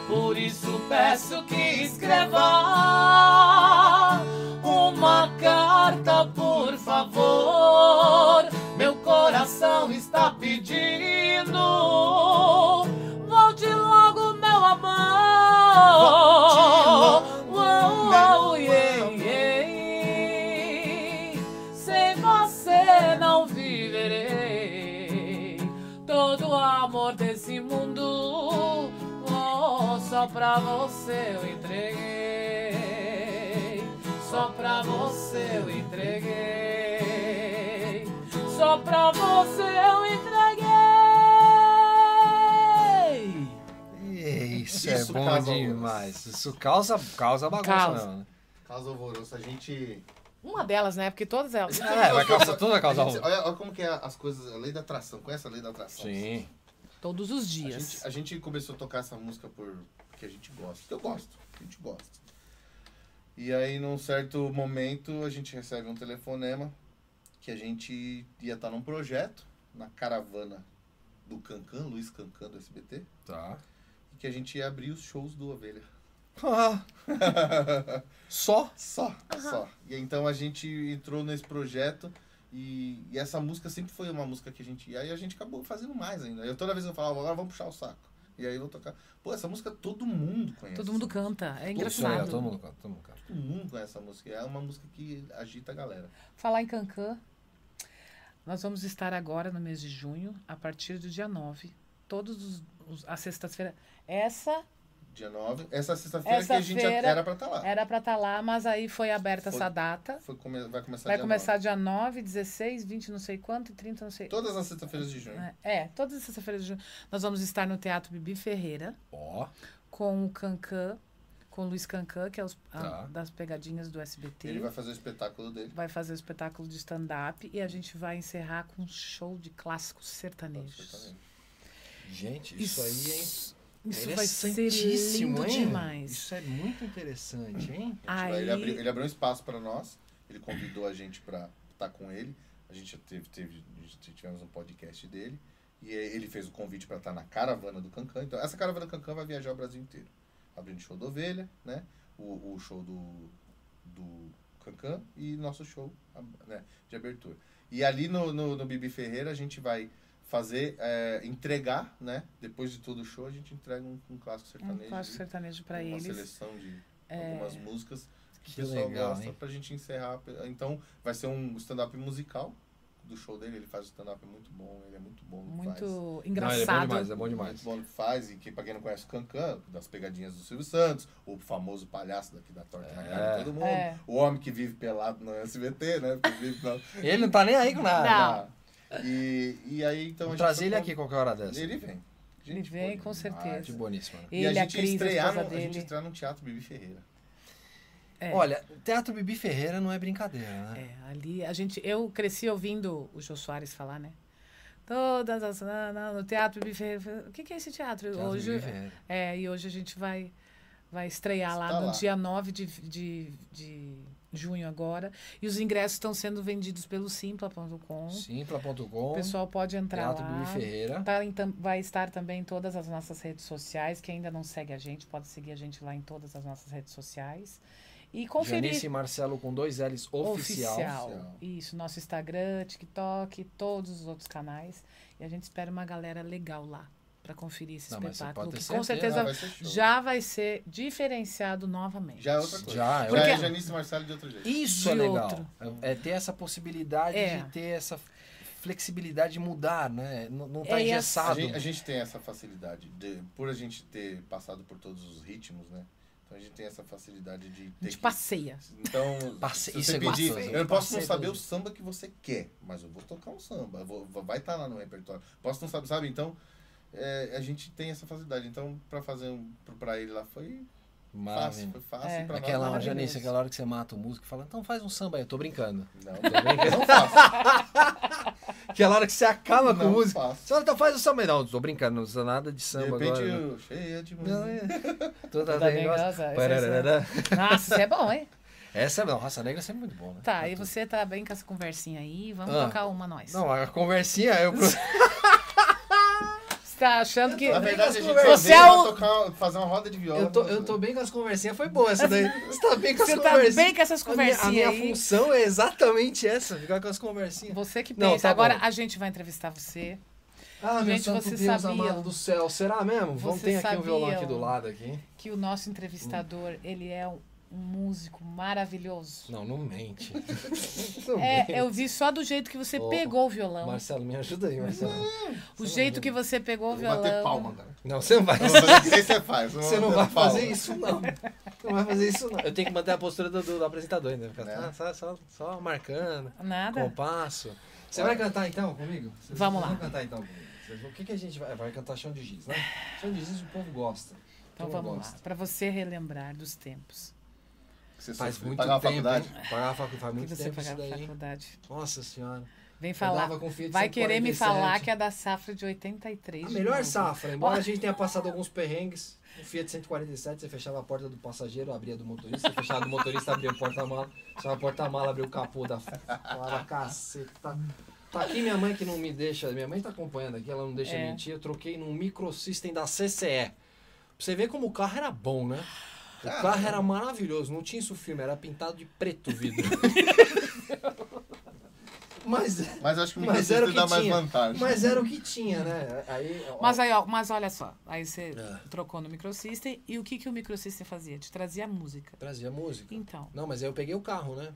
S5: Por isso peço que escreva uma carta, por favor. Meu coração está pedindo. Volte logo, meu mundo. Oh, só pra você eu entreguei. Só pra você eu entreguei. Só pra você eu entreguei.
S4: Isso,
S6: Isso
S4: é bom
S6: causa
S4: demais. Isso causa, causa bagunça,
S5: Causa.
S4: não. né?
S6: Caso alvoroço, a gente.
S5: Uma delas, né? Porque todas elas.
S4: É, vai causar tudo, vai causar
S6: a gente-
S4: bagunça.
S6: olha, olha como que é as coisas, a lei da atração. Conhece a lei da atração?
S4: Sim.
S5: Todos os
S6: A
S5: dias.
S6: gente, a gente começou a tocar essa música por porque a gente gosta. Eu gosto, a gente gosta. E aí, num certo momento, a gente recebe um telefonema que a gente ia estar num projeto na caravana do Cancan, Luiz Cancan do SBT,
S4: Tá.
S5: É
S6: e que a gente ia abrir os shows do Ovelha.
S4: Ah,
S5: Ah.
S4: só?
S6: Só, só. E então a gente entrou nesse projeto e, e essa música sempre foi uma música que a gente. E aí a gente acabou fazendo mais ainda. Eu toda vez eu falava, agora vamos puxar o saco. E aí eu vou tocar. Pô, essa música todo mundo conhece.
S5: Todo mundo canta. É
S4: Sonha,
S5: engraçado.
S4: todo mundo canta, todo mundo canta.
S6: Todo mundo conhece essa música. É uma música que agita a galera.
S5: Falar em Cancã, nós vamos estar agora no mês de junho, a partir do dia 9, todos os, os- as sextas-feiras. Essa
S6: Dia 9. Essa sexta-feira
S5: Essa
S6: que a gente
S5: feira
S6: era pra estar lá.
S5: era pra estar lá, mas aí foi aberta
S6: Ah. Foi.
S5: essa data.
S6: Foi come- Vai começar
S5: Vai
S6: dia
S5: começar dia 9, 16, 20, não sei quanto, e 30, não sei.
S6: 9. Todas as sextas-feiras de junho.
S5: É, todas as sextas-feiras de junho. Nós vamos estar no Teatro Bibi Ferreira
S4: Ó,
S5: com o Cancã, com o Luiz Cancã, que é os, a-
S4: Tá.
S5: das pegadinhas do SBT.
S6: Ele vai fazer o espetáculo dele.
S5: vai fazer o espetáculo de stand-up e a gente vai encerrar com um show de clássicos sertanejos.
S4: gente, isso aí, hein?
S5: Isso vai ser lindo demais.
S4: é Isso é muito interessante, hein?
S6: A gente vai-
S5: Aí,
S6: Ele, abriu, ele abriu um espaço pra nós, ele convidou a gente pra estar com ele. A gente já teve, teve a gente- tivemos um podcast dele. E aí ele fez o convite pra estar na caravana do Cancan. Então, essa caravana do Cancan vai viajar o Brasil inteiro. Abrindo show do Ovelha, né? O, o show do, do Cancan e nosso show né, de abertura. E ali no, no, no Bibi Ferreira a gente vai fazer, eh, entregar, né? Depois de todo o show, a gente entrega um, um clássico sertanejo.
S5: um clássico
S6: e-
S5: sertanejo pra
S6: uma
S5: eles. É.
S6: seleção de algumas músicas que,
S4: Que
S6: o pessoal
S4: legal,
S6: gosta
S4: hein?
S6: pra gente encerrar. Então, vai ser um stand-up musical do show dele. Ele faz stand-up muito bom, ele é muito bom no que faz. Muito
S5: Muito
S4: Não, ele é bom
S5: engraçado.
S4: demais, é bom demais.
S6: bom no que faz, e que pra quem não conhece o Cancan, das pegadinhas do Silvio Santos, o famoso palhaço daqui da torta na cara de todo mundo,
S5: É.
S6: o homem que vive pelado no SBT, né? Porque vive na-
S4: Ele não tá nem aí com nada.
S5: Não.
S6: na- E, e aí, então. a
S4: Vamos
S6: gente
S4: trazer
S6: foi
S4: ele
S6: pra-
S4: aqui qualquer hora dessa.
S6: Ele vem.
S5: Ele vem,
S6: boa
S5: com
S6: demais.
S4: De
S5: certeza.
S4: boníssima. né?
S6: E a
S5: Ele, a,
S6: gente, ia
S5: Cris, a
S6: estrear
S5: esposa
S6: no, a gente ia
S5: dele.
S6: estrear no Teatro Bibi Ferreira.
S5: É.
S4: Olha, Teatro Bibi Ferreira não é brincadeira, né?
S5: É, ali a gente, eu cresci ouvindo o Jô Soares falar, né? Todas as na- na- no teatro Bibi Ferreira. O que, que é esse teatro?
S4: Teatro
S5: hoje,
S4: Bibi Ferreira.
S5: é, e hoje a gente vai vai estrear lá
S6: Está
S5: no
S6: lá.
S5: dia 9 de, de, de junho agora. E os ingressos estão sendo vendidos pelo simpla.com. O
S4: Simpla.com,
S5: pessoal pode entrar
S4: Teatro
S5: lá.
S4: Bibi Ferreira.
S5: Tá em tam- vai estar também em todas as nossas redes sociais. Quem ainda não segue a gente, pode seguir a gente lá em todas as nossas redes sociais. E conferir.
S4: Janice Marcelo com dois L's oficial.
S6: Oficial.
S5: Isso, nosso Instagram, TikTok, todos os outros canais. E a gente espera uma galera legal lá para conferir esse
S4: Não, mas você
S5: espetáculo.
S4: pode ter
S5: Que com
S4: certeza,
S5: certeza
S6: Ah, vai ser show.
S5: já vai ser diferenciado novamente.
S6: Já é outra coisa.
S4: Já, é
S6: Já é
S5: outra-
S6: Janice Marcelo de outro jeito.
S4: Isso é
S5: De
S4: legal.
S5: outro.
S4: É é ter essa possibilidade
S5: É.
S4: de ter essa flexibilidade de mudar, né? Não, não tá
S5: É essa-
S6: A
S4: engessado.
S6: gente, a gente tem essa facilidade, de- por a gente ter passado por todos os ritmos, né? Então a gente tem essa facilidade de
S5: A
S6: ter
S5: gente
S6: que-
S5: passeia.
S6: Então,
S4: Passe-
S6: se
S4: isso
S6: você
S4: é
S6: pedir,
S4: gostoso,
S6: eu posso
S4: passeio
S6: não saber
S4: do-
S6: o samba que você quer, mas eu vou tocar um samba, eu vou- vai estar lá no repertório. Posso não saber, sabe? Então, é, a gente tem essa facilidade. Então, pra fazer um, pro- pra ele lá foi fácil,
S4: Maravilha.
S6: foi fácil.
S5: É.
S6: Pra nós,
S4: Aquela,
S6: não.
S4: Janice, aquela hora que você mata o músico e fala, então faz um samba aí, eu tô brincando.
S6: Não, não, não faço.
S4: Aquela hora que você acaba com o
S6: Não
S4: músico.
S6: faço.
S4: Você fala, então faz um samba aí. Não, tô brincando, não precisa nada de
S6: De
S4: samba
S6: repente,
S4: agora. né?
S6: eu, cheia de
S4: Não,
S6: manhã.
S4: é. Toda
S5: Toda
S4: dengosa.
S5: dengosa,
S4: Parararara.
S5: Nossa, isso é bom, hein?
S4: Essa é não, raça negra é sempre muito bom, né?
S5: Tá, e você tá bem com essa conversinha aí. Vamos
S4: Ah.
S5: tocar uma nós.
S4: Não, a conversinha eu.
S5: Você tá achando
S4: é.
S5: que.
S6: Na verdade, a gente
S5: conversas.
S6: só
S5: Você é
S6: veio
S5: o-
S6: pra tocar, fazer uma roda de viola. né?
S4: Eu tô, eu tô bem com as conversinhas, foi boa essa daí. Você tá bem com as
S5: Você tá
S4: conversinhas.
S5: bem com
S4: A
S5: essas
S4: minha-
S5: conversinhas
S4: A minha,
S5: aí.
S4: função é exatamente essa, ficar com as conversinhas.
S5: Você que pensa.
S4: Não, tá
S5: Agora
S4: bom.
S5: a gente vai entrevistar você.
S4: Ah,
S5: Gente, você sabia?
S4: céu, será mesmo? Vamos
S5: Você
S4: tem aqui um
S5: sabia?
S4: violão aqui do lado aqui.
S5: Que o nosso entrevistador, ele é um um músico maravilhoso.
S4: Não, não mente. Não mente.
S5: É, eu vi só do jeito que você
S4: Ô,
S5: pegou o violão.
S4: Marcelo, me ajuda aí, Marcelo.
S5: o jeito que você pegou o
S6: Vou bater
S5: violão.
S6: palma agora.
S4: Não, você não vai.
S6: Vamos fazer que nem você faz. vamos
S4: Você não
S6: bater
S4: vai
S6: palma.
S4: fazer isso, não. Não vai fazer isso, não. É. Eu tenho que manter a postura do, do apresentador ainda. Ficar
S6: Né?
S4: só, só, só marcando,
S5: Nada.
S4: compasso. Você vai cantar então comigo? Vocês
S5: Ah, tá. Vamos lá.
S4: Vão cantar então comigo. Vocês vão- O que, que a gente vai. Vai cantar chão de giz, né? Chão de giz o povo gosta.
S5: Então
S4: Eu
S5: vamos
S4: gosto.
S5: lá, para você relembrar dos tempos.
S6: Você
S4: Faz
S6: sofreu,
S4: muito
S6: pagar a
S4: tempo.
S6: faculdade?
S4: hein? Pagar a faculdade. Faz
S5: Que
S4: muito
S5: você
S4: tempo isso
S5: pagava
S4: daí. hein?
S5: faculdade.
S4: Nossa senhora.
S5: Vem
S4: Eu
S5: falar.
S4: dava com Fiat
S5: Vai querer me
S4: 147.
S5: falar que é da safra de 83.
S4: A
S5: de
S4: melhor
S5: novo.
S4: safra, embora a gente tenha passado alguns perrengues. O Fiat 147, você fechava a porta do passageiro, abria do motorista, você fechava do motorista, abria o porta-mala, fechava o porta-mala, abria o capô da. Falava, caceta. Tá aqui minha mãe que não me deixa, minha mãe tá acompanhando aqui, ela não deixa
S5: É.
S4: mentir. Eu troquei num microsystem da CCE. Pra você ver como o carro era bom, né? O carro era maravilhoso, não tinha isso filme, era pintado de preto o vidro. Mas
S6: Mas acho que o
S4: Mas era o
S6: microcista dá
S4: que
S6: mais
S4: tinha.
S6: vantagem.
S4: Mas era o que tinha, né? Aí, ó,
S5: Mas, aí, ó, mas olha só, aí você
S4: É.
S5: trocou no microsystem e o que, que o microsystem fazia? Te trazia música.
S4: trazia música.
S5: Então,
S4: Não, mas aí eu peguei o carro, né?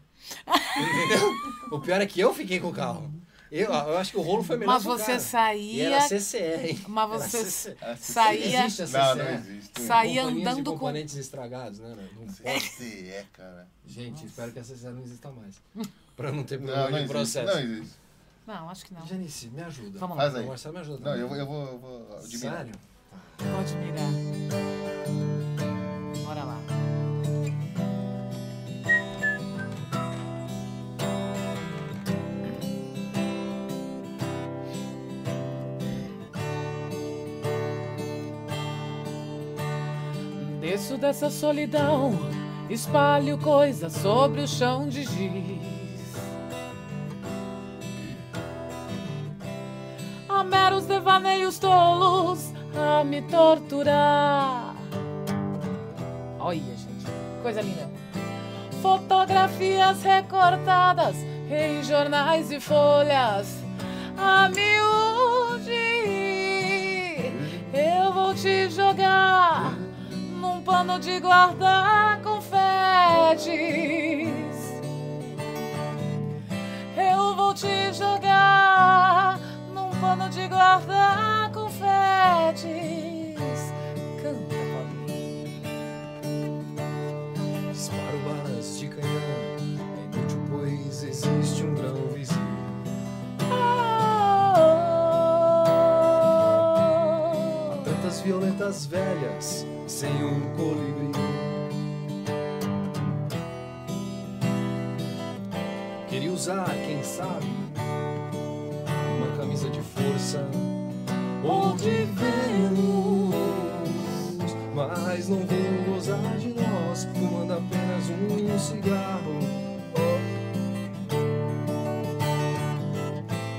S4: o pior é que eu fiquei com o carro. Eu, eu acho que o rolo foi melhor
S5: mas
S4: que o
S5: você
S4: cara. E
S5: saía,
S4: era CCR, hein?
S5: mas
S4: Era
S5: você
S4: CCR.
S5: saía,
S4: Existe a CCR.
S6: É, Não, não existe.
S5: Sai- Saía
S4: Companhias de
S5: andando com-
S4: componentes estragados, né? Não pode.
S6: Você é, cara.
S4: Gente, espero que a CCR não exista mais. Pra não ter
S6: Não,
S4: problema
S6: não
S4: de
S6: existe.
S4: processo.
S6: Não existe.
S5: não, acho que não.
S4: Janice, me ajuda.
S5: Vamos lá.
S6: Faz aí.
S4: O Marcelo me ajuda.
S6: Não,
S4: também.
S6: eu, vou- eu vou, eu vou admirar.
S4: Sério?
S5: Pode mirar. Bora lá. Desço dessa solidão, espalho coisas sobre o chão de giz. a meros devaneios tolos a me torturar. Olha, gente, coisa linda. Fotografias recortadas em jornais e folhas a miúde. Eu vou te jogar num pano de guardar confetes. Eu vou te jogar num pano de guardar confetes. Canta, Paulinho.
S4: Disparo balas de canhão. É inútil, pois existe um grão vizinho.
S5: Oh, oh,
S4: Tantas violetas velhas sem um colibri. Queria usar, quem sabe, uma camisa de força ou de Vênus. Mas não vou gozar de nós, fumando apenas um cigarro.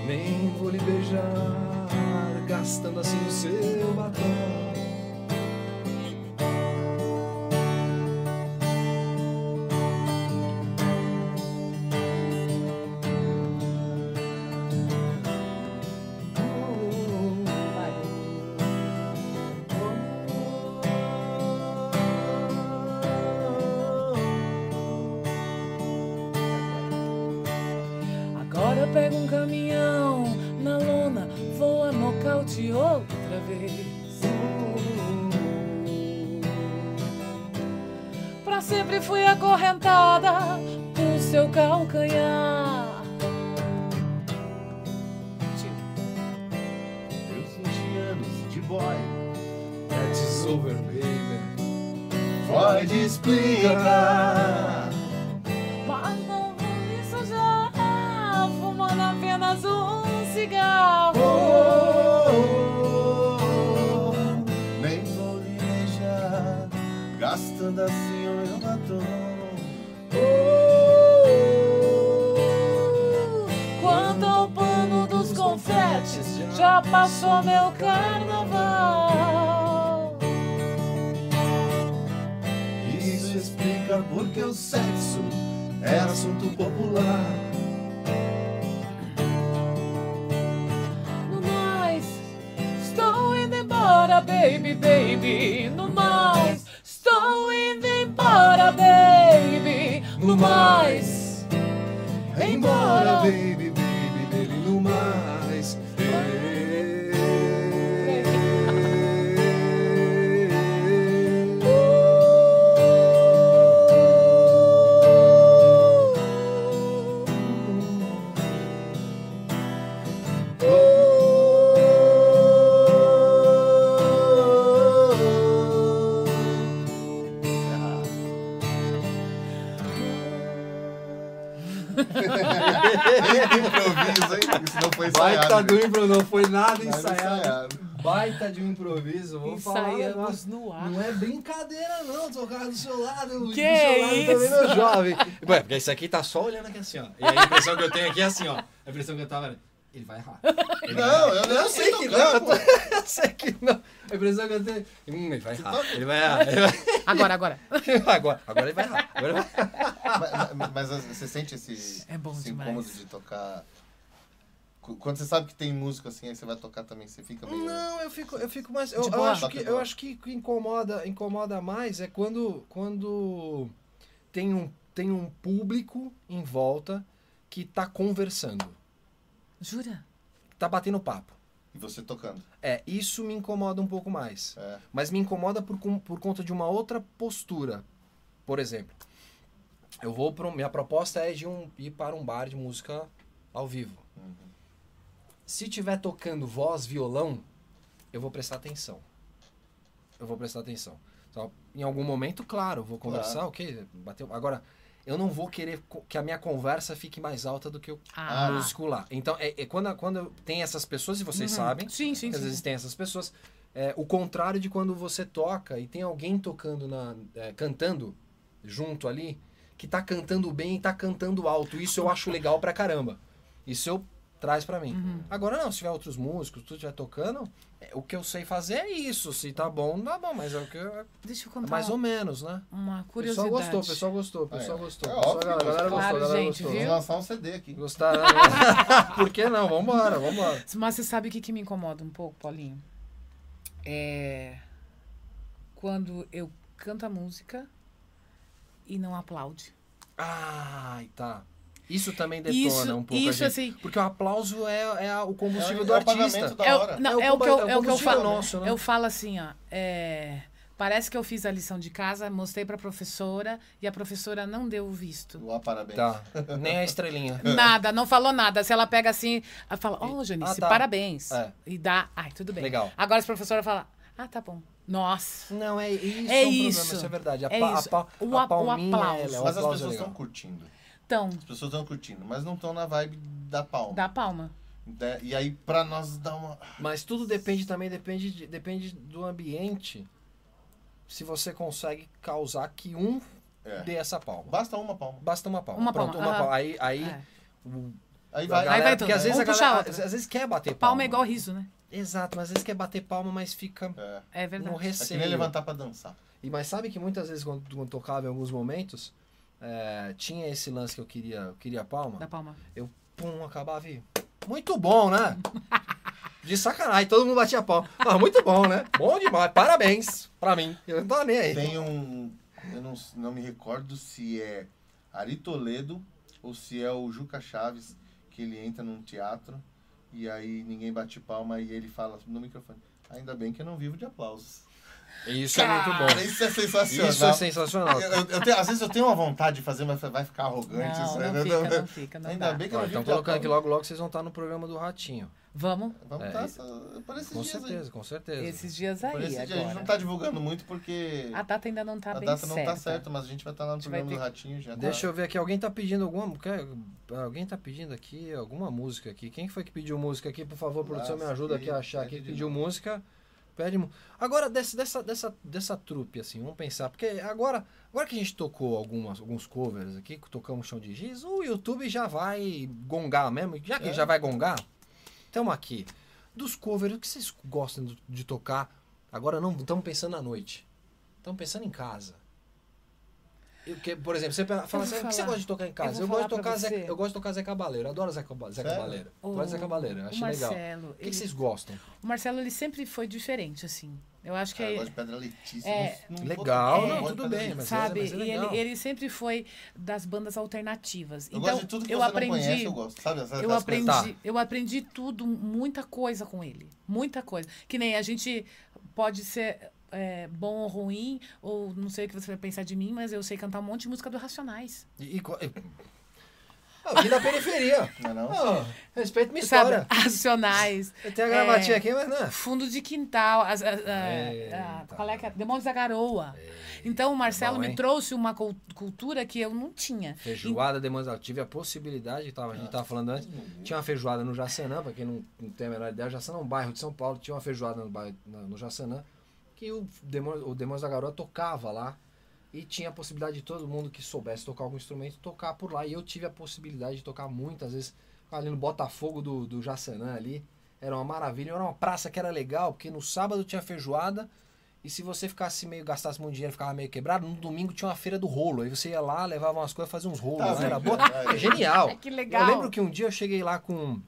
S4: Nem vou lhe beijar, gastando assim o seu batom.
S5: oh. Vai. Agora eu pego um caminhão na lona, vou a nocaute outra vez. Pra sempre fui acorrentada do seu calcanhar. Tio,
S6: Eu senti anos de boy.
S4: That's over, baby.
S6: Freud explica.
S5: Mas não vou me sujar, fumando apenas um cigarro.
S6: Oh, Nem vou lhe deixar gastando assim o meu batom.
S5: Quanto ao pano dos confetes, já passou meu carnaval.
S6: Isso explica porque o sexo é assunto popular.
S5: No mais, estou indo embora, baby. baby, baby. No mais, estou indo embora, baby. No mais,
S8: Embora,
S5: embora,
S8: baby, baby, baby, no mais.
S5: baby.
S6: Improviso, hein? Isso não foi ensaiado.
S4: Baita
S6: né?
S4: do improviso, não foi nada
S6: Nada
S4: tá ensaiado.
S6: ensaiado.
S4: Baita de um improviso, vou falar. um negócio.
S5: Ensaiamos no ar.
S4: Não é brincadeira, não, tocar do seu lado. do
S5: Que
S4: seu lado também,
S5: isso?
S4: meu jovem. Ué, porque esse aqui tá só olhando aqui assim, ó. E aí a impressão que eu tenho aqui é assim, ó. A impressão que eu tava. Ele vai errar. Ele vai errar.
S6: Não, eu não sei
S4: que
S6: tocar,
S4: não,
S6: pô.
S4: eu sei que não. A impressão que eu tenho. Hum, ele vai errar.
S6: tá-
S4: Ele vai errar. Ele
S5: Agora, agora.
S4: vai... Agora, agora ele vai errar. Agora ele vai errar.
S6: Mas- mas, mas você sente esse,
S5: É bom
S6: esse
S5: demais.
S6: incômodo de tocar. Qu- Quando você sabe que tem música assim, aí você vai tocar também, você fica meio.
S4: Não, eu fico, eu fico mais. Eu,
S5: De
S4: eu
S5: boa.
S4: acho que eu acho que o que incomoda, incomoda mais é quando, quando tem um tem um público em volta que tá conversando,
S5: Jura?
S4: que tá batendo papo.
S6: E você tocando.
S4: É, isso me incomoda um pouco mais.
S6: É.
S4: Mas me incomoda por, com- por conta de uma outra postura. Por exemplo, eu vou para minha proposta é de um, ir para um bar de música ao vivo.
S6: Uhum.
S4: Se tiver tocando voz, violão, eu vou prestar atenção. Eu vou prestar atenção. Só, em algum momento, claro, eu vou conversar,
S6: Claro.
S4: ok, bateu. Agora, eu não vou querer co- que a minha conversa fique mais alta do que o
S5: Ah.
S4: músico lá. Então, é, é quando, quando tem essas pessoas, e vocês sabem,
S5: Uhum. Sim, sim,
S4: às
S5: sim.
S4: vezes tem essas pessoas. É, o contrário de quando você toca e tem alguém tocando na. é, cantando junto ali, que tá cantando bem e tá cantando alto. Isso eu acho legal pra caramba. Isso eu traz pra mim.
S5: Uhum.
S4: Agora não, se tiver outros músicos, tu estiver tocando, é, o que eu sei fazer é isso. Se tá bom, tá bom, mas é o que eu- é
S5: Deixa eu contar
S4: mais
S5: uma-
S4: ou menos, né?
S5: uma
S4: O pessoal
S5: Então tá curiosidade.
S4: gostou, o pessoal gostou, o
S6: Ah, é.
S4: pessoal gostou.
S6: É
S4: o pessoal-
S6: óbvio
S4: a
S6: que
S4: galera
S6: gostou.
S4: gostou, a
S5: Claro,
S4: galera
S5: gente,
S4: gostou.
S6: Vamos
S5: Viu?
S6: lançar um CD aqui.
S4: Gostaram? Por que não? Vambora, vambora.
S5: Mas você sabe o que, que me incomoda um pouco, Paulinho? É. Quando eu canto a música e não aplaude.
S4: Ai, tá. Isso também detona
S5: Isso-
S4: um pouco a
S5: isso,
S4: gente.
S5: assim-
S4: Porque o aplauso é, é a- o combustível
S6: É o-
S4: do
S6: é o
S4: artista.
S6: pagamento da-
S5: É o-
S6: hora.
S5: não,
S4: É
S5: é,
S4: o
S5: o que eu,
S4: compa-
S5: é o que eu
S4: combustível
S5: falo.
S4: nosso, né?
S5: Eu falo assim, ó. é, Parece que eu fiz a lição de casa, mostrei pra professora e a professora não deu o visto.
S6: Lá, parabéns.
S4: Tá, nem a estrelinha.
S5: Nada, não falou nada. Se ela pega assim, ela fala, ó, Janice,
S4: Ah, tá.
S5: parabéns.
S4: É.
S5: E dá, ai, tudo bem.
S4: Legal.
S5: Agora a professora fala, ah, tá bom. Nossa.
S4: Não, é isso.
S5: É
S4: um problema,
S5: isso.
S4: isso é verdade. A,
S5: É
S4: pa- a
S5: isso.
S4: pa-
S5: O
S4: a
S5: a- o
S4: palminha, ela- o
S5: aplauso.
S6: Mas as
S4: aplauso é
S6: pessoas
S4: legal.
S6: estão curtindo.
S5: Então,
S6: As pessoas estão curtindo, mas não estão na vibe da palma.
S5: dá palma.
S6: Né? E aí, pra nós dar uma.
S4: Mas tudo depende também, depende, de- depende do ambiente. Se você consegue causar que um
S6: É.
S4: dê essa palma.
S6: Basta uma palma.
S4: Basta uma palma.
S5: Uma
S4: Pronto,
S5: palma,
S4: uma
S5: aham.
S4: palma. Aí, aí
S5: É.
S4: o-
S6: Aí
S4: a
S6: vai.
S4: galera-
S5: vai tudo.
S4: porque às vezes
S5: Um
S4: a
S5: puxa
S4: galera,
S5: a outra.
S4: às vezes quer bater palma.
S5: Palma é igual riso, né?
S4: Exato, mas às vezes quer bater palma, mas fica
S6: É.
S5: É
S4: no
S5: verdade.
S6: É que
S4: receio.
S6: nem levantar pra dançar.
S4: E mas sabe que muitas vezes quando, quando tocava em alguns momentos, é, tinha esse lance que eu queria, eu queria a
S5: Dá
S4: palma,
S5: palma.
S4: pum, acabava e muito bom, né? De sacanagem, todo mundo batia palma. Ah, muito bom, né? Bom demais, parabéns pra mim. Eu não tava nem aí.
S6: Tem um. Eu não, não me recordo se é Ari Toledo ou se é o Juca Chaves que ele entra num teatro e aí ninguém bate palma e ele fala no microfone. Ainda bem que eu não vivo de aplausos.
S4: Isso é muito
S6: Cara,
S4: bom.
S6: isso é sensacional.
S4: Isso é sensacional.
S6: Eu- eu- eu tenho- às vezes eu tenho uma vontade de fazer, mas vai ficar arrogante isso
S5: Não,
S6: aí,
S5: não
S6: né?
S5: fica, não fica, não
S6: Ainda
S5: dá.
S6: bem que eu não vivo
S4: Estão
S6: de
S4: então colocando que
S6: aplausos.
S4: logo, logo vocês vão estar no programa do Ratinho.
S5: Vamos?
S6: Vamos
S4: É,
S6: estar
S4: isso-
S6: essa- por esses
S4: Com
S6: dias
S4: certeza, com certeza.
S5: Esses dias
S6: aí. Por
S5: aí
S6: esses dias a gente não
S5: agora.
S6: tá divulgando muito porque
S5: A data ainda não tá
S6: a
S5: bem
S6: data não tá
S5: certa.
S6: certa, mas a gente vai estar lá no
S5: gente vai
S6: programa do
S5: ter-
S6: Ratinho já. tá-
S4: Deixa eu ver aqui, alguém tá pedindo alguma. quer- Alguém tá pedindo aqui alguma música aqui. Quem foi que pediu música aqui? Por favor, produção, me ajuda aqui a achar aqui. Pediu música. Pede. mu- Agora, desse- dessa, dessa, dessa trupe, assim, vamos pensar. Porque agora, agora que a gente tocou algumas, alguns covers aqui, que tocamos chão de giz, o YouTube já vai gongar mesmo. Já que
S6: É.
S4: já vai gongar, estamos aqui. Dos covers, o que vocês gostam do- de tocar? Agora não estamos pensando na noite. Estamos pensando em casa. Eu que- por exemplo, você fala
S5: vou
S4: assim, o que você
S5: falar.
S4: gosta de tocar em
S5: Eu
S4: casa?
S5: vou
S4: Eu, gosto de
S5: falar
S4: tocar
S5: pra
S4: Zé,
S5: você.
S4: eu gosto de tocar Zé Cabaleiro, adoro Zé, Caba- Zé
S6: Sério?
S4: Cabaleiro.
S5: O-
S4: Gosto de Zé Cabaleiro, acho
S5: o
S4: legal.
S5: Marcelo,
S4: O que, que
S5: ele-
S4: vocês gostam?
S5: O Marcelo, ele sempre foi diferente, assim. Eu acho que
S6: Cara, Ah, eu
S5: é,
S6: gosto de Pedra Letícia.
S5: É,
S6: não- não vou
S4: Legal,
S6: tocar,
S5: não,
S6: eu gosto de
S4: tudo
S6: Pedra
S4: bem,
S6: Letícia.
S4: mas
S5: sabe?
S4: mas é
S5: e ele,
S4: legal.
S5: ele sempre foi das bandas alternativas.
S6: Eu
S5: então,
S6: gosto de tudo que
S5: eu
S6: você
S5: aprendi.
S6: não conhece, eu gosto. Sabe? Essas-
S5: Eu
S6: essas
S5: aprendi,
S4: Tá.
S6: coisas-
S5: eu aprendi tudo, muita coisa com ele. Muita coisa. Que nem a gente pode ser é, bom ou ruim, ou não sei o que você vai pensar de mim, mas eu sei cantar um monte de música do Racionais.
S4: E, e, co- e- Ah, eu vim da periferia.
S6: Não é não?
S4: Ah, respeita minha
S5: Sabe?
S4: história.
S5: Racionais.
S4: Eu tenho a gravatinha
S5: É.
S4: aqui, mas não.
S5: Fundo de quintal, as- as- a- a-
S4: Eita.
S5: qual é que é? Demônios da Garoa. então o Marcelo
S4: bom,
S5: me
S4: hein?
S5: trouxe uma cul- cultura que eu não tinha.
S4: Feijoada demonstrada. Tive a possibilidade, tava, a gente tava falando antes. Tinha uma feijoada no Jacenã, pra quem não, não tem a menor ideia, Jacenã é um bairro de São Paulo, tinha uma feijoada no, bairro, na- no Jacenã, que o Demônios, o Demônios da Garoa tocava lá. E tinha a possibilidade de todo mundo que soubesse tocar algum instrumento tocar por lá. E eu tive a possibilidade de tocar muitas vezes ali no Botafogo do, do Jacenã ali. Era uma maravilha, era uma praça que era legal, porque no sábado tinha feijoada. E se você ficasse meio, gastasse muito dinheiro, ficava meio quebrado, no domingo tinha uma feira do rolo. Aí você ia lá, levava umas coisas, fazia uns rolos.
S6: Tá
S4: lá, era boa,
S6: vendo? Aí.
S4: é genial.
S5: Ai, Então, que legal.
S4: Eu lembro que um dia eu cheguei lá com.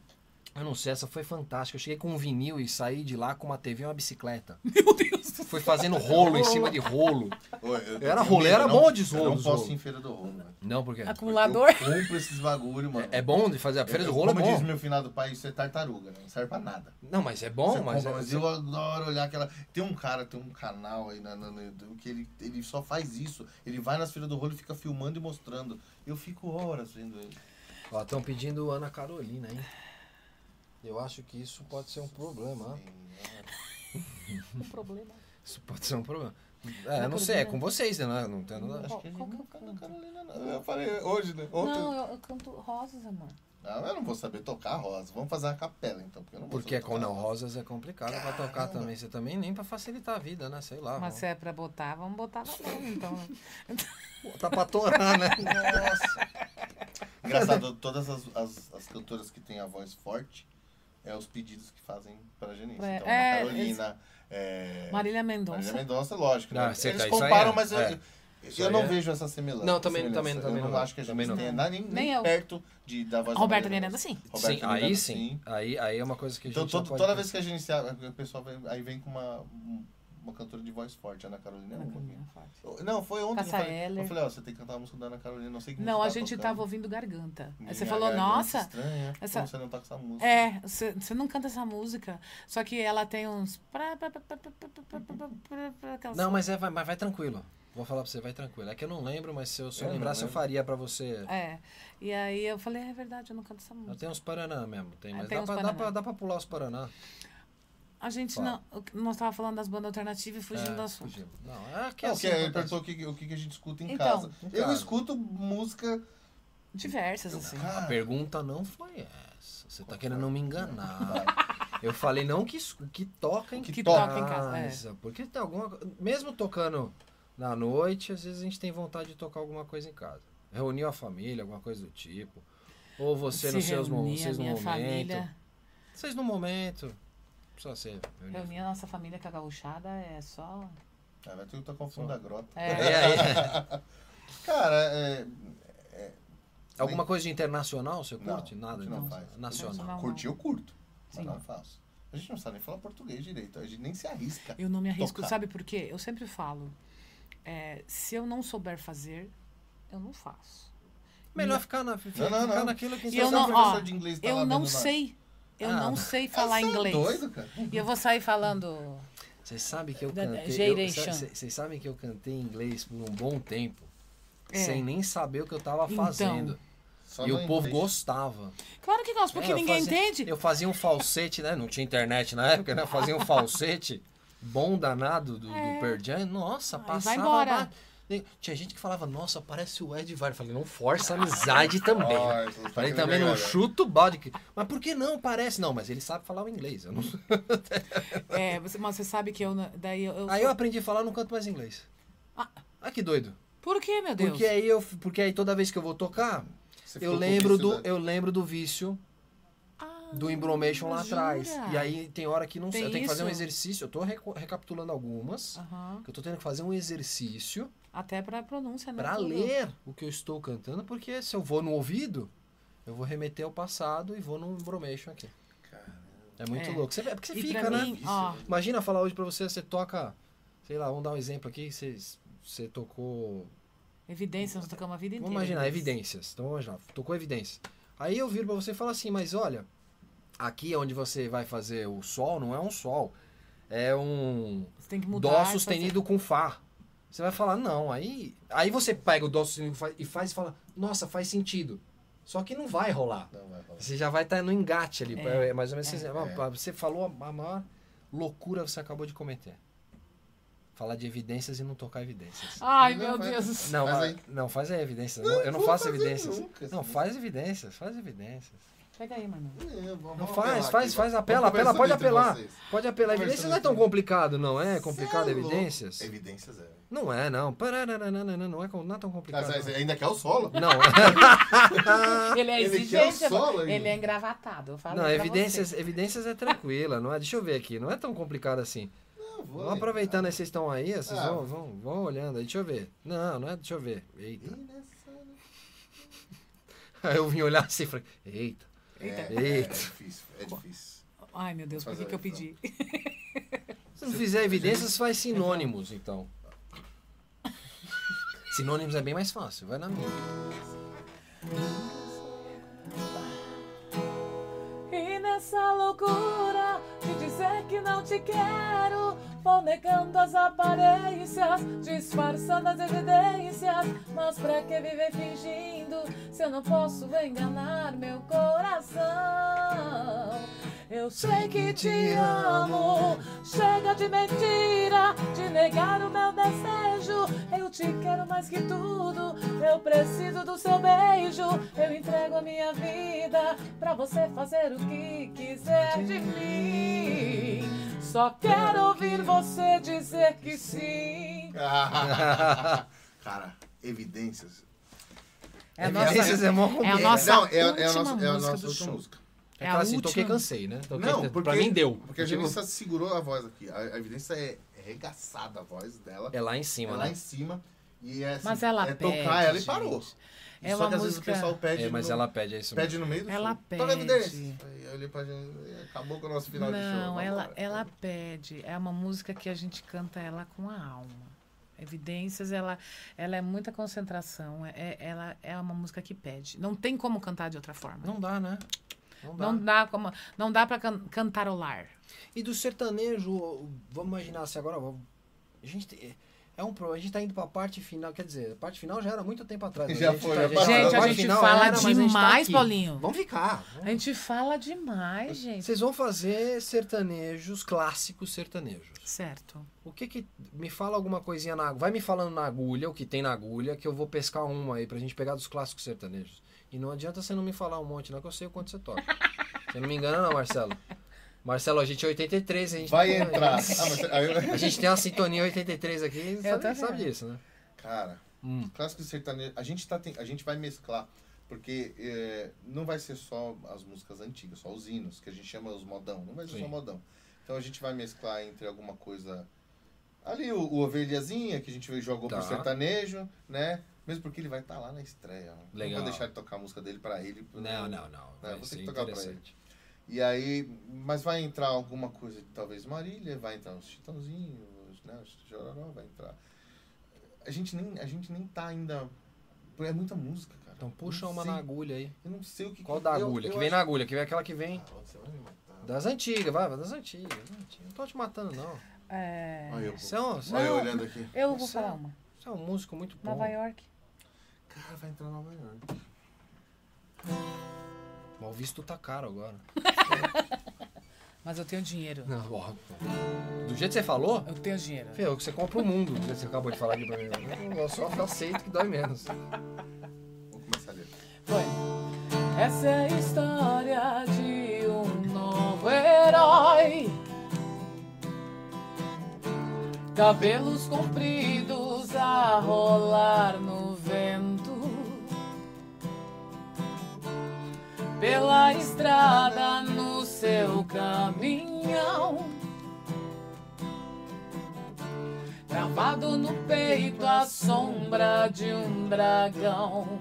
S4: Eu não sei, essa foi fantástica. Eu cheguei com um vinil e saí de lá com uma TV e uma bicicleta.
S5: Meu Deus!
S4: Fui fazendo rolo em cima de rolo.
S6: Ô, eu-
S4: Eu era
S6: eu-
S4: roleiro,
S6: eu
S4: era
S6: não-
S4: bom de rolo,
S6: Eu não
S4: os
S6: posso
S4: rolo.
S6: ir em feira do rolo, velho.
S4: Não, porque.
S5: Acumulador?
S6: Eu compro esses bagulho, mano.
S4: É bom de fazer a feira do rolo, é
S6: Como diz
S4: bom.
S6: meu finado pai, isso é tartaruga, né? Não serve pra nada.
S4: Não, mas é
S6: Você
S4: bom, mas.
S6: compra, mas
S4: é-
S6: eu adoro olhar aquela. Tem um cara, tem um canal aí na, na- no YouTube que ele, ele só faz isso. Ele vai nas feiras do rolo e fica filmando e mostrando. Eu fico horas vendo ele.
S4: Ó, estão pedindo Ana Carolina, hein? Eu acho que isso pode ser um problema. ó.
S5: Um problema.
S4: Isso pode ser um problema. É, eu não sei, é com vocês, né? Não, não tem nada.
S5: Qual-
S6: Acho que ele
S5: qual que
S6: não tá
S5: eu
S6: na
S5: canto?
S6: Carolina, não. Eu falei hoje, né? Ontem.
S5: Não, eu, eu canto rosas, amor.
S6: Não, eu não vou saber tocar rosa. Vamos fazer uma capela então. Porque eu não vou
S4: Porque
S6: saber
S4: com
S6: tocar
S4: não
S6: rosa.
S4: rosas é complicado pra tocar também. Você também nem pra facilitar a vida, né? Sei lá.
S5: Mas se é pra botar, vamos botar na mão, então.
S4: vamos- Tá pra torar, né?
S6: Nossa. Engraçado, todas as, as, as cantoras que têm a voz forte é os pedidos que fazem pra Janice.
S5: É,
S6: então, Ana
S5: é,
S6: Carolina. É...
S5: Marília
S6: Marília
S5: Mendonça.
S6: Mendonça, lógico.
S4: Ah,
S6: né?
S4: você-
S6: Eles
S4: isso aí
S6: comparam,
S4: é-
S6: mas eu,
S4: é.
S6: eu
S4: Isso aí
S6: não
S4: é.
S6: vejo essa semelhança.
S4: Não, também- também-
S6: semelhança.
S4: também
S6: eu não,
S4: não.
S6: acho que a
S4: Também
S6: gente
S4: não.
S6: tenha nada, nem, nem,
S5: Nem eu.
S6: perto de, da voz da
S5: Roberta
S6: Marília
S5: Miranda, sim.
S6: Roberta
S4: sim, aí
S6: Miranda,
S4: sim. Aí, aí é uma coisa que a gente
S6: Então,
S4: já
S6: todo-
S4: pode
S6: toda vez que a gente o pessoal vem, aí vem com uma, um- uma cantora de voz forte, Ana Carolina. é
S5: Uhum.
S6: uma. Eu- Não, foi ontem que eu
S5: Cássia
S6: falei.
S5: Eller.
S6: Eu falei, ó, você tem que cantar a música da Ana Carolina, não sei que
S5: Não,
S6: música
S5: a
S6: tá
S5: gente
S6: tocando. é
S5: tava ouvindo garganta. Aí você
S6: Minha
S5: falou,
S6: garganta
S5: nossa.
S6: Estranha, como
S5: essa-
S6: você não tá com essa música.
S5: É, você você não canta essa música. Só que ela tem uns. pra- pra- pra- pra- pra- pra- pra- pra- pra- pra- pra- aquelas-
S4: Não, mas, é, vai, mas vai tranquilo. Vou falar pra você, vai tranquilo. É que eu não lembro, mas se eu, se eu
S6: Eu não
S4: lembrasse, eu
S6: lembro.
S4: faria pra você.
S5: É. E aí eu falei, é verdade, eu não canto essa
S4: Eu
S5: música.
S4: tenho uns Paraná mesmo, tem,
S5: Ah,
S4: mas
S5: tem
S4: dá,
S5: uns
S4: pra, dá,
S5: Paraná.
S4: pra, dá pra pular os Paraná.
S5: A gente
S4: Fala.
S5: não. Nós tava falando das bandas alternativas e fugindo do assunto.
S4: fugiu. Não, é que
S6: Não,
S4: assim.
S6: porque ele
S4: acontece.
S6: perguntou o que, o que que a gente escuta em
S5: Então,
S6: casa.
S4: em
S6: eu
S4: casa.
S6: escuto música.
S5: Diversas, assim.
S4: A
S6: Cara,
S4: pergunta não foi essa. Você tá querendo me enganar. Eu falei não que, escu- que toca em
S5: Que
S6: toca.
S5: toca em casa, é.
S4: casa. Porque tem alguma co- Mesmo tocando na noite, às vezes a gente tem vontade de tocar alguma coisa em casa. Reuniu a família, alguma coisa do tipo. Ou você nos seus mo-
S5: reunia,
S4: vocês no
S5: minha
S4: momento.
S5: família.
S4: Vocês no momento. Só você.
S5: Reunir a nossa família com a gauchada é só.
S6: ah, vai ter que tocar o fundo da grota.
S4: E
S5: É.
S4: aí?
S6: Cara, é,
S4: Alguma coisa de internacional você
S6: Não,
S4: curte?
S6: a
S4: Nada.
S6: gente não
S4: então,
S6: faz.
S4: Nacional.
S5: Internacional. Não.
S6: curtir eu curto, mas
S5: Tá Sim.
S6: não faço. A gente não sabe nem falar português direito, a gente nem se arrisca.
S5: Eu não me arrisco.
S6: Tocar.
S5: Sabe por quê? Eu sempre falo. é, se eu não souber fazer, eu não faço.
S4: Melhor ficar, na, ficar
S6: não, não.
S4: naquilo que
S5: E
S6: Você
S5: eu
S6: é um
S5: não-
S6: professor
S5: ó,
S6: de inglês que tá lá
S5: Eu não
S6: vendo nós.
S5: sei. Eu
S4: Ah,
S5: não
S4: não.
S5: sei
S6: Ah,
S5: falar
S6: você é
S5: inglês.
S6: doido, cara.
S5: E eu vou sair falando.
S4: Vocês sabem que eu
S5: Da- da
S4: cantei. eu-
S5: Generation.
S4: sabe- Vocês sabem que eu cantei em inglês por um bom tempo.
S5: É.
S4: Sem nem saber o que eu tava
S5: Então.
S4: fazendo.
S6: Só
S4: e
S6: não
S4: o povo
S6: entende.
S4: gostava.
S5: Claro que gosto, porque
S4: É, eu
S5: ninguém
S4: fazia-
S5: entende.
S4: Eu fazia um falsete, né? Não tinha internet na época, né? Eu fazia um falsete bom danado do, do Pearl Jam. Nossa,
S5: É. Aí vai
S4: passava...
S5: embora.
S4: ba- Tinha gente que falava, nossa, parece o Ed Vargas. Eu Falei, não força a amizade também. né?
S6: Nossa, tá
S4: Falei
S6: que
S4: também, não
S6: legal, né?
S4: chuta o balde. que- Mas por que não? Parece. Não, mas ele sabe falar o inglês. eu não-
S5: É, você- mas você sabe que eu. não- Daí eu, eu
S4: Aí
S5: sou-
S4: eu aprendi a falar, não canto mais inglês.
S5: Ah.
S4: Ah, que doido.
S5: Por que, meu Deus?
S4: Porque é aí eu, porque aí toda vez que eu vou tocar,
S6: Você
S4: eu
S6: ficou com
S4: lembro do,
S6: felicidade.
S4: eu lembro do vício do embromation lá
S5: Ah, jura?
S4: atrás. E aí tem hora que não sei,
S5: Tem
S4: eu tenho que fazer um
S5: isso? Ah.
S4: exercício, eu tô reco- recapitulando algumas,
S5: Aham.
S4: que eu tô tendo que fazer um exercício
S5: Até pra pronúncia, né?
S4: pra
S5: Tudo.
S4: ler o que eu estou cantando, porque se eu vou no ouvido, eu vou remeter ao passado e vou no embromation aqui.
S6: Caramba.
S4: É muito
S5: É.
S4: louco. Você, é porque você
S5: E
S4: fica,
S5: pra
S4: né?
S5: mim, ó,
S4: Imagina falar hoje pra você, você toca, sei lá, vamos dar um exemplo aqui, você, você tocou.
S5: evidência, nós tocamos a vida inteira.
S4: Vamos imaginar,
S5: evidência.
S4: evidências. Então vamos imaginar, tocou evidência. Aí eu viro pra você e falo assim, mas olha, aqui é onde você vai fazer o sol não é um sol. É um
S5: Você tem que mudar.
S4: dó
S5: e fazer-
S4: sustenido com fá. Você vai falar, não, aí. Aí você pega o dó sustenido com Fá e faz e fala, nossa, faz sentido. Só que não vai rolar.
S6: Não vai rolar.
S4: Você já vai estar no engate ali.
S5: É,
S4: É, mais ou menos. Você,
S6: é.
S4: você falou a, a maior loucura que você acabou de cometer. Falar de evidências e não tocar evidências.
S5: Ai,
S6: Não,
S5: meu
S6: vai-
S5: Deus do céu.
S4: não,
S6: faz
S4: mas-
S6: aí.
S4: não, faz aí evidências. Não, eu não
S6: vou
S4: faço
S6: fazer
S4: evidências.
S6: nunca essa
S4: não, faz evidências, faz evidências.
S5: Pega aí, mano.
S6: É, vamos
S4: Não faz,
S6: apelar aqui,
S4: faz,
S6: vamos-
S4: faz,
S6: vamos
S4: apela, apela,
S6: conversando
S4: pode
S6: entre
S4: apelar.
S6: vocês.
S4: Pode apelar.
S6: Conversando
S4: Evidências não é tão
S6: entre nós.
S4: complicado, não é? Complicado
S6: Cê é louco.
S4: evidências?
S6: Evidências, é.
S4: Não é, não. Pararararana, Não é, com- não é tão
S6: Ah,
S4: complicado.
S6: você-
S4: não.
S6: você ainda quer o solo?
S4: Não, Ah,
S5: Ele é
S6: Ele quer o
S5: exigente, mano.
S6: solo,
S5: ele
S6: ele-
S5: é engravatado. Eu falo
S4: não
S5: pra
S4: evidências,
S5: você.
S4: evidências é tranquila, não é? Deixa eu ver aqui, não é tão complicado assim.
S6: Não, vou
S4: Vamos aproveitando aí, vocês estão aí, vocês
S6: Ah.
S4: vão, vão, vão olhando aí, deixa eu ver. Não, não é, deixa eu ver. Eita. Aí eu vim olhar assim e falei, eita.
S6: Eita. É, é
S4: Eita.
S6: difícil, é difícil.
S5: Ai, meu Deus, por que,
S6: Fazer
S5: que eu
S6: aí,
S5: pedi?
S4: Se não fizer evidências, faz sinônimos, então. Sinônimos é bem mais fácil, vai na minha.
S5: E nessa loucura de dizer que não te quero, vou negando as aparências, disfarçando as evidências. Mas pra que viver fingindo se eu não posso enganar meu coração? Eu sei que te amo, chega de mentira, de negar o meu desejo. Eu te quero mais que tudo, eu preciso do seu beijo. Eu entrego a minha vida pra você fazer o que quiser de mim. Só quero ouvir você dizer que sim.
S6: Cara, evidências.
S5: É a
S4: Evidências
S5: nossa,
S4: é mó
S5: é a
S4: complicado.
S5: nossa
S6: não, é, é,
S5: última
S6: a nossa, é a
S5: música
S6: nossa
S5: do
S6: última
S5: show.
S6: música.
S4: É
S5: é a
S4: aquela assim, toquei
S5: última.
S4: cansei, né? Toquei,
S6: Não, porque,
S4: pra mim deu. Tipo,
S6: Porque a Janissa segurou a voz aqui. A, a evidência é arregaçada a voz dela.
S4: É lá em
S6: É
S4: cima,
S6: lá
S4: né?
S6: em cima. E é, assim,
S5: Mas ela
S6: é
S5: pede,
S6: tocar ela e
S5: gente.
S6: parou.
S5: É
S6: Só
S5: uma
S6: que às vezes o
S5: música-
S6: pessoal pede.
S4: É, mas
S6: no,
S4: ela pede, é isso mesmo.
S6: pede no meio do
S5: Ela
S6: show. Toca
S5: pede.
S6: evidências. Aí eu olhei pra Janissa. Acabou com o nosso final de show.
S5: Não,
S6: vambora.
S5: ela, ela pede. É uma música que a gente canta ela com a alma. Evidências, ela, ela é muita concentração. É, é- ela é uma música que pede. Não tem como cantar de outra forma.
S4: Não dá, né? Não dá.
S5: Não dá, como, não dá pra can- cantarolar.
S4: E do sertanejo, vamos imaginar se agora. vamos- A gente tem- é um problema. A gente tá indo pra parte final. Quer dizer, a parte final já era muito tempo atrás. né?
S6: Já
S4: A gente
S6: foi,
S4: tá-
S6: já passou.
S4: tá-
S5: Gente, a
S4: parte
S5: gente
S4: final
S5: fala
S4: mas a gente tá
S5: demais,
S4: aqui.
S5: Paulinho.
S4: Vamos ficar. né?
S5: A gente fala demais, gente.
S4: Vocês vão fazer sertanejos, clássicos sertanejos.
S5: Certo.
S4: O que que. Me fala alguma coisinha na. Vai me falando na agulha, o que tem na agulha, que eu vou pescar uma aí pra gente pegar dos clássicos sertanejos. E não adianta você não me falar um monte, não, que eu sei o quanto você toca. você não me engana, não, Marcelo. Marcelo, a gente é 83, a gente
S6: Vai
S4: tem-
S6: entrar. Ah, mas, aí eu-
S4: A gente tem uma sintonia 83 aqui, sabe,
S5: também.
S4: sabe disso, né?
S6: Cara,
S4: Hum.
S6: clássico sertanejo. A gente, tá, ten- a gente vai mesclar, porque é, não vai ser só as músicas antigas, só os hinos, que a gente chama os modão. Não vai ser
S4: Sim.
S6: só modão. Então a gente vai mesclar entre alguma coisa. Ali o, o Ovelhazinha, que a gente jogou
S4: Tá.
S6: pro sertanejo, né? Mesmo porque ele vai estar lá na estreia. né?
S4: Legal.
S6: Não vou deixar de tocar a música dele pra ele.
S4: Não, não, não.
S6: É,
S4: Vai
S6: vou ter
S4: ser
S6: que tocar pra
S4: interessante.
S6: E aí, mas vai entrar alguma coisa, de, talvez Marília, vai entrar os Chitãozinhos, né? Os Chororó vai entrar. A gente nem, a gente nem tá ainda. É muita música, cara.
S4: Então puxa
S6: Eu não
S4: uma
S6: sei-
S4: na agulha aí.
S6: Eu não sei o que.
S4: Qual da agulha? que vem na agulha, que vem aquela que vem.
S6: agulha. Você vai me matar.
S4: Das antigas, vai, vai das antigas. das antigas. Não tô te matando, não.
S5: É,
S6: Olha eu,
S4: Você é um,
S6: olha eu
S5: Não.
S6: olhando aqui.
S5: eu vou
S4: Nossa.
S5: falar uma.
S4: você é um músico muito bom.
S5: Nova York.
S6: Cara, vai entrar Nova York.
S4: Mal visto tá caro agora.
S5: Mas eu tenho dinheiro.
S4: Não, ó, Do jeito que você falou,
S5: Eu tenho dinheiro.
S4: Fê, você compra o mundo. que Você acabou de falar aqui pra mim. Eu só aceito que dói menos.
S6: Vou começar a ler.
S5: Foi. Essa é a história de um novo herói. Cabelos compridos a rolar no vento. Pela estrada no seu caminhão. Travado no peito a sombra de um dragão.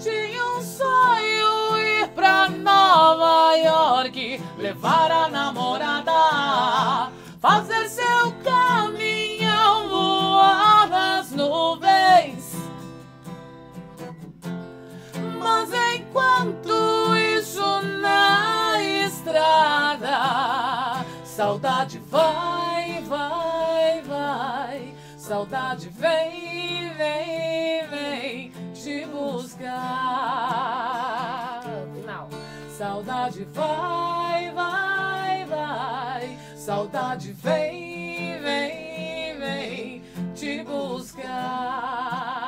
S5: Tinha um sonho e pra Nova York, levar a namorada, fazer seu caminhão voar nas nuvens. Mas enquanto isso na estrada, saudade vai, vai, vai, saudade vem, vem, vem te buscar. Final. Saudade vai, vai, vai, saudade vem, vem, vem te buscar.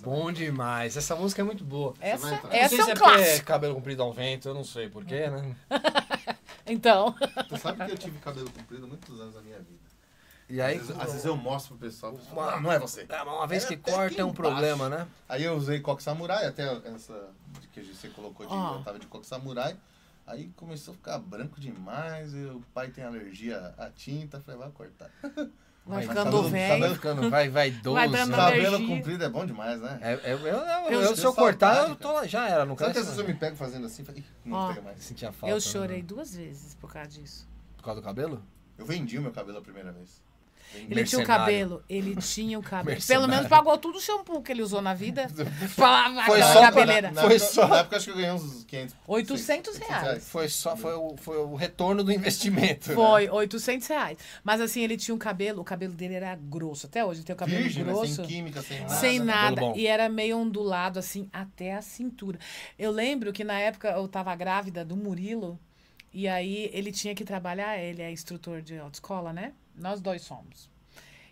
S4: Bom demais. Essa música é muito boa.
S6: vai
S5: Essa,
S6: entrar.
S4: Eu não
S5: essa
S4: sei
S5: é
S4: se
S5: um
S4: porque
S5: clássico.
S4: cabelo comprido ao vento, eu não sei porquê, né?
S5: Então,
S6: Tu sabe que eu tive cabelo comprido muitos anos da minha vida.
S4: E É aí,
S6: às, vezes, às vezes eu mostro pro pessoal, o pessoal,
S4: Uma-
S6: "Ah, não é você.
S4: Ah, mas uma vez
S6: Era
S4: que
S6: até aqui
S4: corta é um
S6: embaixo.
S4: problema, né?
S6: Aí eu usei coque samurai, até essa de que você colocou de
S5: Ó.
S6: eu tava de coque samurai. Aí começou a ficar branco demais, e o pai tem alergia à tinta, falei, vai cortar.
S5: vai
S4: Vai
S5: ficando
S6: falando,
S4: Vai
S5: velho.
S4: tá ficando, vai, vai
S5: Vai
S4: 12.
S5: dando
S4: sabe?
S5: alergia.
S6: Cabelo comprido é bom demais, né?
S4: É, é- eu- eu-
S5: Eu-
S4: eu- se eu cortar, eu tô, já era, não
S6: Sabe que é
S4: cresce.
S6: às vezes eu me pego fazendo assim, falei, "Ih, não
S5: Ó.
S6: pega mais.
S4: Sentia falta.
S5: Eu
S4: né?
S5: chorei duas vezes por causa disso.
S4: Por causa do cabelo?
S6: Eu vendi o meu cabelo a primeira vez.
S5: Ele
S6: Vendi.
S5: tinha o
S4: Mercenário.
S5: cabelo, ele tinha o cabelo. Pelo
S4: Mercenário.
S5: menos pagou tudo o shampoo que ele usou na vida. Falava
S4: Foi
S5: aquela
S4: só pra-
S5: cabeleira.
S6: Na,
S4: Foi
S6: época,
S4: só-
S6: na época acho que eu ganhei uns 500.
S5: 800
S6: 600
S5: reais.
S4: É, Foi só, foi o, foi o retorno do investimento. né?
S5: Foi, 800 reais. Mas assim, ele tinha um cabelo, o cabelo dele era grosso. Até hoje ele tem o cabelo
S6: Virgem, né?
S5: grosso.
S6: sem química, sem nada.
S5: Sem
S6: né?
S5: nada.
S4: Cabelo bom.
S5: E era meio ondulado, assim, até a cintura. Eu lembro que na época eu tava grávida do Murilo. E aí ele tinha que trabalhar, ele é instrutor de autoescola, né? Nós dois somos.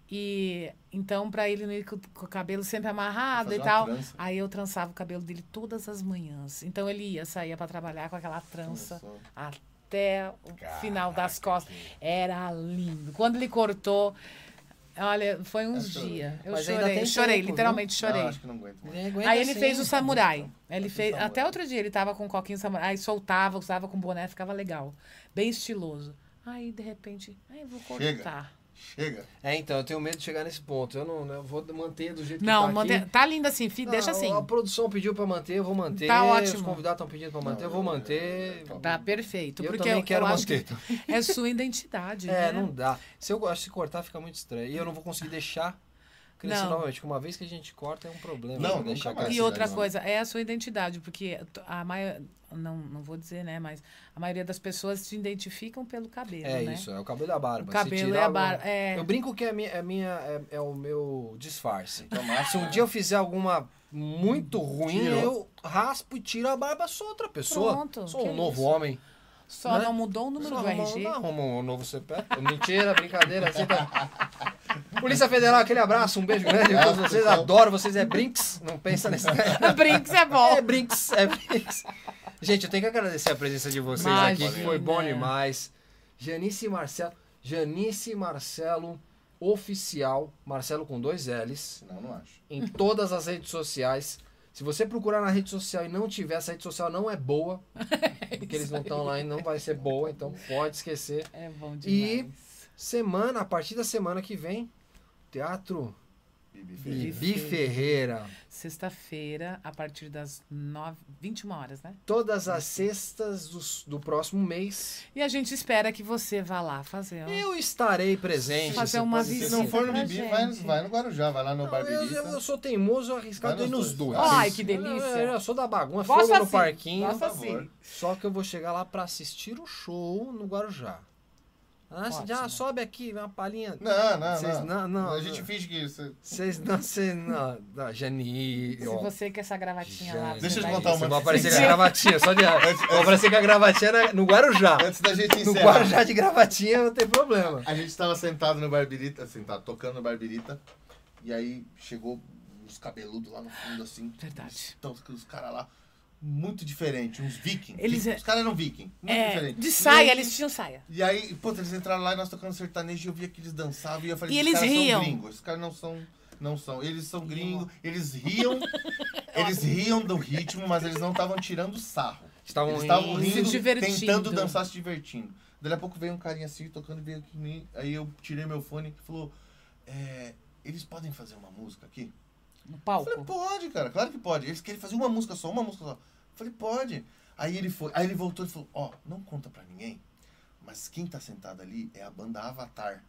S5: E então, pra ele não ir com, com o cabelo sempre amarrado
S6: Fazer
S5: e
S6: uma
S5: tal.
S6: trança.
S5: Aí eu trançava o cabelo dele todas as manhãs. Então ele ia, saía pra trabalhar com aquela trança
S6: Começou.
S5: até o final das costas. Era lindo. Quando ele cortou, olha, foi uns
S6: chorou.
S5: dias. Eu
S4: Mas ainda
S5: chorei,
S4: tem
S5: chorei,
S4: tempo,
S5: literalmente chorei.
S6: Não, acho que não aguento mais.
S4: aguenta
S5: Aí ele
S4: assim.
S5: fez o samurai. Ele
S6: Acho
S5: fez,
S6: samurai.
S5: até outro dia ele tava com um coquinho samurai, aí soltava, usava com boné, ficava legal. Bem estiloso. Aí, de repente, aí vou
S6: Chega.
S5: cortar.
S6: Chega.
S4: É, então, eu tenho medo de chegar nesse ponto. Eu não, não- eu vou manter do jeito
S5: Não,
S4: que tá
S5: mantém-
S4: aqui.
S5: tá lindo assim, fi, deixa
S4: Ah,
S5: assim.
S4: A produção pediu pra manter, eu vou manter.
S5: Tá ótimo.
S4: Os convidados estão pedindo pra manter, eu vou manter.
S6: eu-
S5: Tá perfeito.
S4: Eu
S5: porque
S4: também
S5: eu,
S4: quero
S5: eu acho
S4: manter.
S5: que é sua identidade,
S4: É,
S5: né?
S4: não dá. Se eu acho que cortar fica muito estranho. E eu não vou conseguir deixar crescer
S5: Não.
S4: novamente. Porque uma vez que a gente corta é um problema.
S6: Não,
S4: pra
S6: nunca
S4: deixar
S6: mais.
S4: crescer né?
S5: E outra
S6: Cidade Nova.
S5: coisa, é a sua identidade, porque t- a maioria. Não, não vou dizer, né? Mas a maioria das pessoas se identificam pelo cabelo,
S4: É
S5: né?
S4: isso, é o cabelo e a barba.
S5: O
S4: Se
S5: cabelo
S4: tirar
S5: é a
S4: algum-
S5: barba. É,
S4: Eu brinco que é, minha, é, minha, é, é o meu disfarce.
S6: Tomate,
S4: Se um dia eu fizer alguma muito ruim,
S6: Tirou.
S4: eu raspo e tiro a barba, sou outra pessoa.
S5: Pronto,
S4: sou
S5: que
S4: um novo
S5: isso.
S4: homem.
S5: só
S4: né?
S5: não mudou o número
S4: Só
S5: do
S4: arruma-
S5: RG.
S4: não arruma um novo CPF. Mentira, brincadeira. Você tá... Polícia Federal, aquele abraço, um beijo grande a todos vocês. Adoro vocês, é Brinks. Não pensa nesse...
S5: Brinks é bom.
S4: É Brinks, é Brinks. Gente, eu tenho que agradecer a presença de vocês aqui, que
S5: Imagina.
S4: foi bom demais. Janice e Marcelo, Janice e Marcelo oficial, Marcelo com dois L's,
S6: Não, não acho.
S4: em todas as redes sociais. Se você procurar na rede social e não tiver, essa rede social não é boa, porque eles não estão lá e não vai ser boa, então pode esquecer.
S5: É bom
S4: E-
S5: demais.
S4: Semana, a partir da semana que vem, Teatro
S6: Bibi fez.
S4: Bibi Ferreira.
S5: Sexta-feira, a partir das 9, 21 horas, né?
S4: Todas as sextas dos- do próximo mês.
S5: E a gente espera que você vá lá fazer. ó.
S4: Então, Eu estarei presente.
S5: Fazer
S4: você um
S5: uma
S4: pode ter
S6: Se
S5: visita.
S6: não
S4: certeza.
S6: for no
S5: pra
S6: Bibi, vai,
S5: gente.
S6: vai no Guarujá, vai lá no
S4: Não, eu,
S6: Barbeirista.
S4: eu- eu sou teimoso, arriscado
S6: Vai
S4: ir
S6: nos
S4: nos
S6: dois.
S4: dois.
S5: Ai,
S6: Sim.
S5: que delícia.
S4: Eu, eu sou da bagunça,
S5: Gosto
S4: fogo no
S5: assim,
S4: parquinho.
S5: gosto
S6: por
S5: assim.
S6: favor.
S4: Só que eu vou chegar lá pra assistir o show no Guarujá. Ah, você já
S5: Ótimo.
S4: sobe aqui, uma palhinha.
S6: Não, não,
S4: Vocês não, não,
S6: A gente
S4: não.
S6: finge que... Você...
S4: Vocês não, vocês não. não Jani.
S5: Se
S4: ó,
S5: você quer essa gravatinha lá,
S4: Jani,
S5: você
S6: Deixa eu te
S5: vai
S6: contar
S5: ver.
S6: uma-
S4: Vou aparecer com a gravatinha, só de. Vou aparecer com a gravatinha na- no
S5: Ah,
S4: Guarujá.
S6: Antes da gente
S4: No
S6: encerrar.
S4: Guarujá de gravatinha não tem problema.
S6: A gente tava sentado no Barbeirita, sentado, tocando no Barbeirita, e aí chegou uns cabeludos lá no fundo, assim.
S5: Verdade.
S6: Então, os caras lá, muito diferente, uns vikings. Tipo,
S5: Eles-
S6: Os caras eram vikings, muito
S5: É,
S6: diferente.
S5: de
S6: E
S5: saia,
S6: aí-
S5: eles tinham saia.
S6: E aí, pô, eles entraram lá e nós tocando sertanejo e eu via que eles dançavam e eu falei,
S5: E
S6: esses
S5: eles
S6: caras
S5: riam.
S6: são gringos, esses caras não são, não são, eles são gringos, eles riam, eles riam do ritmo, mas eles não estavam tirando sarro.
S4: Estavam
S6: Eles estavam
S4: em-
S5: Então, Se
S6: rindo,
S5: divertindo.
S6: tentando dançar, se divertindo. Daí a pouco veio um carinha assim, tocando, veio aqui em mim, aí eu tirei meu fone e falou, é, eles podem fazer uma música aqui?
S5: No
S6: Eu falei,
S5: palco.
S6: pode, cara, claro que pode. Eles querem fazer uma música só, uma música só. Falei, pode. Aí ele foi, aí ele voltou e falou, ó, não conta pra ninguém, mas quem tá sentado ali é a banda Avatar,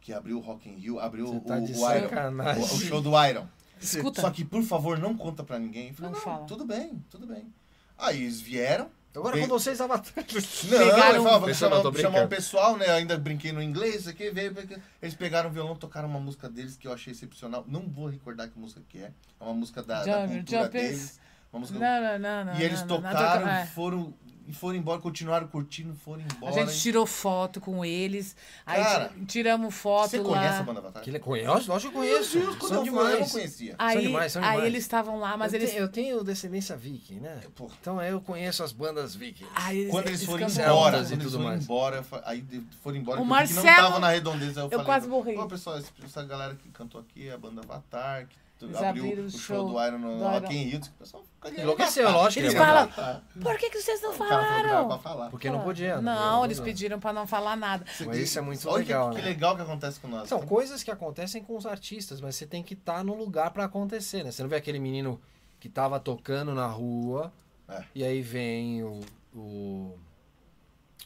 S6: que abriu o Rock in Rio, abriu
S4: Você
S6: o,
S4: tá de
S6: o Iron, o,
S4: sacanagem.
S6: o show do Iron.
S5: Escuta.
S6: Só que, por favor, não conta pra ninguém. Eu Falei,
S5: Não
S6: não,
S5: fala.
S6: tudo bem, tudo bem. Aí eles vieram.
S4: Agora
S6: Bem-
S4: com vocês, Avatar.
S6: Não,
S5: Pegaram-
S6: eu falava, vou
S9: Pessoal,
S6: chamar,
S9: não, tô
S6: chamar o
S9: brincando.
S6: pessoal, né? Ainda brinquei no inglês, isso aqui veio. porque Eles pegaram o violão, tocaram uma música deles que eu achei excepcional. Não vou recordar que música que é. É uma música da, da
S5: Jump,
S6: cultura
S5: jump is-
S6: deles. Uma música
S5: Não, não, não, não,
S6: E eles
S5: não, não, não,
S6: tocaram,
S5: é.
S6: foram e foram embora, continuaram curtindo, foram
S5: A
S6: embora.
S5: gente tirou foto com eles. Aí
S6: Cara,
S5: ti- tiramos foto
S6: Você
S5: lá.
S6: conhece a banda Avatar?
S4: Que conhece? Lógico que eu conheço.
S6: Meu Deus, quando
S4: São
S6: eu fui, eu não
S4: demais.
S6: conhecia.
S5: Aí,
S4: demais, são
S5: aí
S4: demais.
S5: eles estavam lá, mas
S4: eu,
S5: eles.
S4: te- eu tenho descendência viking, né?
S6: Porra.
S4: Então aí eu conheço as bandas viking.
S5: Aí eles-
S6: Quando eles foram
S5: cantaram.
S6: embora,
S4: e
S6: assim, quando eles
S4: tudo
S6: foram
S4: mais.
S6: embora, eu fa- aí de- foram embora,
S5: O
S6: que eu vi que não
S5: Marcelo-
S6: tava na redondeza. Eu,
S5: eu
S6: falei,
S5: quase morri.
S6: Ó, pessoal, esse- essa galera que cantou aqui é a banda Avatar, que tu-
S5: Eles abriram
S6: abriu
S5: o
S6: o
S5: show
S6: show do Iron no
S5: do
S6: no Rock
S5: Iron.
S6: in Rio. disse que O pessoal "Ah, ficaria
S4: Enlouqueceu, lógico.
S5: Eles
S4: que é."
S5: falam-
S4: lembra.
S5: Por que, que vocês não
S6: O cara falou que não era pra
S5: falaram?
S6: falar.
S4: Porque não podia.
S5: Não, eles
S4: podia.
S5: pediram pra não falar nada.
S4: Mas isso é muito
S6: Olha que-
S4: legal,
S6: Que,
S4: né? Então,
S6: legal que acontece com nós.
S4: São coisas que acontecem com os artistas, mas você tem que estar no lugar pra acontecer, né? Você não vê aquele menino que tava tocando na rua
S6: É.
S4: e aí vem o, o,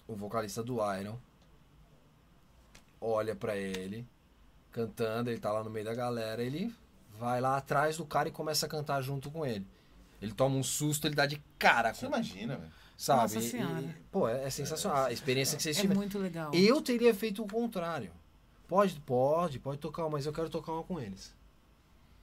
S4: o vocalista do Iron, olha pra ele cantando, ele tá lá no meio da galera, ele vai lá atrás do cara e começa a cantar junto com ele. Ele toma um susto, ele dá de cara
S6: Você
S4: com
S6: imagina, velho.
S4: sabe?
S5: Nossa
S4: E- e-
S5: Senhora.
S4: pô, é, é sensacional a experiência que vocês
S5: É
S6: tipo
S4: tiveram.
S5: muito legal.
S4: Eu teria feito o contrário. Pode, pode, pode tocar uma, mas eu quero tocar uma com eles.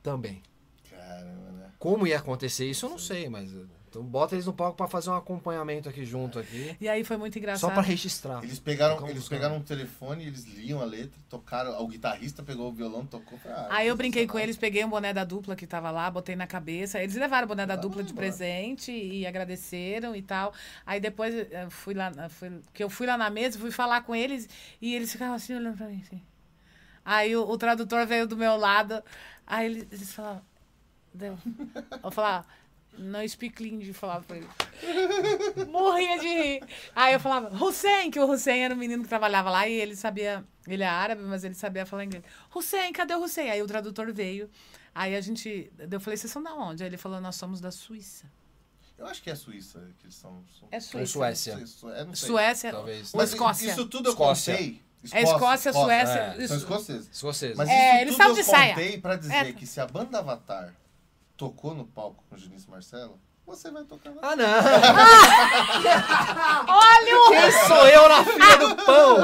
S4: Também.
S6: Caramba, né?
S4: Como ia acontecer isso, eu não sei, mas. Então bota eles no palco pra fazer um acompanhamento aqui junto aqui.
S5: E aí foi muito
S4: Só
S5: engraçado.
S4: pra registrar.
S6: Eles pegaram,
S4: Tocamos
S6: eles
S4: os
S6: pegaram um telefone, eles liam a letra, tocaram, o guitarrista pegou o violão, tocou. Ah,
S5: Aí eu brinquei
S6: sensacional.
S5: com eles, peguei um boné da dupla que tava lá, botei na cabeça. Eles levaram o boné da
S6: Ah,
S5: dupla de
S6: bora.
S5: presente e agradeceram e tal. Aí depois eh, fui lá, na- fui, que eu fui lá na mesa, fui falar com eles e eles ficavam assim olhando pra mim. Assim. Aí o, o tradutor veio do meu lado, aí eles, eles falavam, deu. Eu falava, não speak Hindi, eu falava pra ele. Morria de rir. Aí eu falava, Hussein, que o Hussein era um menino que trabalhava lá e ele sabia, ele é árabe, mas ele sabia falar inglês. Hussein, cadê o Hussein? Aí o tradutor veio. Aí a gente, eu falei, vocês são da onde? Aí ele falou, nós somos da Suíça.
S6: Eu acho que é Suíça que eles são. são-
S5: É
S4: Ou
S5: Suíça.
S4: Suécia.
S6: Não sei, é, não sei.
S5: Suécia
S4: Talvez.
S5: ou
S6: Mas
S5: Escócia.
S6: Isso tudo eu
S4: Escócia.
S6: contei.
S5: É Escócia, Suécia.
S6: É,
S5: isso-
S6: São escoceses.
S4: Se vocês.
S6: Mas
S5: É,
S6: isso
S5: eles
S6: tudo
S5: estavam
S6: eu
S5: de saia.
S6: contei pra dizer
S5: É.
S6: que se a banda Avatar tocou no palco com o Junice Marcelo, você vai tocar lá.
S4: Ah, não!
S5: Olha o
S4: Quem sou eu na fila do pão?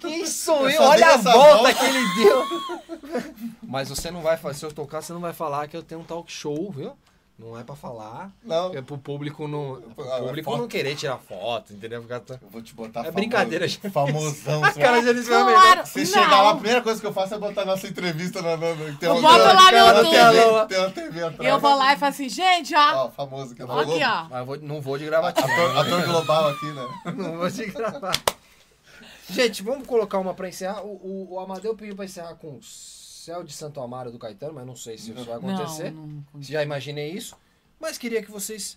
S4: Quem sou
S6: Eu
S4: eu?
S6: só dei
S4: Olha a
S6: essa
S4: volta,
S6: volta.
S4: que ele deu! Mas você não vai falar, se eu tocar, você não vai falar que eu tenho um talk show, viu? Não é pra falar.
S6: Não.
S4: É pro público não, é pro
S6: Ah,
S4: público
S6: foto.
S4: não querer tirar foto, entendeu? Ficar tão-
S6: Eu vou te botar
S4: É brincadeira, gente.
S6: Famosão.
S4: A cara de Elis vai melhor.
S5: claro,
S6: Você
S5: não.
S6: chegar lá, a primeira coisa que eu faço é botar nossa entrevista na. na, na tem
S5: Eu
S6: uma-
S5: boto lá
S6: tem uma
S5: no
S6: TV,
S4: YouTube.
S6: Tem uma TV atrás.
S5: Eu vou lá e falo assim, gente, ó,
S6: Ó, famoso que eu
S5: aqui, ó. Ah,
S4: Mas eu vou- não vou de gravatinha.
S6: Ator, ator global aqui, né?
S4: não vou de gravar. Gente, vamos colocar uma pra encerrar. O, o- o Amadeu pediu pra encerrar com Céu de Santo Amaro do Caetano, mas não sei se isso vai acontecer.
S5: Não, não.
S4: Já imaginei isso. Mas queria que vocês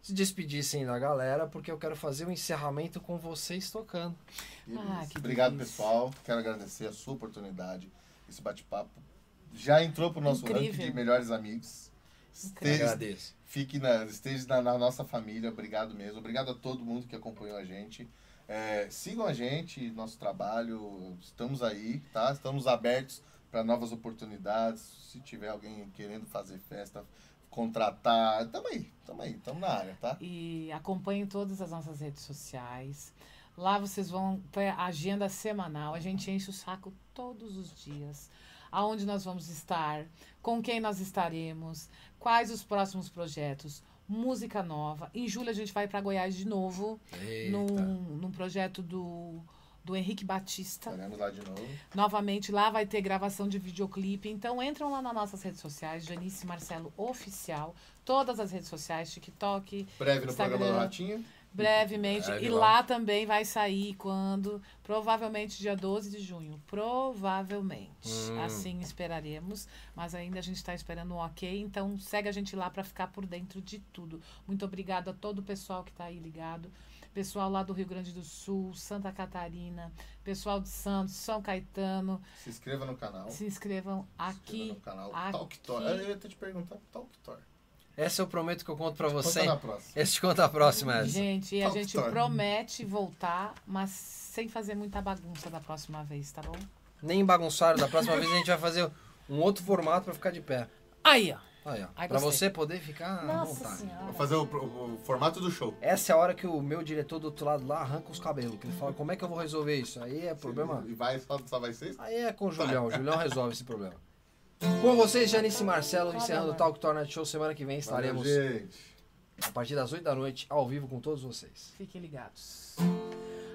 S4: se despedissem da galera, porque eu quero fazer um encerramento com vocês tocando.
S5: Ah, que
S6: Obrigado,
S5: delícia.
S6: pessoal. Quero agradecer a sua oportunidade. Esse bate-papo já entrou pro nosso ranking
S5: Incrível.
S6: de melhores amigos. Esteja,
S4: Agradeço.
S6: fique na, esteja na, na nossa família. Obrigado mesmo. Obrigado a todo mundo que acompanhou a gente. É, sigam a gente, nosso trabalho. Estamos aí, tá? Estamos abertos para novas oportunidades. Se tiver alguém querendo fazer festa, contratar, tamo aí, tamo aí, tamo na área, tá?
S5: E acompanhem todas as nossas redes sociais. Lá vocês vão ter a agenda semanal. A gente enche o saco todos os dias. Aonde nós vamos estar, com quem nós estaremos, quais os próximos projetos, música nova. Em julho a gente vai para Goiás de novo, num, num projeto do, do Henrique Batista.
S6: Estaremos lá de novo.
S5: Novamente, lá vai ter gravação de videoclipe. Então, entram lá nas nossas redes sociais, Janice Marcelo Oficial. Todas as redes sociais, TikTok,
S6: Breve no
S5: Instagram.
S6: programa do Ratinho.
S5: brevemente.
S4: Breve
S5: e
S4: lá.
S5: lá também vai sair quando? Provavelmente dia 12 de junho. Provavelmente.
S4: Hum.
S5: Assim esperaremos. Mas ainda a gente está esperando um ok. Então, segue a gente lá para ficar por dentro de tudo. Muito obrigada a todo o pessoal que está aí ligado. Pessoal lá do Rio Grande do Sul, Santa Catarina, pessoal de Santos, São Caetano,
S6: Se inscreva no canal.
S5: se inscrevam
S6: Se inscreva
S5: aqui.
S6: no canal
S5: aqui.
S6: Talk Tour. Eu ia até te perguntar, Talk Tour.
S4: Essa eu prometo que eu conto pra você.
S6: Conta na próxima.
S4: Essa eu te conto a próxima, essa.
S5: Gente, e a
S6: Top
S5: gente
S6: Story.
S5: promete voltar, mas sem fazer muita bagunça da próxima vez, tá bom?
S4: Nem bagunçaram. Da próxima vez a gente vai fazer um outro formato pra ficar de pé.
S5: Aí, ó.
S4: Aí, ó.
S5: Ai,
S4: pra
S5: gostei.
S4: você poder ficar à
S5: Nossa
S4: vontade.
S6: Vou
S5: senhora.
S6: fazer o, o- o formato do show.
S4: Essa é a hora que o meu diretor do outro lado lá arranca os cabelos. Que ele fala, como é que eu vou resolver isso? Aí é problema.
S6: E vai, só, só vai ser isso.
S4: Aí é com o Julião. O Julião resolve esse problema. Com vocês, Janice e Marcelo, encerrando o Talk Tour Night Show. Semana que vem estaremos
S6: Valeu, gente.
S4: a partir das 8 da noite, ao vivo com todos vocês.
S5: Fiquem ligados.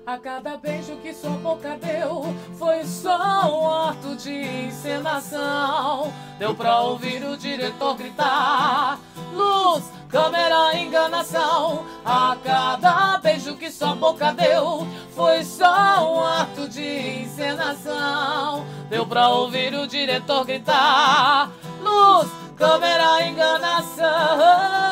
S5: A cada beijo que sua boca deu foi só um ato de encenação. Deu pra ouvir o diretor gritar: luz, câmera, enganação. A cada beijo que sua boca deu foi só um ato de encenação. Deu pra ouvir o diretor gritar: luz, câmera, enganação.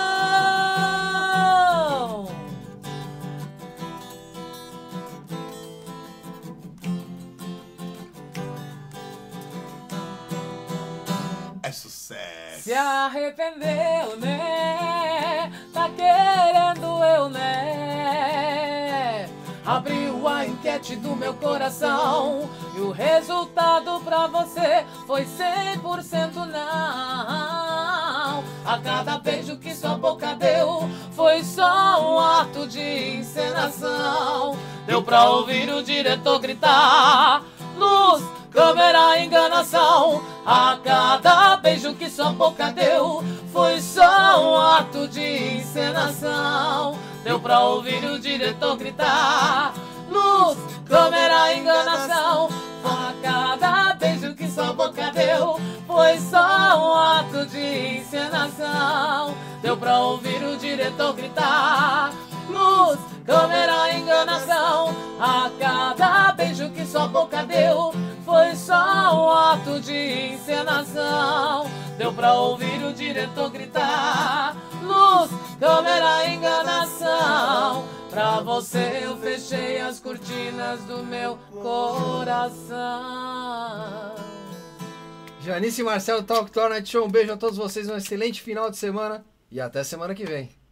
S6: É sucesso.
S5: Se arrependeu, né? Tá querendo eu, né? Abriu a enquete do meu coração e o resultado pra você foi 100% não. A cada beijo que sua boca deu foi só um ato de encenação. Deu pra ouvir o diretor gritar: luz, câmera, enganação. A cada beijo que sua boca deu foi só um ato de encenação. Deu pra ouvir o diretor gritar: luz, câmera, enganação. A cada beijo que sua boca deu foi só um ato de encenação. Deu pra ouvir o diretor gritar: luz, câmera, enganação. A cada beijo que sua boca deu foi só um ato de encenação. Deu pra ouvir o diretor gritar: luz, câmera, enganação. Pra você eu fechei as cortinas do meu coração.
S4: Janice e Marcelo, Talk Tour Night Show. Um beijo a todos vocês, um excelente final de semana e até semana que vem.